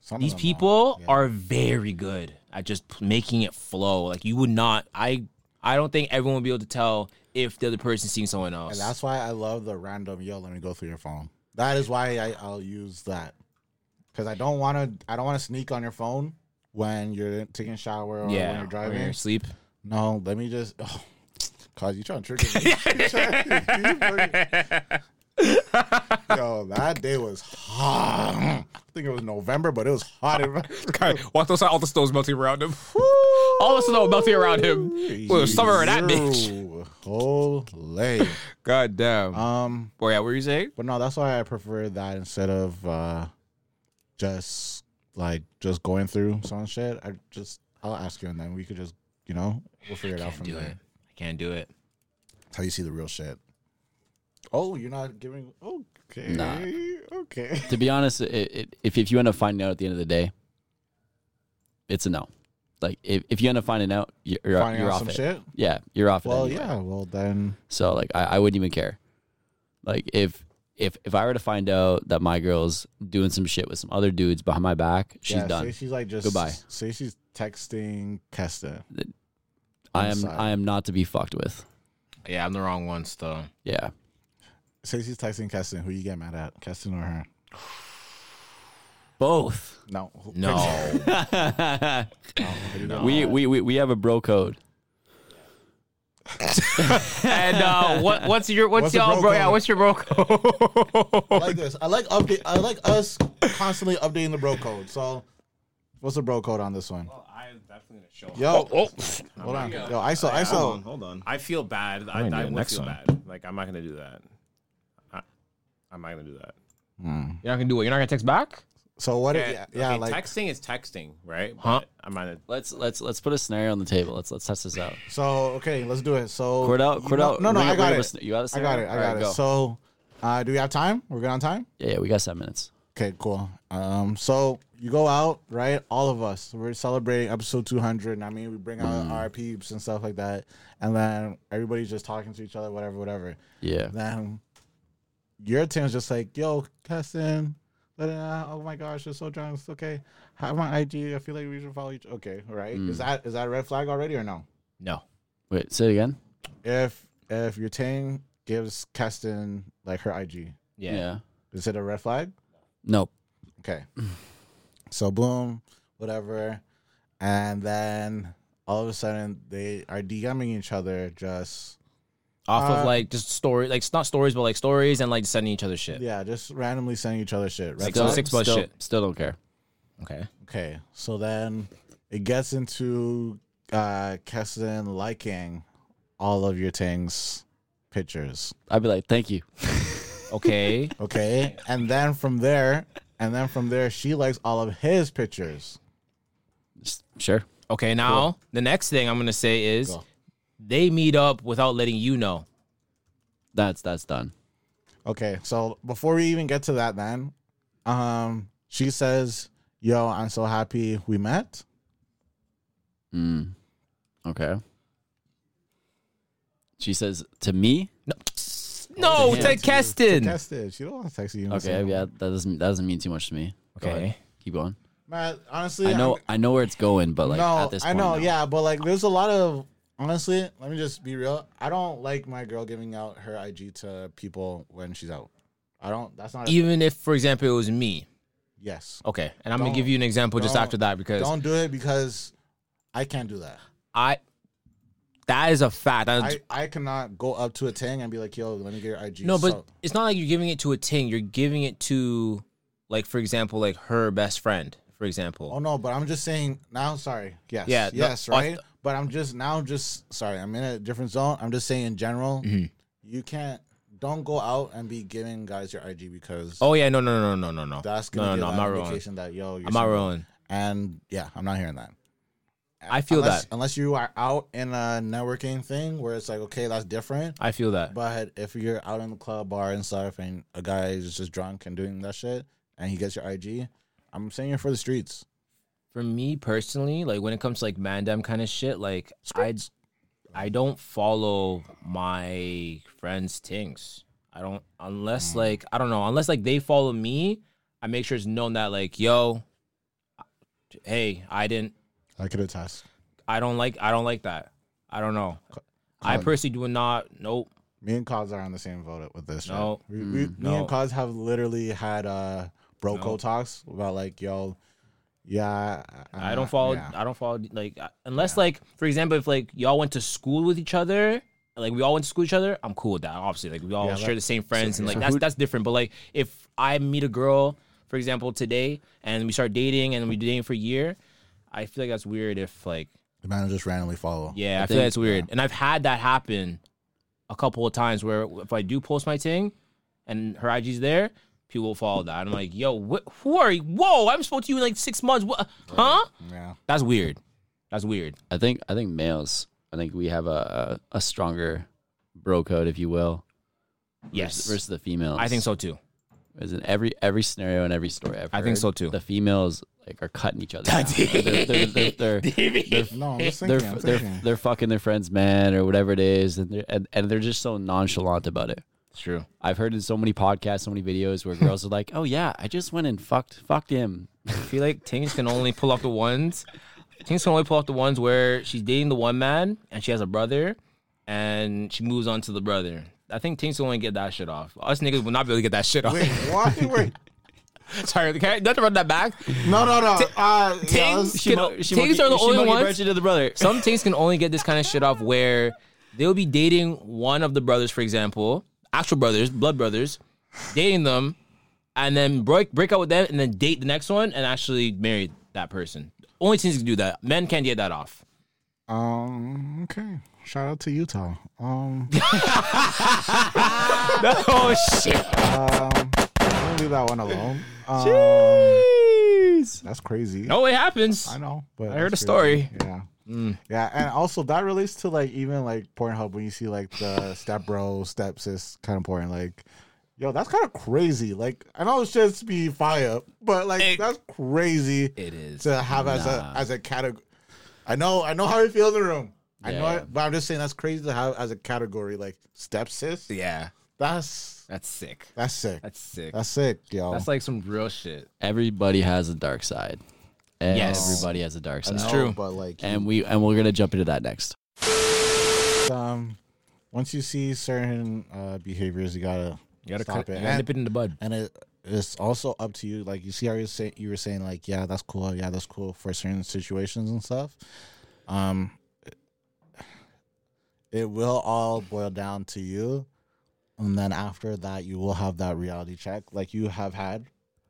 [SPEAKER 3] Some of
[SPEAKER 2] These
[SPEAKER 3] them
[SPEAKER 2] people are very good at just p- making it flow. Like you would not. I. I don't think everyone would be able to tell if the other person's seeing someone else.
[SPEAKER 3] And that's why I love the random yo. Let me go through your phone. That is why I, I'll use that because I don't want to. I don't want to sneak on your phone when you're taking a shower or
[SPEAKER 2] yeah,
[SPEAKER 3] when you're driving.
[SPEAKER 2] asleep.
[SPEAKER 3] No, let me just. Oh, Cause you trying to trigger
[SPEAKER 2] *laughs*
[SPEAKER 3] me. You trying- *laughs* Yo, that day was hot. I think it was November, but it was hot.
[SPEAKER 2] *laughs*
[SPEAKER 3] in-
[SPEAKER 2] Walked outside, all the snow's melting around him. all the snow melting around him.
[SPEAKER 3] Ew, Holy.
[SPEAKER 2] God damn.
[SPEAKER 3] Um,
[SPEAKER 2] Boy, yeah, what were you saying?
[SPEAKER 3] but no, that's why I prefer that instead of uh, just like just going through some shit. I just I'll ask you, and then we could just you know we'll figure it out
[SPEAKER 2] Can't
[SPEAKER 3] from
[SPEAKER 2] do
[SPEAKER 3] there.
[SPEAKER 2] it. I can't do it.
[SPEAKER 3] That's how you see the real shit. Oh, you're not giving. Okay. Okay.
[SPEAKER 1] To be honest, it, it, if if you end up finding out at the end of the day, it's a no. Like if, if you end up finding out, you're, you're
[SPEAKER 3] Finding
[SPEAKER 1] you're off
[SPEAKER 3] out some
[SPEAKER 1] it.
[SPEAKER 3] shit?
[SPEAKER 1] Yeah, you're off.
[SPEAKER 3] Well,
[SPEAKER 1] it anyway.
[SPEAKER 3] yeah. Well, then.
[SPEAKER 1] So like I, I wouldn't even care. Like if if if I were to find out that my girl's doing some shit with some other dudes behind my back, she's
[SPEAKER 3] yeah, Say
[SPEAKER 1] done.
[SPEAKER 3] she's like just
[SPEAKER 1] Goodbye.
[SPEAKER 3] Say she's texting Kesta.
[SPEAKER 1] I am
[SPEAKER 3] sorry.
[SPEAKER 1] I am not to be fucked with.
[SPEAKER 2] Yeah, I'm the wrong one still.
[SPEAKER 1] Yeah.
[SPEAKER 3] Say she's texting Keston. Who you get mad at, Keston or her?
[SPEAKER 1] Both.
[SPEAKER 3] No. Oh,
[SPEAKER 2] No.
[SPEAKER 1] We, we we we have a bro code.
[SPEAKER 2] and
[SPEAKER 3] *laughs*
[SPEAKER 2] uh, what what's your what's,
[SPEAKER 3] What's the
[SPEAKER 2] y'all
[SPEAKER 3] bro
[SPEAKER 2] bro? Yeah,
[SPEAKER 3] code?
[SPEAKER 2] what's your bro
[SPEAKER 3] I *laughs*
[SPEAKER 2] code?
[SPEAKER 3] like this. I like update. I like us constantly updating the bro code. So, what's the bro code on this one?
[SPEAKER 5] I am definitely gonna show.
[SPEAKER 3] Yo, hold on. Yo, ISO, ISO.
[SPEAKER 7] Hold on.
[SPEAKER 5] I feel bad. I,
[SPEAKER 7] gonna do
[SPEAKER 5] I
[SPEAKER 7] it
[SPEAKER 5] would
[SPEAKER 7] next
[SPEAKER 5] feel
[SPEAKER 7] time.
[SPEAKER 5] bad. Like I'm not gonna do that. I, I'm not gonna do that.
[SPEAKER 2] you're not gonna do it. You're not gonna text back.
[SPEAKER 3] So what?
[SPEAKER 5] Okay,
[SPEAKER 3] Yeah, yeah
[SPEAKER 5] Eh, okay,
[SPEAKER 3] like
[SPEAKER 5] texting is texting, right?
[SPEAKER 2] Huh?
[SPEAKER 5] But I'm not.
[SPEAKER 1] Let's let's let's put a scenario on the table. Let's let's test this out.
[SPEAKER 3] So okay, let's do it. So
[SPEAKER 1] Cordell-
[SPEAKER 3] you
[SPEAKER 1] Cordell,
[SPEAKER 3] know- Oh, no, no,
[SPEAKER 1] bring
[SPEAKER 3] I
[SPEAKER 1] up-
[SPEAKER 3] got
[SPEAKER 1] bring up a
[SPEAKER 3] it.
[SPEAKER 1] sn- you got a
[SPEAKER 3] I got
[SPEAKER 1] scenario?
[SPEAKER 3] it. I
[SPEAKER 1] Alright,
[SPEAKER 3] got it.
[SPEAKER 1] go.
[SPEAKER 3] So, uh, do we have time? We're good on time.
[SPEAKER 1] Yeah, yeah, we got seven minutes.
[SPEAKER 3] Okay, cool. Um, so you go out, right? All of us. We're celebrating episode 200. I mean, we bring
[SPEAKER 1] Mm.
[SPEAKER 3] out our peeps and stuff like that, and then everybody's just talking to each other, whatever, whatever.
[SPEAKER 1] Yeah.
[SPEAKER 3] Then your team's just like, "Yo, Keston, da, da, da, oh my gosh, you're so drunk. It's okay. Have my IG. I feel like we should follow each. Okay, right?
[SPEAKER 1] Mm.
[SPEAKER 3] Is that is that a red flag already or no?
[SPEAKER 2] No.
[SPEAKER 1] Wait, say it again.
[SPEAKER 3] if if your team gives Keston like her IG,
[SPEAKER 1] Yeah.
[SPEAKER 3] is it a red flag?
[SPEAKER 1] Nope.
[SPEAKER 3] Okay. So boom, whatever, and then all of a sudden they are DMing each other. Just
[SPEAKER 2] Off
[SPEAKER 3] Uh,
[SPEAKER 2] of like just story, like it's not stories, but like stories and like sending each other shit.
[SPEAKER 3] yeah, just randomly sending each other shit. Red
[SPEAKER 2] Six oh
[SPEAKER 3] flag?
[SPEAKER 2] six. plus
[SPEAKER 1] still,
[SPEAKER 2] shit.
[SPEAKER 1] Still don't care.
[SPEAKER 2] Okay.
[SPEAKER 3] Okay. So then it gets into uh Keston liking all of your things pictures.
[SPEAKER 1] I'd be like, thank you.
[SPEAKER 3] *laughs*
[SPEAKER 2] Okay.
[SPEAKER 3] Okay. and then from there, and then from there, she likes all of his pictures.
[SPEAKER 1] Just, sure.
[SPEAKER 2] okay. Now the next thing I'm gonna say is they meet up without letting you know.
[SPEAKER 1] That's that's done.
[SPEAKER 3] Okay, so before we even get to that, then, um, she says, "Yo, I'm so happy we met."
[SPEAKER 1] Mm. Okay. She says to me.
[SPEAKER 2] No,
[SPEAKER 1] damn,
[SPEAKER 2] to Keston.
[SPEAKER 3] Tested. She don't want to text you.
[SPEAKER 1] Okay, yeah, that doesn't that doesn't mean too much to me. Go
[SPEAKER 2] Okay.
[SPEAKER 1] ahead. keep going.
[SPEAKER 3] Matt. Honestly,
[SPEAKER 1] I know
[SPEAKER 3] I'm-
[SPEAKER 1] i know where it's going, but like
[SPEAKER 3] no,
[SPEAKER 1] at this point,
[SPEAKER 3] I know.
[SPEAKER 1] no.
[SPEAKER 3] Yeah, but like, there's a lot of honestly, let me just be real. I don't like my girl giving out her IG to people when she's out. I don't. That's not. A,
[SPEAKER 2] Even if, for example, it was me.
[SPEAKER 3] yes.
[SPEAKER 2] Okay, and I'm gonna
[SPEAKER 3] Don't-
[SPEAKER 2] give you an example just
[SPEAKER 3] don't-
[SPEAKER 2] after that because
[SPEAKER 3] Don't do it because I can't do that.
[SPEAKER 2] I. That is a fact. That's-
[SPEAKER 3] I, I cannot go up to a thing and be like, yo, let me get your IG.
[SPEAKER 2] no, but
[SPEAKER 3] So-
[SPEAKER 2] it's not like you're giving it to a ting. You're giving it to, like, for example, like her best friend, for example.
[SPEAKER 3] oh no, but I'm just saying now. Sorry. Yes.
[SPEAKER 2] Yeah, no,
[SPEAKER 3] Yes.
[SPEAKER 2] I-
[SPEAKER 3] right. but I'm just now. Just sorry. I'm in a different zone. I'm just saying in general,
[SPEAKER 2] Mm-hmm.
[SPEAKER 3] you can't. Don't go out and be giving guys your IG because
[SPEAKER 2] Oh yeah, no, no, no, no, no, no.
[SPEAKER 3] that's
[SPEAKER 2] no, no,
[SPEAKER 3] gonna
[SPEAKER 2] no. I'm
[SPEAKER 3] give
[SPEAKER 2] not
[SPEAKER 3] an
[SPEAKER 2] rolling.
[SPEAKER 3] indication that yo, you're
[SPEAKER 2] I'm not
[SPEAKER 3] single.
[SPEAKER 2] rolling.
[SPEAKER 3] And yeah, I'm not hearing that.
[SPEAKER 2] I feel
[SPEAKER 3] unless,
[SPEAKER 2] that.
[SPEAKER 3] unless you are out in a networking thing where it's like, okay, that's different.
[SPEAKER 2] I feel that.
[SPEAKER 3] But if you're out in the club bar and stuff, and a guy is just drunk and doing that shit, and he gets your IG, I'm saying it for the streets.
[SPEAKER 2] For me personally, like when it comes to like mandem kind of shit, like I, I don't follow my friends' things. I don't unless like I don't know unless like they follow me. I make sure it's known that like yo, hey, I didn't.
[SPEAKER 3] I could attest.
[SPEAKER 2] I don't like. I don't like that. I don't know. I
[SPEAKER 3] Colin.
[SPEAKER 2] personally do not. Nope.
[SPEAKER 3] Me and Cause are on the same vote with this. shit.
[SPEAKER 2] No.
[SPEAKER 3] we, we, me
[SPEAKER 2] No.
[SPEAKER 3] and Cause have literally had uh broco talks about like, yo, yeah,
[SPEAKER 2] I don't follow.
[SPEAKER 3] yeah.
[SPEAKER 2] I don't follow. Like I- unless like for example, if like y'all went to school with each other, like we all went to school with each other, I'm cool with that. Obviously, like we all
[SPEAKER 3] Yeah,
[SPEAKER 2] share
[SPEAKER 3] that-
[SPEAKER 2] the same friends and like
[SPEAKER 1] So
[SPEAKER 2] that's
[SPEAKER 1] who-
[SPEAKER 2] that's different. But like if I meet a girl, for example, today and we start dating and we dating for a year, I feel like that's weird. If like
[SPEAKER 3] The man will just randomly follow.
[SPEAKER 2] yeah, I,
[SPEAKER 1] I
[SPEAKER 2] feel
[SPEAKER 1] think-
[SPEAKER 2] that's weird. And I've had that happen a couple of times where if I do post my thing and her IG's there, people will follow that. I'm like, yo, what? Who are you? Whoa, I haven't spoke to you in like six months. What? Huh?
[SPEAKER 3] yeah.
[SPEAKER 2] That's weird. That's weird.
[SPEAKER 1] I think I think males. I think we have a a, a stronger bro code, if you will.
[SPEAKER 2] Yes.
[SPEAKER 1] versus, versus the females.
[SPEAKER 2] I think so too.
[SPEAKER 1] Is in every every scenario and every story. I've
[SPEAKER 2] I
[SPEAKER 1] heard,
[SPEAKER 2] think so, too.
[SPEAKER 1] The females like are cutting each
[SPEAKER 2] *laughs*
[SPEAKER 1] other. down. Like, they're, they're, they're, they're, they're,
[SPEAKER 3] No, I'm just
[SPEAKER 1] they're,
[SPEAKER 3] thinking. I'm
[SPEAKER 1] they're,
[SPEAKER 3] thinking.
[SPEAKER 1] they're fucking their friend's man or whatever it is, and they're, and, and they're just so nonchalant about it.
[SPEAKER 2] It's true.
[SPEAKER 1] I've heard in so many podcasts, so many videos where girls are like, "Oh yeah, I just went and fucked fucked him."
[SPEAKER 2] I feel like Tings can only pull off the ones. Tings can only pull off the ones where she's dating the one man and she has a brother and she moves on to the brother. I think Tings can only get that shit off. Us niggas will not be able to get that shit off. *laughs*
[SPEAKER 3] Wait, *laughs* what? Wait.
[SPEAKER 2] Sorry, can I, do I have to run that back?
[SPEAKER 3] No,
[SPEAKER 2] *laughs*
[SPEAKER 3] no, no. Uh, yeah,
[SPEAKER 2] Tings,
[SPEAKER 3] let's-
[SPEAKER 2] can, Tings are the only ones.
[SPEAKER 1] to the brother.
[SPEAKER 2] Some Tings can only get this kind of shit off where they'll be dating one of the brothers, for example, actual brothers, blood brothers, dating them, and then break break out with them, and then date the next one, and actually marry that person. Only teens can do that. Men can't get that off.
[SPEAKER 3] *laughs* Um. Okay. Shout out to Utah. Um.
[SPEAKER 2] oh shit!
[SPEAKER 3] um *laughs* I'll leave that
[SPEAKER 2] *laughs*
[SPEAKER 3] one alone. Um, that's crazy.
[SPEAKER 2] No, it happens.
[SPEAKER 3] I know. But
[SPEAKER 2] I heard
[SPEAKER 3] that's
[SPEAKER 2] a
[SPEAKER 3] crazy.
[SPEAKER 2] story.
[SPEAKER 3] Yeah. Yeah, and also that relates to like even like Pornhub when you see like the step bro, step sis kind of porn. Like, yo, that's kind of crazy. Like, I know it should be fire, but like that's crazy.
[SPEAKER 2] It is.
[SPEAKER 3] to have as a as a category. I know, I know how you feel in the room. I know, it, but I'm just saying that's crazy to have as a category like step sis.
[SPEAKER 2] Yeah,
[SPEAKER 3] That's
[SPEAKER 2] that's sick.
[SPEAKER 3] that's sick. That's,
[SPEAKER 2] That's sick.
[SPEAKER 3] sick, yo.
[SPEAKER 2] That's like some real shit.
[SPEAKER 1] Everybody has a dark side.
[SPEAKER 2] Yes.
[SPEAKER 1] Everybody has a dark side.
[SPEAKER 3] No,
[SPEAKER 2] true.
[SPEAKER 3] but like
[SPEAKER 1] And we and we're gonna jump into that next.
[SPEAKER 3] um, once you see certain uh, behaviors, you gotta
[SPEAKER 2] You gotta
[SPEAKER 3] stop
[SPEAKER 2] cut,
[SPEAKER 3] it.
[SPEAKER 2] you gotta
[SPEAKER 3] And,
[SPEAKER 2] nip it in the bud.
[SPEAKER 3] and it it's also up to you. Like you see how you say you were saying like, yeah, that's cool. Yeah, that's cool for certain situations and stuff. Um, it will all boil down to you, and then after that, you will have that reality check, like you have had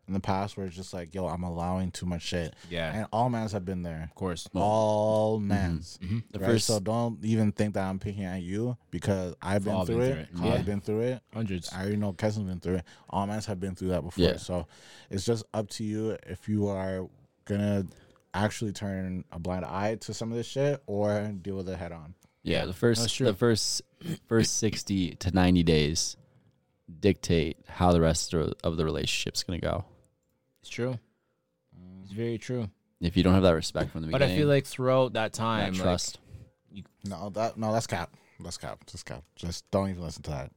[SPEAKER 3] in the past, where it's just like, yo, I'm allowing too much shit.
[SPEAKER 2] Yeah.
[SPEAKER 3] and all mans have been there.
[SPEAKER 2] Of course.
[SPEAKER 3] All
[SPEAKER 2] Mm-hmm.
[SPEAKER 3] mans.
[SPEAKER 1] The
[SPEAKER 3] Right?
[SPEAKER 1] first
[SPEAKER 3] So don't even think that I'm picking at you because I've been,
[SPEAKER 2] all
[SPEAKER 3] through,
[SPEAKER 2] been
[SPEAKER 3] it.
[SPEAKER 2] through it.
[SPEAKER 3] I've
[SPEAKER 2] Yeah.
[SPEAKER 3] been through it.
[SPEAKER 2] Hundreds.
[SPEAKER 3] I already know Kevin's been through it. All mans have been through that before.
[SPEAKER 1] Yeah.
[SPEAKER 3] So it's just up to you if you are gonna actually turn a blind eye to some of this shit or deal with it head on.
[SPEAKER 1] yeah, the first
[SPEAKER 2] true.
[SPEAKER 1] the first first sixty to ninety days dictate how the rest of of the relationship's gonna go.
[SPEAKER 2] It's true. It's very true.
[SPEAKER 1] If you don't have that respect from the
[SPEAKER 2] But
[SPEAKER 1] beginning,
[SPEAKER 2] I feel like throughout
[SPEAKER 1] that
[SPEAKER 2] that time, like,
[SPEAKER 1] trust.
[SPEAKER 3] No, that no, that's cap. That's cap. Just cap. Just don't even listen to that.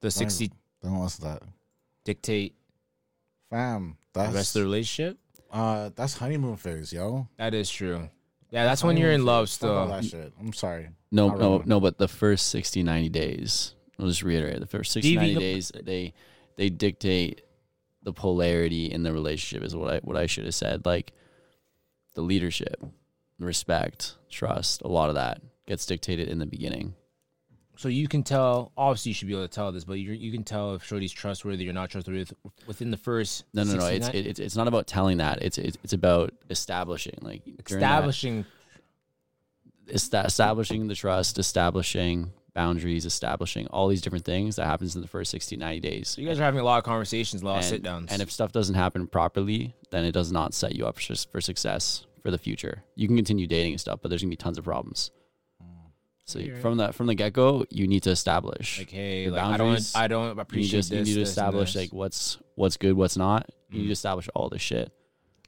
[SPEAKER 2] the sixty
[SPEAKER 3] Don't listen to that.
[SPEAKER 2] dictate
[SPEAKER 3] Fam,
[SPEAKER 2] the rest
[SPEAKER 3] that's
[SPEAKER 2] of the relationship.
[SPEAKER 3] uh that's honeymoon phase, yo.
[SPEAKER 2] That is true. Yeah, that's when you're in love
[SPEAKER 3] all
[SPEAKER 2] still.
[SPEAKER 3] that shit. I'm sorry.
[SPEAKER 1] No,
[SPEAKER 3] Not
[SPEAKER 1] no,
[SPEAKER 3] really.
[SPEAKER 1] no. But the first 60, 90 days. I'll just reiterate the first 60,
[SPEAKER 2] DV
[SPEAKER 1] 90
[SPEAKER 2] the-
[SPEAKER 1] days. They they dictate the polarity in the relationship. Is what I what I should have said. Like the leadership, respect, trust. A lot of that gets dictated in the beginning.
[SPEAKER 2] So you can tell. Obviously, you should be able to tell this, but you you can tell if Shorty's trustworthy or not trustworthy with- within the first.
[SPEAKER 1] No, no, no. It's
[SPEAKER 2] 69
[SPEAKER 1] it, it's it's not about telling that. It's it's, it's about establishing like during that-
[SPEAKER 2] establishing.
[SPEAKER 1] esta- establishing the trust, establishing boundaries, establishing all these different things that happens in the first 60, 90 days.
[SPEAKER 2] You guys are having a lot of conversations, a lot
[SPEAKER 1] and,
[SPEAKER 2] of Oh, sit downs.
[SPEAKER 1] and if stuff doesn't happen properly, then it does not set you up for, for success for the future. You can continue dating and stuff, but there's gonna be tons of problems. So you- from that from the get go, you need to establish.
[SPEAKER 2] Mm. like, hey,
[SPEAKER 1] your
[SPEAKER 2] like, I
[SPEAKER 1] boundaries,
[SPEAKER 2] don't, I don't
[SPEAKER 1] you
[SPEAKER 2] appreciate
[SPEAKER 1] need just
[SPEAKER 2] this.
[SPEAKER 1] you need to
[SPEAKER 2] this, and
[SPEAKER 1] establish
[SPEAKER 2] this. Mm.
[SPEAKER 1] like what's what's good, what's not. You need to establish all this shit.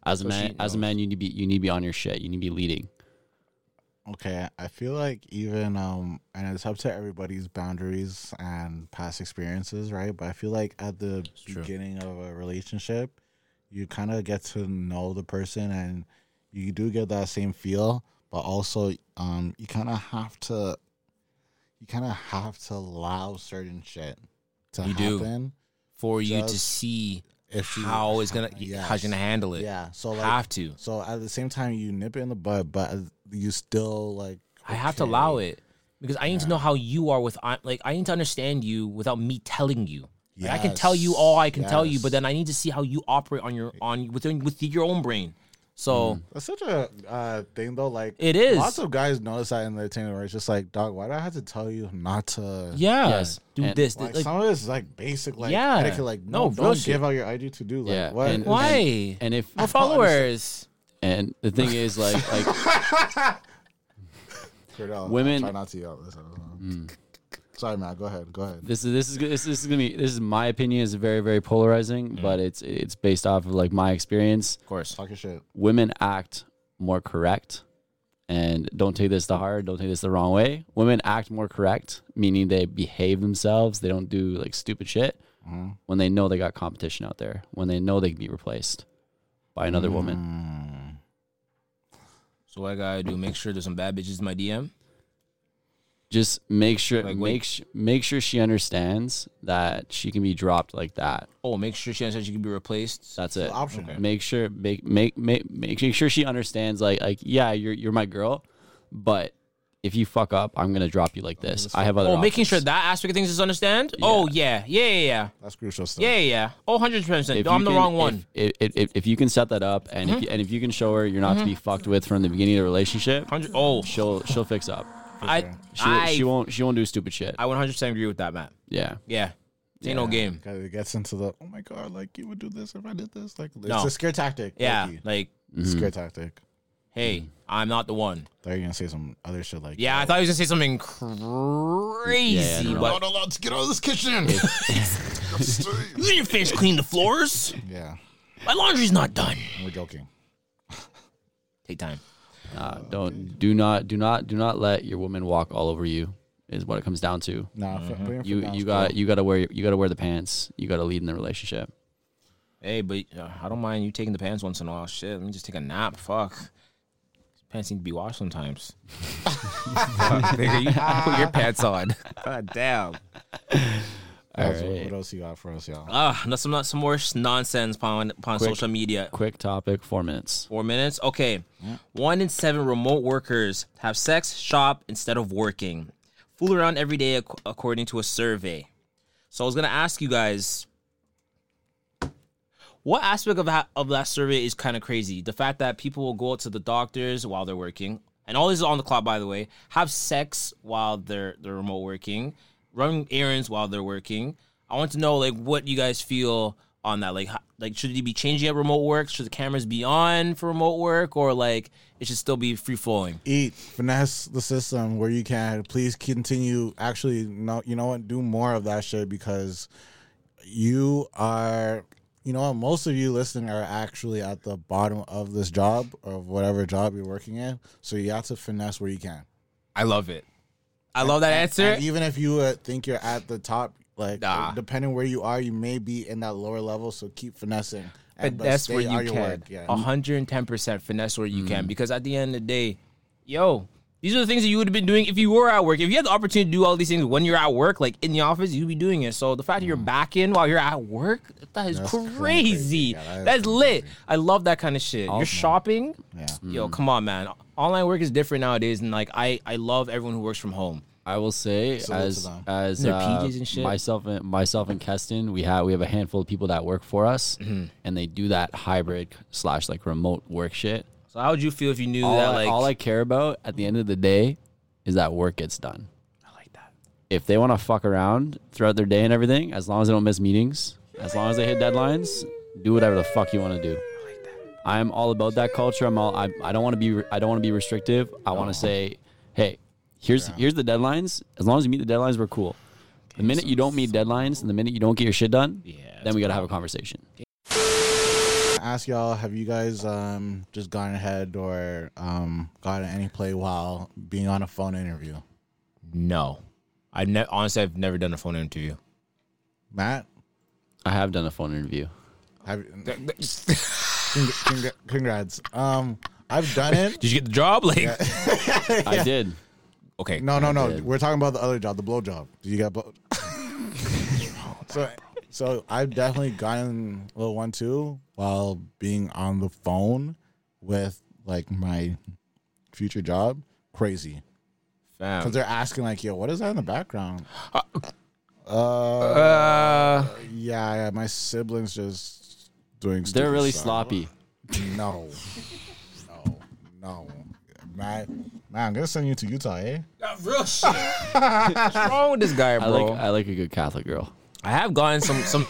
[SPEAKER 1] As a
[SPEAKER 2] So
[SPEAKER 1] man,
[SPEAKER 2] she
[SPEAKER 1] as a
[SPEAKER 2] knows.
[SPEAKER 1] man, you need to be you need to be on your shit. You need to be leading.
[SPEAKER 3] Okay, I feel like even um, and it's up to everybody's boundaries and past experiences, right? But I feel like at the
[SPEAKER 2] true.
[SPEAKER 3] beginning of a relationship, you kind of get to know the person, and you do get that same feel. But also, um, you kind of have to, you kind of have to allow certain shit to
[SPEAKER 2] You do.
[SPEAKER 3] happen.
[SPEAKER 2] for you to
[SPEAKER 3] just
[SPEAKER 2] see
[SPEAKER 3] if you-
[SPEAKER 2] how it's gonna how
[SPEAKER 3] Yes.
[SPEAKER 2] she's gonna handle it.
[SPEAKER 3] Yeah, so like,
[SPEAKER 2] have to.
[SPEAKER 3] so at the same time, you nip it in the bud, but you still like.
[SPEAKER 2] I have to
[SPEAKER 3] okay.
[SPEAKER 2] allow it because I need to know how you are with I like I need to understand you without me telling you. Like, I can tell you all I can tell you,
[SPEAKER 3] Yes.
[SPEAKER 2] but then I need to see how you operate on your on within with your own brain. So
[SPEAKER 3] That's such a uh, thing, though. Like
[SPEAKER 2] It is.
[SPEAKER 3] Lots of guys notice that in the entertainment. Where it's just like, dog, why do I have to tell you not to?
[SPEAKER 2] yeah,
[SPEAKER 1] Yes.
[SPEAKER 2] do
[SPEAKER 1] And-
[SPEAKER 2] this.
[SPEAKER 3] Like,
[SPEAKER 2] like,
[SPEAKER 3] some of this is like basic, like
[SPEAKER 2] Yeah.
[SPEAKER 3] etiquette. Like no,
[SPEAKER 2] No, real
[SPEAKER 3] don't
[SPEAKER 2] shit.
[SPEAKER 3] give out your ID to do. Like
[SPEAKER 1] yeah.
[SPEAKER 3] what?
[SPEAKER 1] and-
[SPEAKER 2] Why?
[SPEAKER 1] and- and if
[SPEAKER 2] more followers.
[SPEAKER 1] *laughs* And the thing is, like, like
[SPEAKER 3] Cordell,
[SPEAKER 1] Women- Mm.
[SPEAKER 3] try not to yell. This episode. Sorry, man. Go ahead. Go ahead.
[SPEAKER 1] this is this is this, this is gonna be this is my opinion. is very very polarizing,
[SPEAKER 2] Mm.
[SPEAKER 1] but it's it's based off of like my experience.
[SPEAKER 2] Of course,
[SPEAKER 3] Talk your shit.
[SPEAKER 1] Women act more correct, and don't take this to heart. Don't take this the wrong way. Women act more correct, meaning they behave themselves. They don't do like stupid shit when they know they got competition out there. When they know they can be replaced by another woman.
[SPEAKER 2] so what I gotta do? Make sure there's some bad bitches in my DM.
[SPEAKER 1] Just make sure
[SPEAKER 2] Like, wait.
[SPEAKER 1] make sh- make sure she understands that she can be dropped like that.
[SPEAKER 2] Oh, make sure she understands she can be replaced.
[SPEAKER 1] That's it.
[SPEAKER 3] option. Okay.
[SPEAKER 1] Make sure make make make make make sure she understands like like yeah, you're you're my girl, but if you fuck up, I'm gonna drop you like this. I have other.
[SPEAKER 2] Oh, making
[SPEAKER 1] options.
[SPEAKER 2] sure that aspect of things is understand. Oh yeah, yeah, yeah, yeah,
[SPEAKER 3] That's crucial stuff.
[SPEAKER 2] yeah, yeah, yeah. Oh, 100 percent.
[SPEAKER 1] If
[SPEAKER 2] No, I'm
[SPEAKER 1] you
[SPEAKER 2] the
[SPEAKER 1] can-
[SPEAKER 2] wrong
[SPEAKER 1] if-
[SPEAKER 2] one. Mm-hmm.
[SPEAKER 1] If, if, if, if you can set that up and if you, and if you can show her you're not to be fucked with from the beginning of the relationship,
[SPEAKER 2] 100. Oh,
[SPEAKER 1] she'll she'll fix up.
[SPEAKER 2] I,
[SPEAKER 1] She,
[SPEAKER 2] I,
[SPEAKER 1] she won't she won't do stupid shit.
[SPEAKER 2] I 100 percent agree with that, Matt.
[SPEAKER 1] yeah.
[SPEAKER 2] Yeah, it ain't no game.
[SPEAKER 3] 'Cause It gets into the oh my god, like you would do this if I did this. Like it's
[SPEAKER 2] No.
[SPEAKER 3] a scare tactic.
[SPEAKER 2] Yeah,
[SPEAKER 3] Loki.
[SPEAKER 2] like
[SPEAKER 3] It's a
[SPEAKER 1] Mm-hmm.
[SPEAKER 3] scare tactic.
[SPEAKER 2] hey, I'm not the one.
[SPEAKER 3] They're gonna say some other shit like
[SPEAKER 2] Yeah, I thought he was gonna say something crazy,
[SPEAKER 1] Yeah, yeah, no.
[SPEAKER 2] but
[SPEAKER 3] allowed to get out of this kitchen. *laughs*
[SPEAKER 2] you didn't finish cleaning the floors.
[SPEAKER 3] yeah,
[SPEAKER 2] My laundry's not done.
[SPEAKER 3] we're joking.
[SPEAKER 2] Take time.
[SPEAKER 1] Nah, Uh, don't do not do not do not let your woman walk all over you. Is what it comes down to.
[SPEAKER 3] Nah, f- bring
[SPEAKER 1] Mm-hmm.
[SPEAKER 3] it
[SPEAKER 1] You
[SPEAKER 3] down,
[SPEAKER 1] you
[SPEAKER 3] bro.
[SPEAKER 1] got you got to wear you got to wear the pants. You got to lead in the relationship.
[SPEAKER 2] Hey, but uh, I don't mind you taking the pants once in a while. Shit, let me just take a nap. Fuck. Pants need to be washed sometimes. Fuck, *laughs* nigga, you put your pants on. *laughs* God damn.
[SPEAKER 3] Guys,
[SPEAKER 1] All
[SPEAKER 3] what-
[SPEAKER 1] right.
[SPEAKER 3] What else you got for us, y'all?
[SPEAKER 2] Ah, that's some some more nonsense upon upon social media.
[SPEAKER 1] Quick topic, four minutes.
[SPEAKER 2] Four minutes. Okay. One in seven remote workers have sex, shop instead of working. Fool around every day, ac- according to a survey. So I was gonna ask you guys, what aspect of that, of that survey is kind of crazy? The fact that people will go out to the doctors while they're working, and all this is on the clock, by the way. Have sex while they're they're remote working, run errands while they're working. I want to know like what you guys feel on that. Like, how, like should you be changing up remote work? Should the cameras be on for remote work, or like it should still be free flowing?
[SPEAKER 3] Eat, finesse the system where you can. Please continue. Actually, no, you know what? Do more of that shit because you are, you know what? Most of you listening are actually at the bottom of this job of whatever job you're working in. So you have to finesse where you can.
[SPEAKER 2] I love it. I love that answer.
[SPEAKER 3] And even if you uh, think you're at the top, like
[SPEAKER 2] Nah.
[SPEAKER 3] depending where you are, you may be in that lower level. So keep finessing. and-
[SPEAKER 2] finesse
[SPEAKER 3] stay
[SPEAKER 2] where
[SPEAKER 3] out
[SPEAKER 2] you
[SPEAKER 3] your
[SPEAKER 2] can.
[SPEAKER 3] Yeah.
[SPEAKER 2] hundred and ten percent finesse where you can. Because at the end of the day, yo, these are the things that you would have been doing if you were at work. If you had the opportunity to do all these things when you're at work, like in the office, you'd be doing it. So the fact that you're back in while you're at work, that is
[SPEAKER 3] That's
[SPEAKER 2] crazy.
[SPEAKER 3] kinda crazy. Yeah, that is
[SPEAKER 2] That's lit. I love that kind of shit. You're shopping.
[SPEAKER 3] Yeah.
[SPEAKER 2] Yo, come on, man. Online work is different nowadays, and like I, I love everyone who works from home.
[SPEAKER 1] I will say,
[SPEAKER 3] Salute to
[SPEAKER 1] as
[SPEAKER 3] them.
[SPEAKER 1] as
[SPEAKER 2] Their
[SPEAKER 1] uh,
[SPEAKER 2] PJs and shit.
[SPEAKER 1] myself and myself and Keston, we have we have a handful of people that work for us,
[SPEAKER 2] Mm-hmm.
[SPEAKER 1] and they do that hybrid slash like remote work shit.
[SPEAKER 2] So how would you feel if you knew
[SPEAKER 1] All,
[SPEAKER 2] that?
[SPEAKER 1] I,
[SPEAKER 2] Like,
[SPEAKER 1] all I care about at the end of the day is that work gets done. I like that. If they want to fuck around throughout their day and everything, as long as they don't miss meetings, as long as they hit deadlines, do whatever the fuck you want to do. I'm all about that culture. I'm all. I, I don't want to be. re- I don't want to be restrictive. I want to say, hey, here's here's the deadlines. As long as you meet the deadlines, we're cool. The minute you don't meet deadlines and the minute you don't get your shit done, then we gotta have a conversation.
[SPEAKER 3] I ask y'all, have you guys um just gone ahead or um gotten any play while being on a phone interview?
[SPEAKER 2] no, I ne- honestly I've never done a phone interview.
[SPEAKER 3] Matt,
[SPEAKER 1] I have done a phone interview. *laughs*
[SPEAKER 3] have you- *laughs* Congr- congr- congrats. Um, I've done it.
[SPEAKER 2] Did you get the job? *laughs* Like,
[SPEAKER 1] I did.
[SPEAKER 2] okay,
[SPEAKER 3] No, no, no. We're talking about the other job, the blow job. Did you get blow? *laughs* so, so I've definitely gotten a little one too while being on the phone with like my future job. Crazy.
[SPEAKER 2] fam.
[SPEAKER 3] Because they're asking, like, yo, what is that in the background? Uh,
[SPEAKER 2] Uh,
[SPEAKER 3] yeah, yeah, my siblings just doing stuff.
[SPEAKER 1] They're really sloppy.
[SPEAKER 3] *laughs* No. No. No. Man, man, I'm going to send you to Utah, eh?
[SPEAKER 2] what's wrong with this guy,
[SPEAKER 1] I
[SPEAKER 2] bro?
[SPEAKER 1] like I like a good Catholic girl.
[SPEAKER 2] I have gotten some some.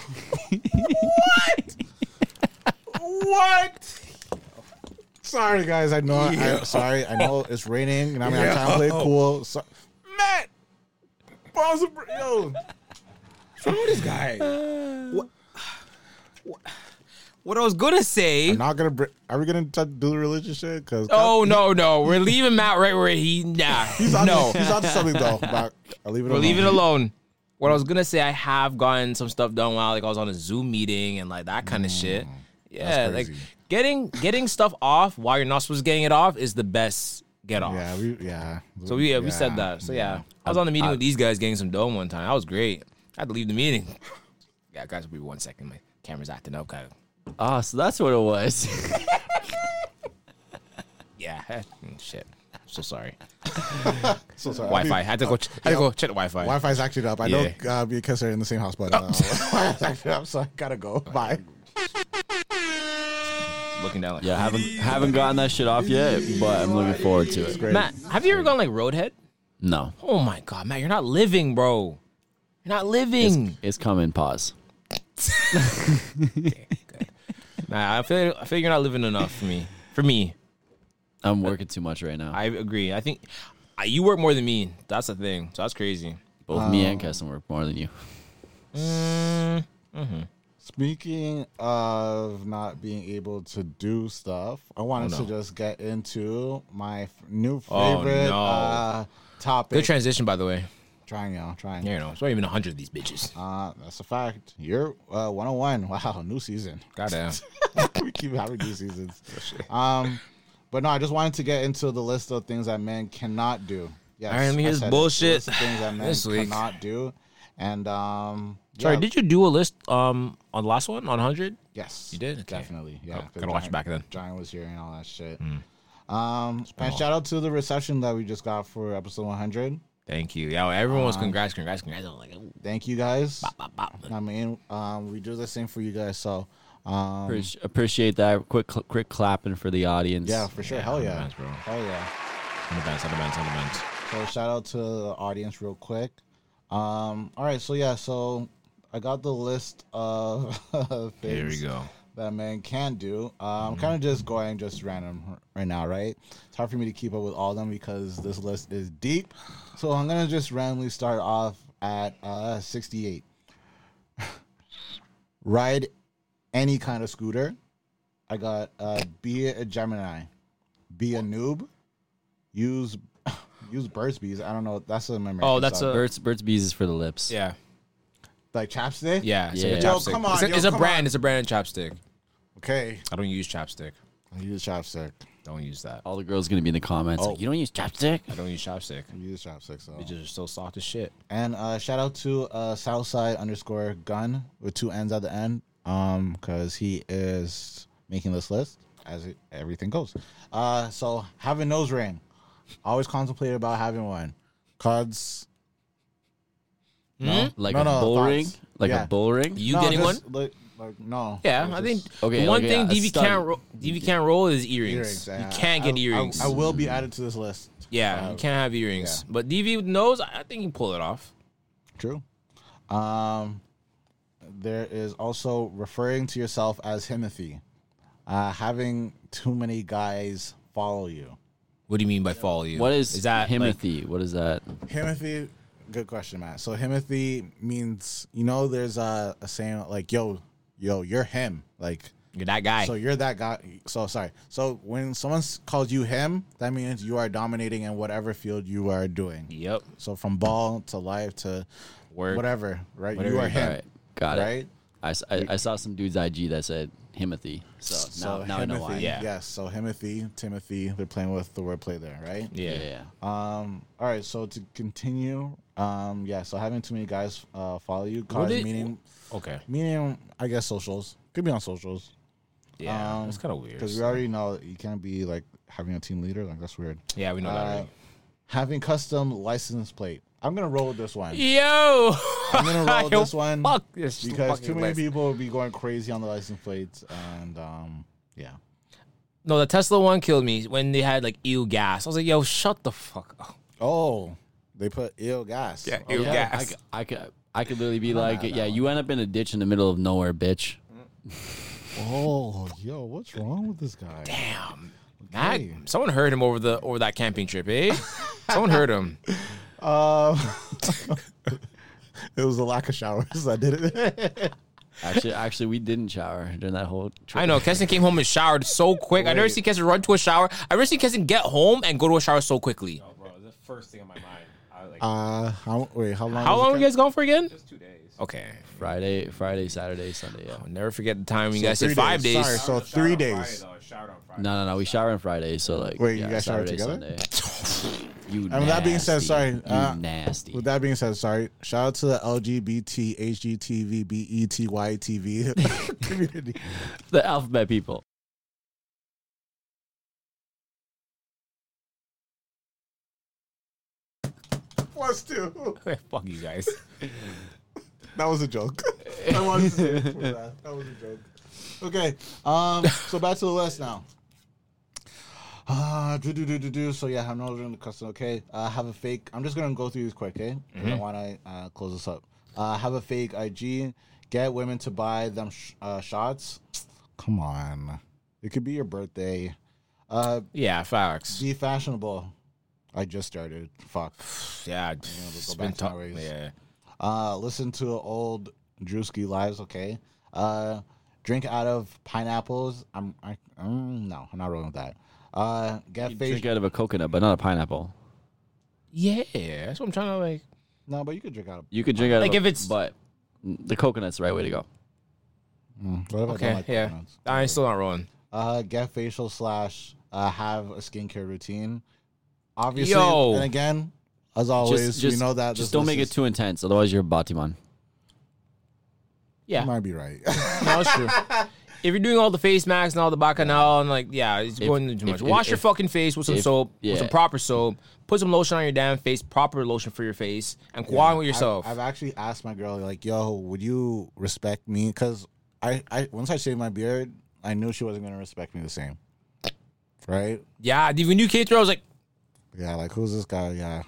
[SPEAKER 3] Sorry, guys. I know. I, sorry. I know it's raining and I'm not trying to play it cool. So, Matt! Balls of, yo.
[SPEAKER 2] *laughs* What I was gonna say.
[SPEAKER 3] Not gonna. Br- are we gonna t- do the religious shit? Cause
[SPEAKER 2] *laughs* Oh no no, we're leaving Matt right where he nah. *laughs*
[SPEAKER 3] he's on
[SPEAKER 2] no,
[SPEAKER 3] he's on to something though. But I'll leave it.
[SPEAKER 2] we're
[SPEAKER 3] alone.
[SPEAKER 2] leaving it alone. What I was gonna say, I have gotten some stuff done while like I was on a Zoom meeting and like that kind of shit. Yeah, like
[SPEAKER 3] crazy.
[SPEAKER 2] getting getting stuff off while you're not supposed to getting it off is the best get off.
[SPEAKER 3] Yeah, we yeah.
[SPEAKER 2] So we, yeah, we said that. So yeah, I was on the meeting with these guys getting some dome one time. That was great. I had to leave the meeting. *laughs* Yeah, guys, will be one second. My camera's acting up. Kind of.
[SPEAKER 1] Ah, so that's what it was. *laughs*
[SPEAKER 2] Yeah. *laughs* Mm, Shit. So sorry.
[SPEAKER 3] So sorry.
[SPEAKER 2] Uh, Wi-Fi. had to
[SPEAKER 3] uh,
[SPEAKER 2] go. Ch- had to go check the Wi-Fi.
[SPEAKER 3] Wi Fi's acted up. I know
[SPEAKER 2] Yeah. Oh.
[SPEAKER 3] uh, because they're in the same house, but uh, *laughs* Wi Fi's acted up, so I gotta go. Bye.
[SPEAKER 2] Looking down. Like,
[SPEAKER 1] Yeah, haven't haven't gotten that shit off yet, but I'm looking forward to it.
[SPEAKER 3] Great.
[SPEAKER 2] Matt, have you ever gone like roadhead?
[SPEAKER 1] No,
[SPEAKER 2] Oh my god, Matt, you're not living, bro. You're not living.
[SPEAKER 1] it's coming. Pause.
[SPEAKER 2] Matt, I feel I feel you're not living enough for me. For me,
[SPEAKER 1] I'm working too much right now.
[SPEAKER 2] I agree. I think I, you work more than me. That's the thing. So that's crazy.
[SPEAKER 1] Both me and Keston work more than you.
[SPEAKER 3] Speaking of not being able to do stuff, I wanted
[SPEAKER 2] Oh, no.
[SPEAKER 3] to just get into my f- new
[SPEAKER 2] Oh,
[SPEAKER 3] favorite
[SPEAKER 2] no.
[SPEAKER 3] uh,
[SPEAKER 2] Good
[SPEAKER 3] topic.
[SPEAKER 2] transition, by the way.
[SPEAKER 3] trying, y'all. Trying.
[SPEAKER 2] Yeah, you know, it's not even hundred of these *laughs* bitches.
[SPEAKER 3] Uh, that's a fact. You're uh, 101. Wow, new season.
[SPEAKER 2] Goddamn. *laughs*
[SPEAKER 3] we *laughs* keep having new seasons. Um, but no, I just wanted to get into the list of things that men cannot do. Yes,
[SPEAKER 2] All right, let me
[SPEAKER 3] I
[SPEAKER 2] hear this
[SPEAKER 3] said it.
[SPEAKER 2] bullshit
[SPEAKER 3] List of things that men
[SPEAKER 2] this week.
[SPEAKER 3] cannot do, and um,
[SPEAKER 2] Sorry,
[SPEAKER 3] yeah.
[SPEAKER 2] did you do a list um on the last one on hundred?
[SPEAKER 3] Yes,
[SPEAKER 2] You did? Okay.
[SPEAKER 3] definitely. Yeah,
[SPEAKER 2] Oh,
[SPEAKER 3] 'cause
[SPEAKER 2] gotta watch
[SPEAKER 3] Giant-
[SPEAKER 2] back then. Mm.
[SPEAKER 3] Giant was here and all that shit. Um, and shout out to the reception that we just got for episode 100.
[SPEAKER 2] Thank you. Yeah, everyone was congrats, congrats, congrats. I'm like, oh,
[SPEAKER 3] Thank you guys.
[SPEAKER 2] bop, bop.
[SPEAKER 3] I mean, um, we do the same for you guys, so um,
[SPEAKER 1] Appreci- appreciate that. Quick, cl- quick clapping for the audience.
[SPEAKER 3] yeah, for sure. Hell yeah,
[SPEAKER 2] nice, bro.
[SPEAKER 3] hell yeah.
[SPEAKER 2] Hundred bands, hundred bands, hundred bands.
[SPEAKER 3] So shout out to the audience real quick. Um, all right, so yeah, so I got the list of *laughs* things
[SPEAKER 2] Here we go. Mm-hmm.
[SPEAKER 3] that man can do. Um, kind of just going just random r- right now, right? It's hard for me to keep up with all of them because this list is deep. So I'm gonna just randomly start off at uh 68. *laughs* Ride any kind of scooter. I got uh, be a Gemini, be a noob, use *laughs* use Burt's Bees. I don't know. That's a American
[SPEAKER 2] Oh, that's
[SPEAKER 3] song.
[SPEAKER 2] a-
[SPEAKER 1] Uh, Burt's Burt's Bees is for the lips.
[SPEAKER 2] Yeah.
[SPEAKER 3] like chapstick.
[SPEAKER 2] Yeah, it's
[SPEAKER 1] Yeah.
[SPEAKER 2] like a
[SPEAKER 1] Yo,
[SPEAKER 2] chapstick.
[SPEAKER 3] come on,
[SPEAKER 2] It's a,
[SPEAKER 3] yo,
[SPEAKER 2] it's a
[SPEAKER 3] come
[SPEAKER 2] brand. It's a brand chapstick.
[SPEAKER 3] Okay.
[SPEAKER 2] I don't use chapstick.
[SPEAKER 3] Use chapstick.
[SPEAKER 5] Don't use that.
[SPEAKER 1] All the girls gonna be in the comments.
[SPEAKER 5] Oh.
[SPEAKER 1] Like, you don't use chapstick.
[SPEAKER 5] I don't use chopstick.
[SPEAKER 3] You use chopsticks. So.
[SPEAKER 5] Bitches are so soft as shit.
[SPEAKER 3] And uh, shout out to uh, Southside underscore Gun with two N's at the end, um, because he is making this list as it, everything goes. Uh, so having nose ring, always contemplated about having one. Cuds,
[SPEAKER 1] Like
[SPEAKER 3] No,
[SPEAKER 1] a
[SPEAKER 3] no,
[SPEAKER 1] bull
[SPEAKER 3] thoughts.
[SPEAKER 1] ring. Like
[SPEAKER 3] Yeah.
[SPEAKER 1] a bull ring.
[SPEAKER 2] You getting one?
[SPEAKER 3] just Like, like, no.
[SPEAKER 2] Yeah,
[SPEAKER 3] Like,
[SPEAKER 2] I think
[SPEAKER 3] just
[SPEAKER 1] Okay,
[SPEAKER 2] okay. One
[SPEAKER 1] like,
[SPEAKER 2] thing
[SPEAKER 1] yeah, a
[SPEAKER 2] DV
[SPEAKER 1] stud.
[SPEAKER 2] can't ro- DV can't roll is
[SPEAKER 3] earrings.
[SPEAKER 2] earrings.
[SPEAKER 3] yeah.
[SPEAKER 2] You can't get
[SPEAKER 3] I- I-
[SPEAKER 2] earrings.
[SPEAKER 3] I, will be added to this list.
[SPEAKER 2] yeah,
[SPEAKER 3] Uh,
[SPEAKER 2] you can't have earrings.
[SPEAKER 3] yeah.
[SPEAKER 2] But DV with nose, I I think you can pull it off.
[SPEAKER 3] True. Um, there is also referring to yourself as Himothy, uh, having too many guys follow you.
[SPEAKER 2] What do you mean by follow you?
[SPEAKER 1] What is,
[SPEAKER 2] is that? like-
[SPEAKER 1] Himothy? what is that?
[SPEAKER 3] Himothy, good question, Matt. So Himothy means you know there's a, a saying like yo, yo, you're him. Like
[SPEAKER 2] you're that guy.
[SPEAKER 3] so you're that guy. So sorry. So when someone s- calls you him, that means you are dominating in whatever field you are doing.
[SPEAKER 2] yep.
[SPEAKER 3] So from ball to life to
[SPEAKER 2] Work.
[SPEAKER 3] whatever, right? you
[SPEAKER 2] Whatever.
[SPEAKER 3] are him.
[SPEAKER 1] All right, got it.
[SPEAKER 3] right?
[SPEAKER 1] I, s- I- I saw some dude's IG that said Himothy. So, now, now I know why.
[SPEAKER 3] Himothy,
[SPEAKER 2] Yeah.
[SPEAKER 3] Yes. So Himothy, Timothy, they're playing with the wordplay there, right?
[SPEAKER 1] Yeah.
[SPEAKER 2] Yeah.
[SPEAKER 1] yeah.
[SPEAKER 3] Um, all right, so to continue, um, yeah, so having too many guys uh, follow you, cause
[SPEAKER 2] did-
[SPEAKER 3] meaning,
[SPEAKER 2] Okay.
[SPEAKER 3] meaning, I guess socials could be on socials
[SPEAKER 2] Yeah.
[SPEAKER 3] Um,
[SPEAKER 2] It's kind of weird.
[SPEAKER 3] because we already know that you can't be like having a team leader, like that's weird.
[SPEAKER 2] yeah, we know that.
[SPEAKER 3] Uh,
[SPEAKER 2] Already.
[SPEAKER 3] having custom license plate, I'm gonna roll with this
[SPEAKER 2] *laughs*
[SPEAKER 3] one.
[SPEAKER 2] Yo, *laughs*
[SPEAKER 3] I'm gonna roll with this one
[SPEAKER 2] Fuck this
[SPEAKER 3] because
[SPEAKER 2] fucking
[SPEAKER 3] too many
[SPEAKER 2] list.
[SPEAKER 3] people will be going crazy on the license plates, and um, yeah,
[SPEAKER 2] No, the Tesla one killed me when they had like ew gas. I was like, yo, shut the fuck up.
[SPEAKER 3] oh, they put ill gas,
[SPEAKER 2] Yeah, ew
[SPEAKER 1] Yeah, I,
[SPEAKER 2] gas.
[SPEAKER 1] c- I could, I could literally be like, yeah, you end up in a ditch in the middle of nowhere, bitch.
[SPEAKER 3] Oh, yo, what's wrong with this guy?
[SPEAKER 2] Damn. That-
[SPEAKER 3] Okay.
[SPEAKER 2] someone heard him over the over that camping trip, eh? someone heard him.
[SPEAKER 3] Um, *laughs* it was the lack of showers that did *laughs* it.
[SPEAKER 1] Actually, actually, we didn't shower during that whole trip.
[SPEAKER 2] I know. Keston came home and showered so quick. I never
[SPEAKER 3] Wait.
[SPEAKER 2] see Keston run to a shower. I never see Keston get home and go to a shower so quickly.
[SPEAKER 5] Oh, bro, the first thing on my mind. I like
[SPEAKER 3] Uh, how, wait, how long?
[SPEAKER 2] How
[SPEAKER 3] was
[SPEAKER 2] long
[SPEAKER 3] it
[SPEAKER 2] were you guys gone for again?
[SPEAKER 5] just two days.
[SPEAKER 2] Okay.
[SPEAKER 1] Friday, Friday, Saturday, Sunday. Yeah.
[SPEAKER 2] I'll never forget the time you
[SPEAKER 3] So
[SPEAKER 2] guys said
[SPEAKER 3] three
[SPEAKER 2] five days.
[SPEAKER 3] Sorry, so three days.
[SPEAKER 1] No, no, no. We shower on Friday, so like.
[SPEAKER 3] Wait, you
[SPEAKER 1] yeah,
[SPEAKER 3] guys shower
[SPEAKER 1] Saturday,
[SPEAKER 3] together? *laughs*
[SPEAKER 1] Sunday. You.
[SPEAKER 3] And with that being said,
[SPEAKER 1] nasty.
[SPEAKER 3] sorry,
[SPEAKER 1] You
[SPEAKER 3] uh,
[SPEAKER 1] nasty.
[SPEAKER 3] With that being said, sorry. Shout out to the LGBT, HGTV, BETYTV *laughs* community.
[SPEAKER 1] the alphabet people.
[SPEAKER 3] Plus two.
[SPEAKER 2] Fuck you guys.
[SPEAKER 3] That was a *laughs* joke. I wanted to say it before that. That was a joke. Okay. Um. So back to the list now. Ah, do do do do do. So yeah, have no room to custom. Okay. Uh, have a fake. I'm just gonna go through these quick. Okay. I want to uh, close this up. Uh, have a fake IG. Get women to buy them sh- uh, shots. Come on. It could be your birthday. Uh,
[SPEAKER 2] Yeah, facts.
[SPEAKER 3] be fashionable. I just started. Fuck.
[SPEAKER 2] Yeah,
[SPEAKER 3] let's
[SPEAKER 2] it's
[SPEAKER 3] go
[SPEAKER 2] been
[SPEAKER 3] back to my
[SPEAKER 2] tough.
[SPEAKER 3] ways.
[SPEAKER 2] Yeah.
[SPEAKER 3] Uh, listen to old Drewski lives, okay? Uh, drink out of pineapples. I'm I, mm, no, I'm not rolling with that. Uh, get
[SPEAKER 1] Drink
[SPEAKER 3] facial.
[SPEAKER 1] out of a coconut, but not a pineapple.
[SPEAKER 2] Yeah, that's what I'm trying to like.
[SPEAKER 3] No, but you could drink out of.
[SPEAKER 1] You could drink out
[SPEAKER 2] Like
[SPEAKER 1] of
[SPEAKER 2] if
[SPEAKER 1] a,
[SPEAKER 2] it's-
[SPEAKER 1] but the coconut's the right way to go. Mm,
[SPEAKER 3] What if I
[SPEAKER 2] Okay,
[SPEAKER 3] don't like
[SPEAKER 2] yeah.
[SPEAKER 3] coconuts?
[SPEAKER 2] I'm still not rolling.
[SPEAKER 3] Uh, get facial slash uh, have a skincare routine. Obviously,
[SPEAKER 2] Yo.
[SPEAKER 3] and again, as always, we know that
[SPEAKER 1] Just
[SPEAKER 3] this
[SPEAKER 1] don't
[SPEAKER 3] list
[SPEAKER 1] make it
[SPEAKER 3] is-
[SPEAKER 1] too intense, otherwise you're a Batiman.
[SPEAKER 3] You
[SPEAKER 2] Yeah,
[SPEAKER 3] might be right.
[SPEAKER 2] no, it's true. If you're doing all the face masks and all the bacchanal and like, yeah, it's going too
[SPEAKER 1] if-
[SPEAKER 2] much.
[SPEAKER 1] if-
[SPEAKER 2] Wash your
[SPEAKER 1] if-
[SPEAKER 2] fucking face with some
[SPEAKER 1] if-
[SPEAKER 2] soap,
[SPEAKER 1] yeah.
[SPEAKER 2] with some proper soap. Put some lotion on your damn face, proper lotion for your face, and qualm with yourself.
[SPEAKER 3] I've, I've actually asked my girl, like, yo, would you respect me? Because I, I, once I shaved my beard, I knew she wasn't going to respect me the same. Right?
[SPEAKER 2] yeah, even you K3, I was like,
[SPEAKER 3] Yeah, like, who's this guy? Yeah.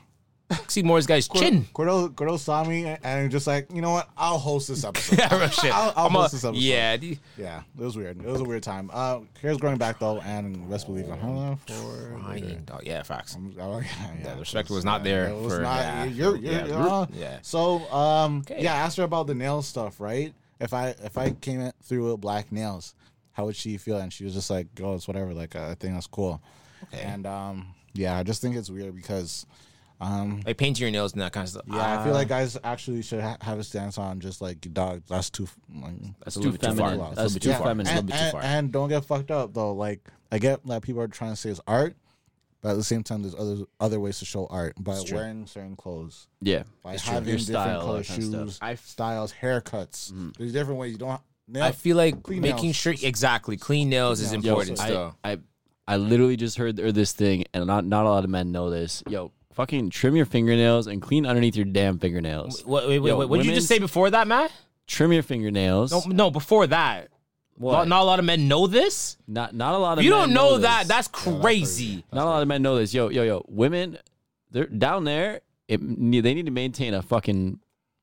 [SPEAKER 2] see more of this guy's chin. *laughs*
[SPEAKER 3] Gordo, Gordo saw me and just like, you know what? I'll host this
[SPEAKER 2] *laughs*
[SPEAKER 3] episode.
[SPEAKER 2] Yeah, real
[SPEAKER 3] *laughs*
[SPEAKER 2] shit.
[SPEAKER 3] I'll- I'll
[SPEAKER 2] I'm a-
[SPEAKER 3] post this episode.
[SPEAKER 2] Yeah, the-
[SPEAKER 3] yeah, it was weird. It was a weird time. Uh, hair's growing back though, and best believe I'm hella for.
[SPEAKER 2] Crying, dog. yeah, facts.
[SPEAKER 3] Oh, yeah, yeah.
[SPEAKER 2] The respect was not there.
[SPEAKER 3] It was
[SPEAKER 2] for,
[SPEAKER 3] not.
[SPEAKER 2] yeah.
[SPEAKER 3] You're, you're,
[SPEAKER 2] Yeah.
[SPEAKER 3] uh,
[SPEAKER 2] Yeah.
[SPEAKER 3] So, um,
[SPEAKER 2] Okay.
[SPEAKER 3] yeah, ask her about the nail stuff, right? If I if I came in through with black nails, how would she feel? And she was just like, "Oh, it's whatever. Like, uh, I think that's cool." And um, yeah, I just think it's weird because, um,
[SPEAKER 2] Like painting your nails and that kind of stuff.
[SPEAKER 3] yeah, I feel like guys actually should ha- have a stance on just like, dog, that's too. f- Like,
[SPEAKER 1] That's
[SPEAKER 2] a
[SPEAKER 1] too
[SPEAKER 2] little bit too far.
[SPEAKER 1] feminine.
[SPEAKER 3] It's a
[SPEAKER 1] That's
[SPEAKER 3] bit
[SPEAKER 1] too
[SPEAKER 3] too far.
[SPEAKER 1] feminine.
[SPEAKER 3] and, and, and don't get fucked up though. Like I get that people are trying to say it's art, but at the same time, there's other other ways to show art by
[SPEAKER 1] It's true.
[SPEAKER 3] wearing certain clothes,
[SPEAKER 1] Yeah.
[SPEAKER 3] by
[SPEAKER 1] It's true.
[SPEAKER 3] having
[SPEAKER 1] Your
[SPEAKER 3] different
[SPEAKER 1] style,
[SPEAKER 3] color
[SPEAKER 1] that kind of stuff. Mm-hmm.
[SPEAKER 3] shoes,
[SPEAKER 2] I-
[SPEAKER 3] styles, haircuts. There's different ways. You don't. ha- Nail,
[SPEAKER 2] I feel like
[SPEAKER 3] Clean
[SPEAKER 2] making
[SPEAKER 3] nails.
[SPEAKER 2] sure exactly clean nails is
[SPEAKER 3] Clean nails.
[SPEAKER 1] Yo,
[SPEAKER 2] important. still.
[SPEAKER 1] I, I I literally just heard th- this thing, and not not a lot of men know this. Yo, fucking trim your fingernails and clean underneath your damn fingernails.
[SPEAKER 2] Wait, wait, wait,
[SPEAKER 1] Yo,
[SPEAKER 2] wait, what did you just
[SPEAKER 1] women's-
[SPEAKER 2] say before that, Matt?
[SPEAKER 1] Trim your fingernails.
[SPEAKER 3] Oh,
[SPEAKER 2] No, no, before that.
[SPEAKER 1] What?
[SPEAKER 2] Not, not a lot of men know this.
[SPEAKER 1] Not not a lot of
[SPEAKER 2] You
[SPEAKER 1] men
[SPEAKER 2] don't know,
[SPEAKER 1] this.
[SPEAKER 2] that. That's crazy.
[SPEAKER 1] not a lot of men know this. Yo, yo, yo, women, they're down there. It, ne- they need to maintain a fucking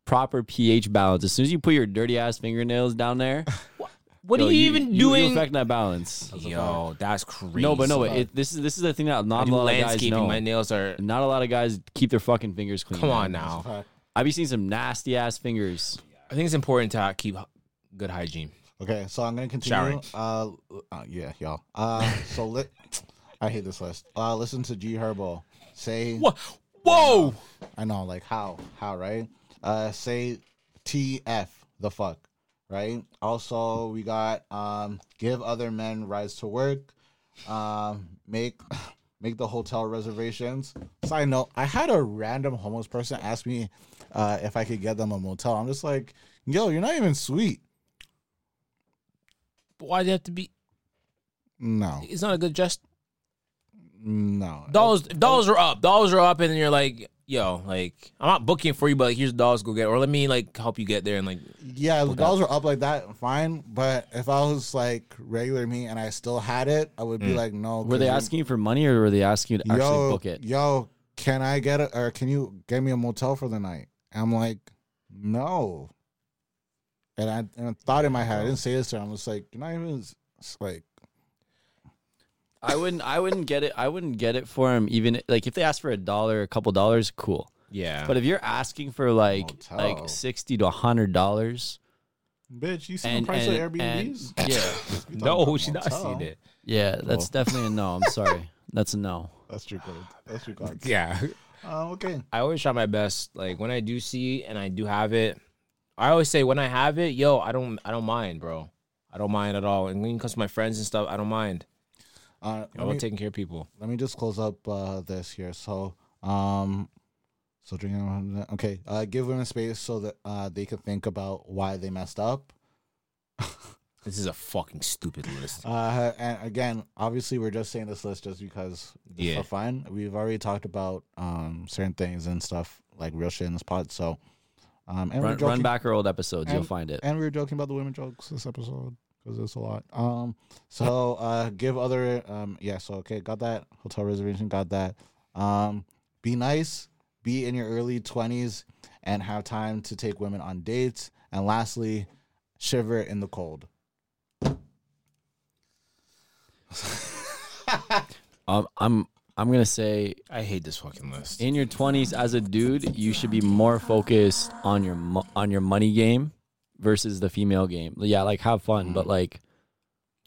[SPEAKER 1] proper pH balance. As soon as you put your dirty ass fingernails down there,
[SPEAKER 2] *laughs* what
[SPEAKER 1] yo,
[SPEAKER 2] are you, even
[SPEAKER 1] You
[SPEAKER 2] doing?
[SPEAKER 1] affect that balance.
[SPEAKER 2] Yo, that's crazy.
[SPEAKER 1] No, but no, but it, this is this is the thing that
[SPEAKER 2] I
[SPEAKER 1] not a
[SPEAKER 2] do
[SPEAKER 1] lot of guys
[SPEAKER 2] landscaping.
[SPEAKER 1] know.
[SPEAKER 2] My nails are.
[SPEAKER 1] Not a lot of guys keep their fucking fingers clean.
[SPEAKER 2] Come
[SPEAKER 1] man.
[SPEAKER 2] on now.
[SPEAKER 3] Fact.
[SPEAKER 1] I be seeing some nasty ass fingers.
[SPEAKER 2] I think it's important to keep good hygiene.
[SPEAKER 3] Okay, so I'm gonna continue.
[SPEAKER 2] Showering.
[SPEAKER 3] Uh, uh, yeah, y'all. Uh, so let. *laughs* I hate this list. Uh, listen to G Herbo say.
[SPEAKER 2] What? Whoa!
[SPEAKER 3] I know, like how, how, right? Uh, say TF the fuck, right? Also, we got um, give other men rights to work. Um, make *laughs* make the hotel reservations. Side note: I had a random homeless person ask me uh, if I could get them a motel. I'm just like, yo, you're not even sweet.
[SPEAKER 2] Why do you have to be?
[SPEAKER 3] No,
[SPEAKER 2] It's not a good gesture.
[SPEAKER 3] no.
[SPEAKER 2] Dollars, dollars are up. Dollars are up, and then you're like, yo, like I'm not booking for you, but here's dollars. Go get, it. or let me like help you get there, and like
[SPEAKER 3] Yeah, if the dolls were up like that, fine. But if I was like regular me and I still had it, I would be like, no.
[SPEAKER 1] Were they
[SPEAKER 3] 'cause
[SPEAKER 1] asking you for money or were they asking you to
[SPEAKER 3] yo,
[SPEAKER 1] actually book it?
[SPEAKER 3] Yo, can I get a or can you get me a motel for the night? I'm like, no. And I and I thought in my head, I didn't say this to her. I'm just like, you're not even it's like
[SPEAKER 1] I wouldn't. I wouldn't get it. I wouldn't get it for him. Even like if they ask for a dollar, a couple dollars, cool.
[SPEAKER 2] yeah.
[SPEAKER 1] But if you're asking for like
[SPEAKER 3] Motel.
[SPEAKER 1] like sixty to hundred dollars,
[SPEAKER 3] Bitch, you see
[SPEAKER 1] and, and, and
[SPEAKER 3] *laughs*
[SPEAKER 1] yeah,
[SPEAKER 2] no, she not seen it.
[SPEAKER 1] yeah, that's definitely a no. I'm
[SPEAKER 3] *laughs*
[SPEAKER 1] sorry, that's a no.
[SPEAKER 3] That's true code. That's true *laughs* code.
[SPEAKER 2] Yeah.
[SPEAKER 3] Uh, okay.
[SPEAKER 2] I always try my best. Like when I do see and I do have it, I always say when I have it, yo, I don't, I don't mind, bro. I don't mind at all. And when it comes to my friends and stuff, I don't mind.
[SPEAKER 3] Uh,
[SPEAKER 2] I
[SPEAKER 3] let me-
[SPEAKER 2] love taking care of people.
[SPEAKER 3] let me just close up uh, this here. So, um, so drinking. Okay, uh, give women space so that uh, they can think about why they messed up.
[SPEAKER 2] This is a fucking stupid
[SPEAKER 1] *laughs*
[SPEAKER 2] list.
[SPEAKER 3] Uh, and again, obviously, we're just saying this list just because it's
[SPEAKER 2] Yeah.
[SPEAKER 3] for fun. We've already talked about um, certain things and stuff like real shit in this pod. So, um, and we're
[SPEAKER 1] Run,
[SPEAKER 3] joking,
[SPEAKER 1] run back our old episodes, you'll
[SPEAKER 3] and-
[SPEAKER 1] find it.
[SPEAKER 3] And we were joking about the women jokes this episode because it's a lot. Um, so uh, give other um, yeah. So okay, got that hotel reservation, got that. Um, be nice, be in your early twenties, and have time to take women on dates. And lastly, shiver in the cold.
[SPEAKER 1] Um, I'm I'm gonna say
[SPEAKER 2] I hate this fucking list.
[SPEAKER 1] in your 20s as a dude, you should be more focused on your mo- on your money game versus the female game. Yeah, like have fun, but like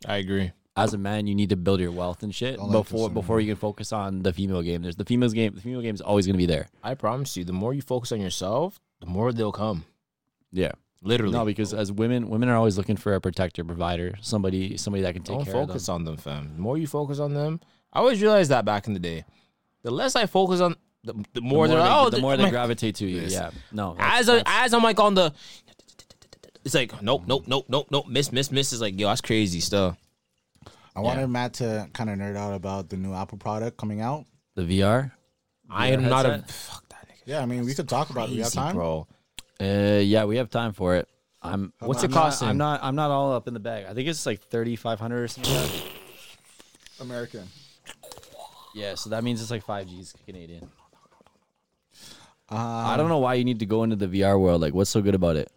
[SPEAKER 2] I agree.
[SPEAKER 1] as a man, you need to build your wealth and shit
[SPEAKER 3] Don't like
[SPEAKER 1] before
[SPEAKER 3] this,
[SPEAKER 1] before you can focus on the female game. There's the female's game. The female game is always gonna be there.
[SPEAKER 2] I promise you, the more you focus on yourself, the more they'll come.
[SPEAKER 1] Yeah,
[SPEAKER 2] Literally.
[SPEAKER 1] no, because as women, women are always looking for a protector, provider, somebody somebody that can take
[SPEAKER 2] Don't
[SPEAKER 1] care
[SPEAKER 2] focus
[SPEAKER 1] of them.
[SPEAKER 2] on them, fam. The more you focus on them, I always realized that back in the day. The less I focus on, the, the more,
[SPEAKER 1] the
[SPEAKER 2] they're
[SPEAKER 1] more,
[SPEAKER 2] like,
[SPEAKER 1] they,
[SPEAKER 2] oh,
[SPEAKER 1] the
[SPEAKER 2] th-
[SPEAKER 1] more they
[SPEAKER 2] my-
[SPEAKER 1] gravitate to you. Yeah, no,
[SPEAKER 2] as a, as I'm like on the, it's like nope, nope, nope, nope, nope, miss, miss, miss. Is like yo, that's crazy stuff.
[SPEAKER 3] I wanted Matt to kind of nerd out about the new Apple product coming out.
[SPEAKER 1] the VR.
[SPEAKER 2] I am not a
[SPEAKER 1] headset?
[SPEAKER 2] fuck that nigga.
[SPEAKER 3] Yeah, I mean, we could talk about it. We have
[SPEAKER 2] Crazy,
[SPEAKER 3] time.
[SPEAKER 2] bro.
[SPEAKER 1] Uh, yeah, we have time for it. I'm.
[SPEAKER 2] What's
[SPEAKER 1] I'm
[SPEAKER 2] it
[SPEAKER 1] not-
[SPEAKER 2] costing?
[SPEAKER 1] I'm not. I'm not all up in the bag. I think it's like thirty five hundred or something. like that.
[SPEAKER 3] American.
[SPEAKER 1] Yeah, so that means it's like five G's Canadian.
[SPEAKER 3] Um,
[SPEAKER 1] I don't know why you need to go into the VR world. Like, what's so good about it?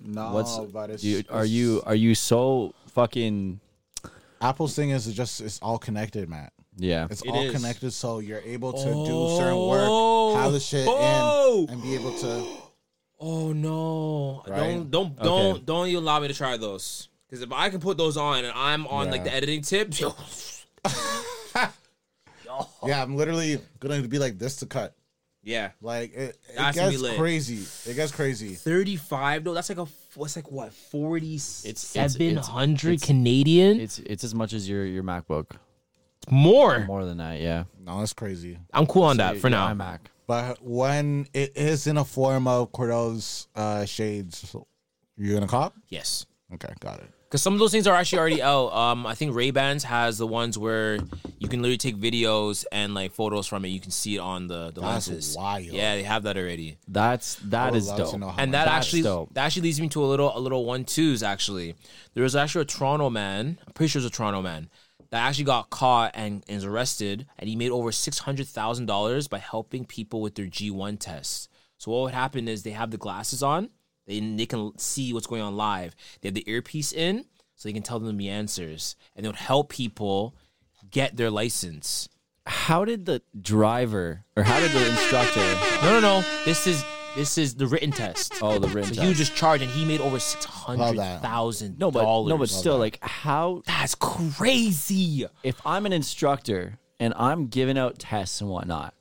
[SPEAKER 3] No,
[SPEAKER 1] What's
[SPEAKER 3] Oh, but it's,
[SPEAKER 1] dude, are
[SPEAKER 3] it's-
[SPEAKER 1] you are you so fucking
[SPEAKER 3] Apple's thing is just it's all connected, Matt.
[SPEAKER 1] yeah?
[SPEAKER 3] It's
[SPEAKER 2] It
[SPEAKER 3] all
[SPEAKER 2] is.
[SPEAKER 3] connected, so you're able to do certain work, have the shit
[SPEAKER 2] Oh.
[SPEAKER 3] in, and be able to.
[SPEAKER 2] Oh no!
[SPEAKER 3] Right?
[SPEAKER 2] Don't don't
[SPEAKER 1] Okay.
[SPEAKER 2] don't don't you allow me to try those? Because if I can put those on and I'm on like the
[SPEAKER 3] Yeah.
[SPEAKER 2] editing tips, yo,
[SPEAKER 3] Yeah, I'm literally gonna be like this to cut.
[SPEAKER 2] yeah,
[SPEAKER 3] Like it, it
[SPEAKER 2] That's gonna be
[SPEAKER 3] gets
[SPEAKER 2] lit.
[SPEAKER 3] crazy. It gets crazy.
[SPEAKER 2] thirty five though. That's like a what's like what forty
[SPEAKER 1] it's- it's-
[SPEAKER 2] seven hundred Canadian.
[SPEAKER 1] It's it's as much as your your MacBook.
[SPEAKER 2] more.
[SPEAKER 7] More than that, yeah.
[SPEAKER 3] No, that's crazy.
[SPEAKER 2] I'm cool on that Uh, for now.
[SPEAKER 7] I'm back.
[SPEAKER 3] But when it is in a form of Cordell's uh, shades, you're gonna cop?
[SPEAKER 2] Yes.
[SPEAKER 3] Okay, got it.
[SPEAKER 2] Because some of those things are actually already out. Um, I think Ray Bans has the ones where you can literally take videos and like photos from it. You can see it on the, the
[SPEAKER 3] That's
[SPEAKER 2] lenses.
[SPEAKER 3] wild.
[SPEAKER 2] Yeah, they have that already.
[SPEAKER 1] That's that
[SPEAKER 3] would
[SPEAKER 1] is
[SPEAKER 3] love to
[SPEAKER 1] dope.
[SPEAKER 3] know how
[SPEAKER 2] and
[SPEAKER 3] much-
[SPEAKER 2] that actually
[SPEAKER 1] dope.
[SPEAKER 2] that actually leads me to a little a little one twos actually. There was actually a Toronto man, I'm pretty sure it was a Toronto man, that actually got caught and, and is arrested, and he made over six hundred thousand dollars by helping people with their G one test. So what would happen is they have the glasses on, they they can see what's going on live. They have the earpiece in, so they can tell them the answers, and it would help people get their license.
[SPEAKER 1] How did the driver or how did the instructor?
[SPEAKER 2] No, no, no. This is this is the written test.
[SPEAKER 1] Oh, the written
[SPEAKER 2] So
[SPEAKER 1] test.
[SPEAKER 2] you just charged, and he made over six hundred
[SPEAKER 3] that.
[SPEAKER 2] thousand
[SPEAKER 1] no, but
[SPEAKER 2] dollars.
[SPEAKER 1] no, but still, like how
[SPEAKER 2] that's crazy.
[SPEAKER 1] if I'm an instructor and I'm giving out tests and whatnot,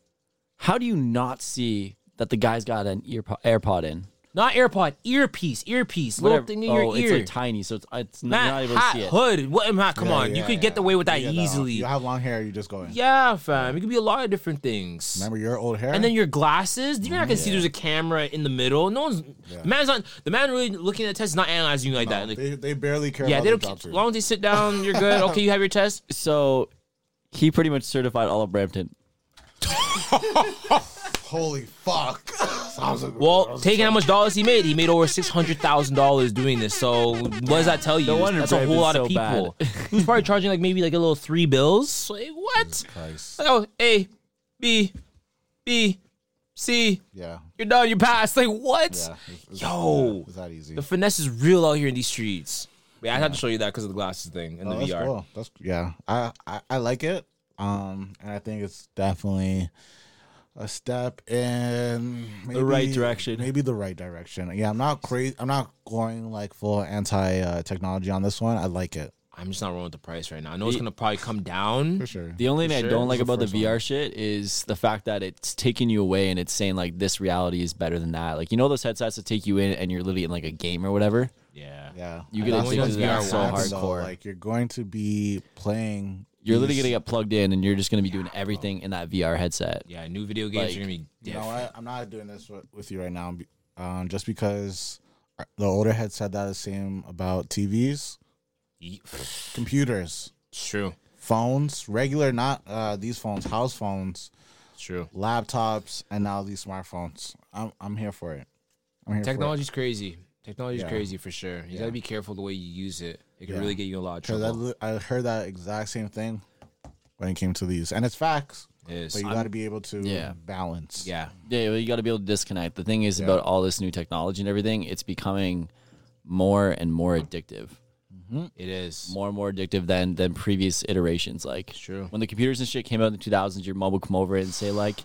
[SPEAKER 1] how do you not see that the guy's got an earpo AirPod in?
[SPEAKER 2] Not AirPod, earpiece, earpiece,
[SPEAKER 1] Whatever-
[SPEAKER 2] little thing in
[SPEAKER 1] oh,
[SPEAKER 2] your ear.
[SPEAKER 1] It's like tiny, so it's, uh, it's n-
[SPEAKER 2] Matt,
[SPEAKER 1] not able to
[SPEAKER 2] hot
[SPEAKER 1] see it.
[SPEAKER 2] hood. What, Matt, come
[SPEAKER 3] Yeah,
[SPEAKER 2] on, you
[SPEAKER 3] yeah,
[SPEAKER 2] could get
[SPEAKER 3] yeah.
[SPEAKER 2] away with that
[SPEAKER 3] You get
[SPEAKER 2] easily.
[SPEAKER 3] You have long hair, you just go in.
[SPEAKER 2] yeah, fam, it could be a lot of different things.
[SPEAKER 3] Remember your old hair?
[SPEAKER 2] And then your glasses, you're not gonna see there's a camera in the middle. No one's man's not the man really looking at the test is not analyzing you like that. Like,
[SPEAKER 3] they, they barely care.
[SPEAKER 2] yeah,
[SPEAKER 3] about
[SPEAKER 2] they
[SPEAKER 3] their
[SPEAKER 2] don't.
[SPEAKER 3] job
[SPEAKER 2] As
[SPEAKER 3] too.
[SPEAKER 2] long as they sit down,
[SPEAKER 1] *laughs*
[SPEAKER 2] you're good. Okay, you have your test.
[SPEAKER 1] So he pretty much certified all of Brampton.
[SPEAKER 3] Holy fuck! *laughs* Sounds like-
[SPEAKER 2] Well, taking how much dollars he made, he made over six hundred thousand dollars doing this. So what does that tell you?
[SPEAKER 1] wonder
[SPEAKER 2] That's a
[SPEAKER 1] Brave
[SPEAKER 2] whole
[SPEAKER 1] is
[SPEAKER 2] lot
[SPEAKER 1] so
[SPEAKER 2] of people. He's probably charging like maybe like a little three bills. Like, what?
[SPEAKER 3] Christ.
[SPEAKER 2] Like, oh, A, B, B, C.
[SPEAKER 3] Yeah.
[SPEAKER 2] You're done. You passed. Like what?
[SPEAKER 3] yeah. It's- it's-
[SPEAKER 2] Yo.
[SPEAKER 3] yeah, it's that easy.
[SPEAKER 2] The finesse is real out here in these streets. Wait, I had to show you that because of the glasses thing and
[SPEAKER 3] Oh,
[SPEAKER 2] the
[SPEAKER 3] that's
[SPEAKER 2] VR.
[SPEAKER 3] cool. That's yeah. I, I I like it. Um, and I think it's definitely a step in maybe,
[SPEAKER 1] right direction.
[SPEAKER 3] Maybe the right direction. Yeah, I'm not crazy. I'm not going like full anti uh, technology on this one. I like it
[SPEAKER 2] I'm just not rolling with the price right now. I know it's gonna probably come down.
[SPEAKER 3] for sure.
[SPEAKER 1] The only thing I don't like
[SPEAKER 3] This is the
[SPEAKER 1] about the
[SPEAKER 3] first one.
[SPEAKER 1] VR shit is the fact that it's taking you away and it's saying like this reality is better than that. Like you know those headsets that take you in and you're literally in like a game or whatever.
[SPEAKER 5] *laughs* Yeah.
[SPEAKER 3] yeah,
[SPEAKER 1] You get
[SPEAKER 3] That's
[SPEAKER 1] addicted
[SPEAKER 3] what
[SPEAKER 1] to that so
[SPEAKER 3] happens, though.
[SPEAKER 1] hardcore.
[SPEAKER 3] Like you're going to be playing.
[SPEAKER 1] You're literally
[SPEAKER 3] these-
[SPEAKER 1] gonna get plugged in and you're just gonna be doing everything in that VR headset.
[SPEAKER 2] Yeah, new video games are gonna be
[SPEAKER 3] You know
[SPEAKER 2] different.
[SPEAKER 3] what? I'm not doing this with, with you right now, be- um, just because the older head said that the same about TVs,
[SPEAKER 2] Ye- *sighs* It's
[SPEAKER 3] computers.
[SPEAKER 2] true.
[SPEAKER 3] phones, regular, not uh, these phones, house phones,
[SPEAKER 2] It's true.
[SPEAKER 3] laptops, and now these smartphones. I'm I'm here for it. I'm here
[SPEAKER 2] Technology's crazy. Technology's
[SPEAKER 3] Yeah.
[SPEAKER 2] crazy for sure. You gotta be careful the way you use it. It can
[SPEAKER 3] Yeah.
[SPEAKER 2] really get you in a lot of
[SPEAKER 3] because I,
[SPEAKER 2] trouble.
[SPEAKER 3] li- I heard that exact same thing when it came to these, and it's facts.
[SPEAKER 2] Yes.
[SPEAKER 3] But you
[SPEAKER 2] I'm-
[SPEAKER 3] got to be able to
[SPEAKER 1] Yeah.
[SPEAKER 3] balance.
[SPEAKER 2] yeah.
[SPEAKER 1] Yeah, well, you got to be able to disconnect. The thing is about all this new technology and everything, it's becoming more and more addictive,
[SPEAKER 2] It is.
[SPEAKER 1] more and more addictive than than previous iterations. Like,
[SPEAKER 2] true.
[SPEAKER 1] When the computers and shit came out in the 2000s, your mom would come over and say like,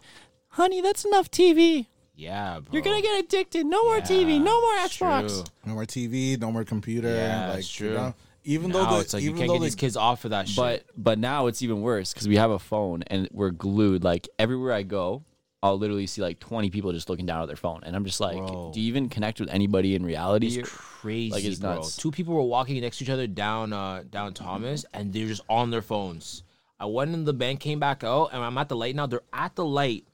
[SPEAKER 1] "Honey, that's enough TV.
[SPEAKER 2] Yeah, bro.
[SPEAKER 1] You're gonna get addicted. No more TV. No more Xbox."
[SPEAKER 2] Oh. True.
[SPEAKER 3] No more TV, no more computer.
[SPEAKER 2] Yeah,
[SPEAKER 3] like
[SPEAKER 2] it's true.
[SPEAKER 3] you know, even
[SPEAKER 2] Now
[SPEAKER 3] though
[SPEAKER 2] it's
[SPEAKER 3] the,
[SPEAKER 2] like you
[SPEAKER 3] even
[SPEAKER 2] can't
[SPEAKER 3] though
[SPEAKER 2] get
[SPEAKER 3] the,
[SPEAKER 2] these kids off of that shit.
[SPEAKER 1] But but now it's even worse because we have a phone and we're glued. Like everywhere I go, I'll literally see like twenty people just looking down at their phone, and I'm just like,
[SPEAKER 2] Bro.
[SPEAKER 1] do you even connect with anybody in reality?
[SPEAKER 2] it's
[SPEAKER 1] You're-
[SPEAKER 2] crazy,
[SPEAKER 1] like, it's
[SPEAKER 2] bro.
[SPEAKER 1] nuts.
[SPEAKER 2] Two people were walking next to each other down uh down Thomas, and they're just on their phones. I went in the bank, came back out, and I'm at the light now. They're at the light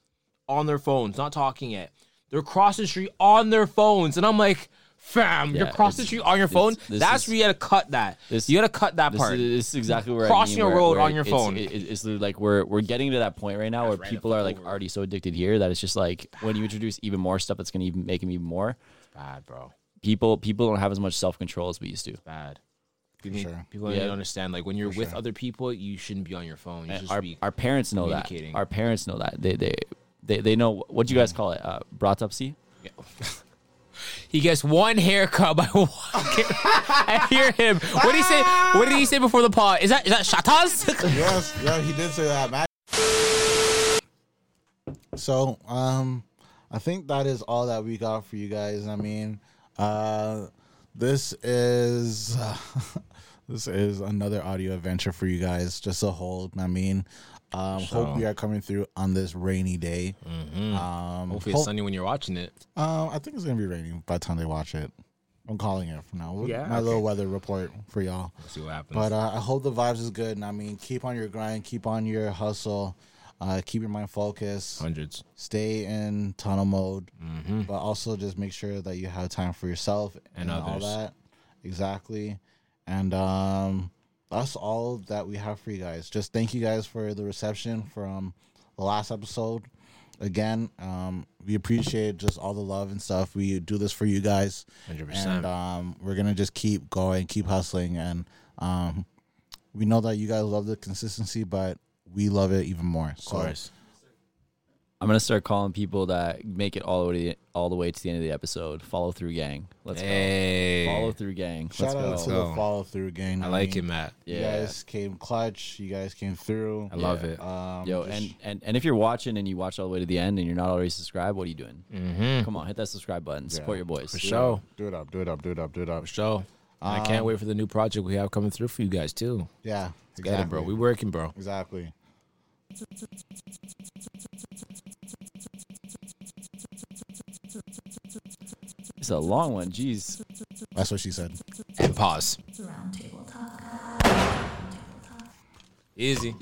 [SPEAKER 2] on their phones, not talking yet. They're crossing the street on their phones, and I'm like, fam,
[SPEAKER 1] Yeah,
[SPEAKER 2] you're crossing the
[SPEAKER 1] it's-
[SPEAKER 2] street on your phone.
[SPEAKER 1] it's- this
[SPEAKER 2] That's
[SPEAKER 1] is-
[SPEAKER 2] where you gotta cut that.
[SPEAKER 1] this-
[SPEAKER 2] you gotta cut that
[SPEAKER 1] This
[SPEAKER 2] part.
[SPEAKER 1] is, this is exactly where
[SPEAKER 2] Crossing
[SPEAKER 1] I
[SPEAKER 2] a
[SPEAKER 1] mean, where-
[SPEAKER 2] road
[SPEAKER 1] where
[SPEAKER 2] on your
[SPEAKER 1] it's-
[SPEAKER 2] phone.
[SPEAKER 1] It, it- it's literally like we're we're getting to that point right now where
[SPEAKER 5] right
[SPEAKER 1] people are like
[SPEAKER 5] over.
[SPEAKER 1] already so addicted here that it's just like when you introduce even more stuff, that's gonna even make them even more.
[SPEAKER 2] bad, bro.
[SPEAKER 1] People people don't have as much self control as we used to.
[SPEAKER 2] Bad. People, need-
[SPEAKER 3] sure.
[SPEAKER 2] people need to understand. Like when you're with other people, you shouldn't be on your phone. You should just
[SPEAKER 1] Our,
[SPEAKER 2] be.
[SPEAKER 1] our parents know that.
[SPEAKER 2] communicating.
[SPEAKER 1] Our parents know that. They they they, they know what do you guys call it? Uh, brotopsy.
[SPEAKER 2] He gets one haircut by *laughs* walking. I hear him. What did he say? What did he say before the pod? Is that is that
[SPEAKER 7] *laughs*
[SPEAKER 2] shatas?
[SPEAKER 3] yes, yeah, he did say that. Matt. So, um, I think that is all that we got for you guys. I mean, uh, this is *laughs* this is another audio adventure for you guys. Just a hold. I mean, um, hope we are coming through on this rainy day. Um,
[SPEAKER 2] Hopefully it's
[SPEAKER 3] hope-
[SPEAKER 2] sunny when you're watching it.
[SPEAKER 3] um, I think it's gonna be raining by the time they watch it. I'm calling it from now.
[SPEAKER 5] Yeah,
[SPEAKER 3] my little weather report for y'all.
[SPEAKER 7] Let's see what happens.
[SPEAKER 3] But uh, I hope the vibes is good. And I mean, keep on your grind, keep on your hustle, uh, keep your mind
[SPEAKER 2] Oh,
[SPEAKER 3] focused,
[SPEAKER 7] Hundreds.
[SPEAKER 3] stay in tunnel mode, but also just make sure that you have time for yourself and,
[SPEAKER 7] Mm-hmm. And others.
[SPEAKER 3] all that. Exactly. And um, that's all that we have for you guys. Just thank you guys for the reception from the last episode. Again, um, we appreciate just all the love and stuff. We do this for you guys.
[SPEAKER 7] 100%.
[SPEAKER 3] And um, we're going to just keep going, keep hustling. And um, we know that you guys love the consistency, but we love it even more.
[SPEAKER 7] Of course.
[SPEAKER 1] I'm gonna start calling people that make it all the way all the way to the end of the episode. Follow through gang. Let's
[SPEAKER 7] Hey.
[SPEAKER 1] go. Follow through gang.
[SPEAKER 3] Shout out
[SPEAKER 1] Let's
[SPEAKER 3] to
[SPEAKER 1] go.
[SPEAKER 3] the
[SPEAKER 7] go.
[SPEAKER 3] follow through gang.
[SPEAKER 7] I like
[SPEAKER 3] mean,
[SPEAKER 7] it, Matt.
[SPEAKER 3] You
[SPEAKER 1] Yeah.
[SPEAKER 3] guys came clutch. You guys came through.
[SPEAKER 7] I love it.
[SPEAKER 3] Um,
[SPEAKER 1] Yo,
[SPEAKER 3] just-
[SPEAKER 1] and, and and if you're watching and you watch all the way to the end and you're not already subscribed, what are you doing?
[SPEAKER 7] Mm-hmm.
[SPEAKER 1] Come on, hit that subscribe button. Support your boys.
[SPEAKER 7] For sure.
[SPEAKER 3] do it up, do it up, do it up, do it up.
[SPEAKER 7] For sure. I
[SPEAKER 1] Um,
[SPEAKER 7] can't wait for the new project we have coming through for you guys too.
[SPEAKER 3] Yeah,
[SPEAKER 7] Get it, bro. We working, bro.
[SPEAKER 3] Exactly.
[SPEAKER 1] It's a long one. Jeez.
[SPEAKER 3] That's what she said.
[SPEAKER 7] And pause.
[SPEAKER 2] Easy.